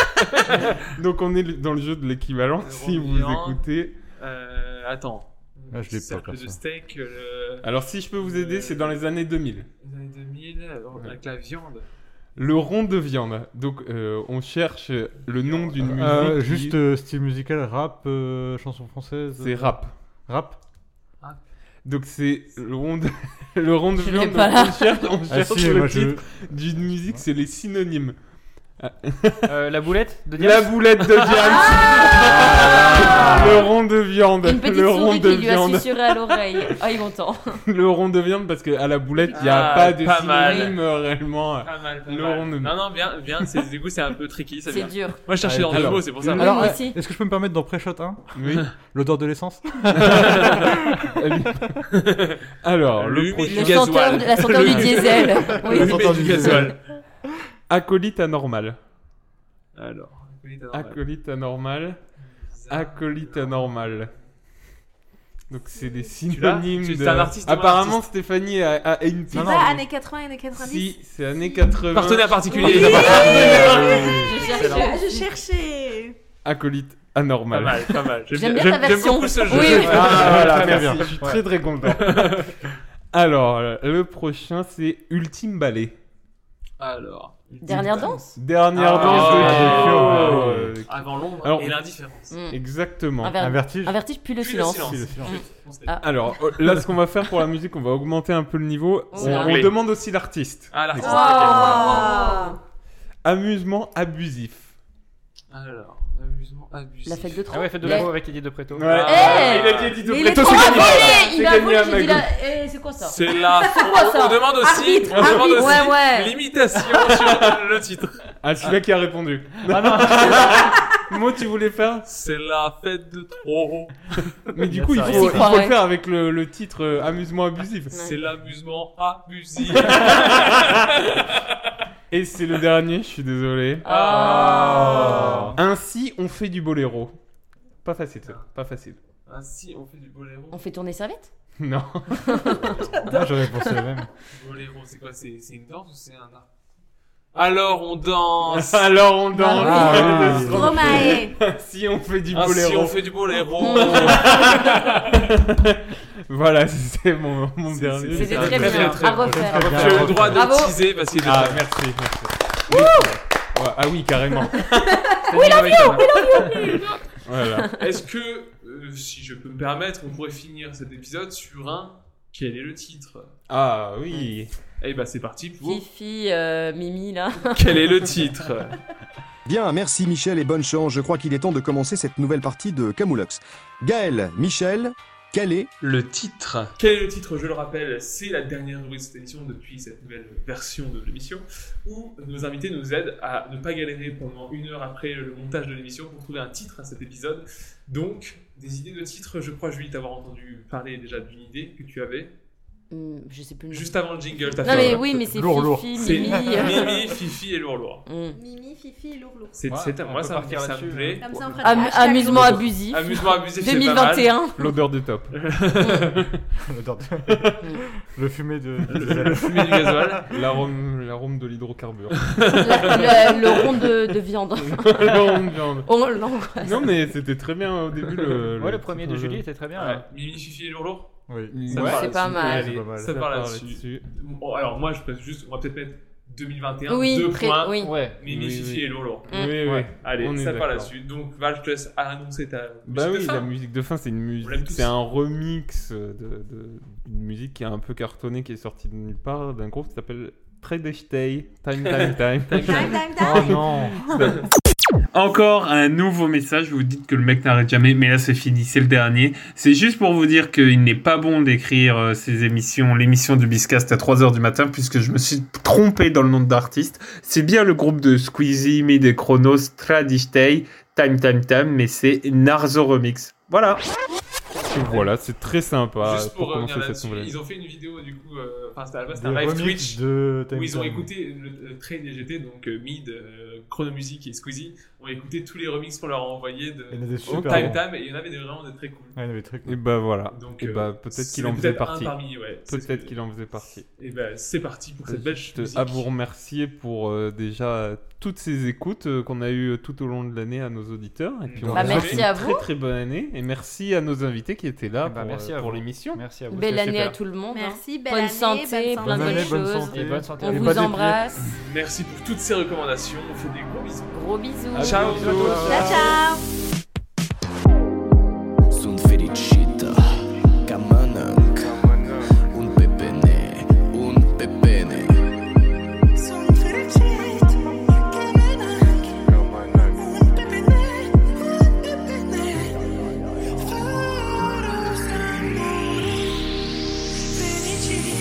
N: Donc, on est dans le jeu de l'équivalent.
I: Le
N: Si
I: rond de
N: vous
I: viande.
N: écoutez.
I: Euh, attends.
F: Ah, je l'ai pas,
I: Cercle de
F: perso.
I: steak, euh, le-
N: Alors, si je peux vous aider, c'est dans les années 2000.
I: les années 2000, euh, avec la viande.
N: Le rond de viande. Donc, euh, on cherche le nom d'une musique.
F: Euh,
N: qui-
F: Juste euh, style musical, rap, euh, chanson française.
N: C'est rap.
F: Rap
N: Donc, c'est le rond de, [laughs] le rond de
L: Je l'ai
N: viande.
L: pas
N: Donc,
L: là.
N: on cherche, on
F: Ah
N: cherche
F: si,
N: le
F: moi je.
N: titre d'une musique, c'est les synonymes.
K: euh, la boulette de
N: La
K: Diams
N: boulette de viande. [laughs] le rond de viande.
L: Ah Une petite
N: le rond
L: souris
N: de
L: qui lui a
N: viande.
L: susurré à l'oreille. Ah, il m'entend.
N: [laughs] Le rond de viande, parce qu'à la boulette, il n'y a
I: Ah,
N: pas de
I: pas mal.
N: synonyme euh, réellement.
I: Pas mal, pas
N: Le
I: mal.
N: rond de-
I: Non, non, bien, bien. c'est- Du coup, c'est un peu tricky, c'est
L: C'est
I: bien.
L: dur.
I: Moi, je cherchais
N: Allez,
I: dans Ah, le
N: alors.
I: mot, c'est pour ça.
L: Alors- moi
F: euh,
L: aussi.
F: Est-ce que je peux me permettre d'en pré-shot un
L: Ah.
N: [laughs]
I: [laughs]
N: Oui.
F: L'odeur de l'essence
N: Alors,
I: Le
N: le
I: humide.
N: prochain.
L: Le
I: gasoil.
L: senteur, de- la senteur du diesel. Oui.
N: Le humide du gasoil. Acolyte anormal.
I: Alors, acolyte anormal.
N: Acolyte anormal. Acolyte anormal. Donc c'est des synonymes.
I: Tu-
N: de-
I: c'est un artiste ou un
N: Apparemment
I: artiste
N: Stéphanie a, a- a une
J: C'est pas
N: petite-
J: années 80 années 90
N: Si, c'est années 80.
I: Partenaire particulier.
N: Oui.
J: Ah, Je
N: Excellent.
J: cherchais, je cherchais.
N: Acolyte anormal.
I: Pas mal, pas mal. J'aime
J: J'aime bien bien- ta j'aime version. beaucoup ce jeu. Oui, oui.
N: Ah, voilà,
J: Très
N: merci.
I: bah,
J: bien.
N: Je suis
J: Ouais.
N: très très content. [laughs] Alors, le prochain, c'est Ultime Ballet.
I: Alors.
L: Dernière danse
N: Dernière
I: Ah,
N: danse de
I: ouais.
N: Kyo,
I: Ouais.
N: euh,
I: Avant l'ombre
N: Alors,
I: et l'indifférence.
L: Mm.
N: Exactement.
L: Un ver- Un vertige. un vertige, puis le Puis le silence. silence. Puis le silence. Mm. Ah.
N: Alors euh, là, ce qu'on va faire pour la musique, on va augmenter un peu le niveau.
L: Oh.
N: On, on
I: Oui.
N: demande aussi l'artiste.
I: Ah, l'artiste,
L: ok.
N: Amusement abusif.
I: Alors, amusement abusif.
L: La fête de trop.
K: Ah ouais, fête de
L: La-
K: trop avec Eddie de Preto.
N: Ouais. Ah,
L: Eh
I: il a dit Eddie de
L: Mais
I: Preto,
L: Il a
I: c'est
L: trop
I: gagné.
L: volé Il
I: C'est
L: a
I: gagné
L: volé,
I: à
L: j'ai dit
I: Magou.
L: là. Eh, c'est quoi ça
I: C'est là.
L: C'est quoi ça
I: On demande aussi,
L: Arbitre,
I: on demande
L: arbitre,
I: aussi
L: ouais, ouais.
I: l'imitation sur le titre.
N: Ah, celui-là qui a répondu. [laughs] Moi, tu voulais faire
I: C'est la fête de trop.
N: Mais du coup, il faut, il faut le faire avec le, le titre euh, Amusement abusif.
I: C'est l'amusement abusif.
N: Et c'est le dernier, je suis désolé.
L: Ah.
N: Oh.
I: Ah.
N: Ainsi, on fait du boléro. Pas facile, ça. Pas facile.
I: Ainsi, Ah, on fait du boléro.
L: On fait tourner serviette
N: Non.
F: Ah, j'aurais pensé la même. [laughs]
I: Boléro, c'est quoi C'est c'est une danse ou c'est un art Alors on [laughs] danse.
N: Alors on
L: Bah,
N: danse.
I: Ah oui.
N: Ah, oui.
I: [laughs]
J: Stromae.
N: si on fait du
I: Ah,
N: boléro.
I: si on fait du boléro. Oh,
N: voilà, Ah, c'est mon, mon dernier.
I: C'était très bien. À refaire.
N: Très, très
I: J'ai
N: bien.
I: le droit de
N: Bravo.
I: teaser parce qu'il est
N: Ah,
I: déjà-
N: merci, merci. Ouais, ah oui, carrément.
I: We love you,
N: we love you. [laughs] Voilà.
I: Est-ce que, euh, si je peux me permettre, on pourrait finir cet épisode sur un Quel est le titre
N: Ah oui.
I: Eh ben c'est parti pour.
L: Fifi, euh, Mimi, là.
I: Quel est le titre
P: Bien, merci Michel et bonne chance. Je crois qu'il est temps de commencer cette nouvelle partie de Camoulox. Gaël, Michel, quel est
I: le titre Quel est le titre Je le rappelle, c'est la dernière rubrique de cette émission depuis cette nouvelle version de l'émission, où nos invités nous aident à ne pas galérer pendant une heure après le montage de l'émission pour trouver un titre à cet épisode. Donc, des idées de titres, je crois, Julie, t'avoir entendu parler déjà d'une idée que tu avais.
L: Hum, Je sais plus. le nom.
I: Juste avant le jingle, t'as
L: Non,
I: fait-
L: mais oui, mais c'est
I: Lourd,
L: Fifi,
I: lourd.
L: Mimi. euh, hmm.
I: C'est Mimi, Fifi et Lourd Lourd.
J: Mimi, Fifi, lourd lourd.
I: C'est c'est à
N: on
I: moi,
N: peut
I: ça me
N: partir
I: ça me
N: là-dessus, hein.
I: plaît.
J: Comme ça, on fera
L: Am-
J: des hashtags.
L: amusement abusif.
I: Amusement abusif, c'est pas mal.
L: 2021.
I: [laughs]
N: L'odeur du top.
F: L'odeur de- [laughs] le fumé de.
N: Le, le fumé du gasoil. L'arôme, l'arôme de [laughs] l'hydrocarbure.
L: La- le- le rond de-
I: [laughs]
L: de viande.
N: le rond de viande.
L: Oh, l'angoisse.
N: Non, mais c'était très bien au début. Le,
K: Ouais, le premier de Julie était très bien. hein.
I: Ouais. Mimi, Fifi et Lourd Lourd
F: Oui.
N: Ouais.
I: Ça parle
L: C'est pas
I: là-dessus.
L: mal.
I: Allez,
F: C'est pas mal.
I: Ça
N: Ça
I: parle
N: parle
I: là-dessus.
N: là-dessus.
I: Bon, Oh, alors moi, je préfère juste, on va peut-être mettre 2021,
L: Oui,
I: deux
L: très-
I: points,
L: oui.
K: Ouais.
I: Mimi,
N: Oui,
I: Fifi
N: oui.
I: et Lolo.
K: Mm.
N: Oui, oui.
I: Allez,
N: on est
I: ça
N: d'accord.
I: part là-dessus. Donc Val, je te laisse annoncer ta
N: Bah
I: musique
N: oui,
I: de fin.
N: la musique de fin, c'est une
I: l'aime
N: musique,
I: tous.
N: c'est un remix de, de- d'une musique qui a un peu cartonné, qui est sortie de nulle part, d'un groupe qui s'appelle Tredestay. Time, time, time.
J: Time, time, time.
N: Oh non.
A: Encore un nouveau message, vous dites que le mec n'arrête jamais, mais là c'est fini, c'est le dernier. C'est juste pour vous dire qu'il n'est pas bon d'écrire euh, ces émissions, l'émission du Biscast à 3h du matin, puisque je me suis trompé dans le nom d'artiste. C'est bien le groupe de Squeezie, Mid et Chronos, Tradistay, Time Time Time, mais c'est Narzo Remix. Voilà.
N: voilà, c'est très sympa
I: Juste pour,
N: pour
I: revenir
N: commencer cette
I: là-dessus,
N: nouvelle.
I: ils ont fait une vidéo du coup, euh, enfin c'était à la base, c'était
F: Des
I: un live
F: remixes
I: Twitch
F: de
I: où ils ont
F: Time Time.
I: écouté le, le train DGT, donc euh, Mid, euh, Chronomusic et Squeezie, ont écouté tous les remixes qu'on leur a envoyés de
F: Il y en a des
I: au
F: super
I: Time
F: bons.
I: Time et il y en avait des- vraiment des très cool.
F: Ah, il y avait des trucs.
N: Et bah voilà.
I: Donc,
N: et
I: euh,
N: bah peut-être
I: c'est
N: qu'il en faisait
I: peut-être un
N: partie.
I: parmi, ouais, c'est ce
N: peut-être
I: que-
N: qu'il en faisait partie.
I: Et ben c'est parti pour cette belle
N: Juste
I: musique.
N: à vous remercier pour euh, déjà toutes ces écoutes euh, qu'on a eues tout au long de l'année à nos auditeurs. Et puis on
L: Bah,
N: vous souhaite
L: merci Eh ben,
N: une
L: à
N: très
L: vous.
N: très bonne année. Et merci à nos invités qui étaient là
K: Bah,
N: pour,
K: merci
N: euh,
K: à
N: pour
K: vous.
N: l'émission.
K: Merci à vous.
L: Belle
K: c'était
L: année à
K: super.
L: tout le monde. hein.
J: Merci, belle
L: bonne
J: année,
L: santé,
J: bonne santé.
L: plein de
F: Bonne
L: bonnes
F: année, bonne
L: choses.
F: santé.
K: Et bonne santé.
L: On
K: Et
L: vous
F: pas des pieds.
L: embrasse.
I: Merci pour toutes ces recommandations. On fait des gros bisous.
L: Gros bisous.
I: À Ah, Ciao. bientôt.
J: Ciao, ciao.
T: Sunt fericită Că mănânc Un pepene Un pepene
D: Sunt fericit că mănânc un pepene, un pepene, fără să-mi mori. Fericit.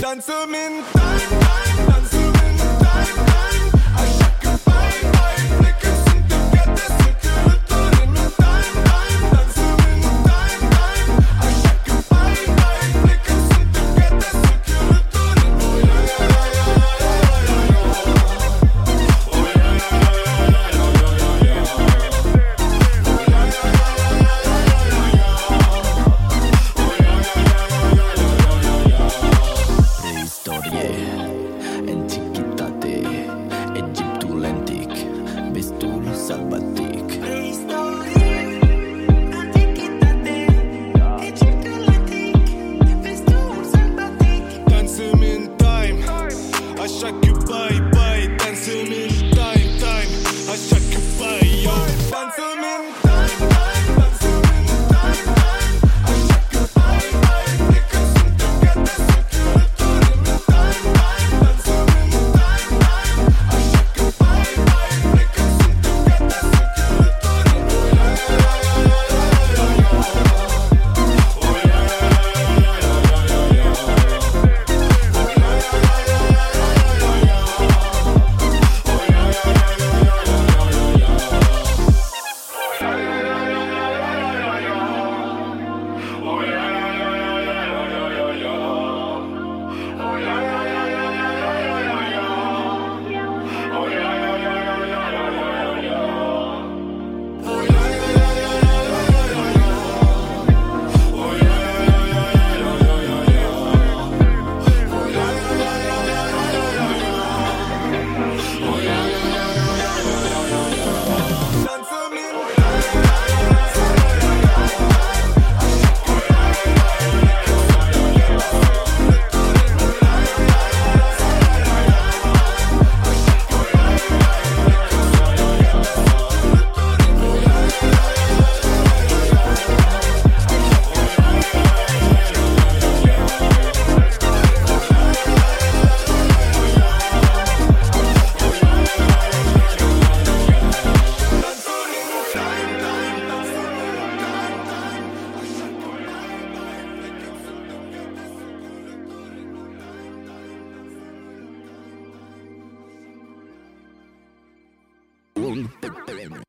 T: Dansăm în time, time Dansăm în time, time Așa că bye, bye Plecăm, suntem gata Să călătorim în time, time Dansăm în time, time Așa că bye, bye Plecăm, suntem gata Să călătorim Oh, la, la, la, la, la, la, la.
U: Bye.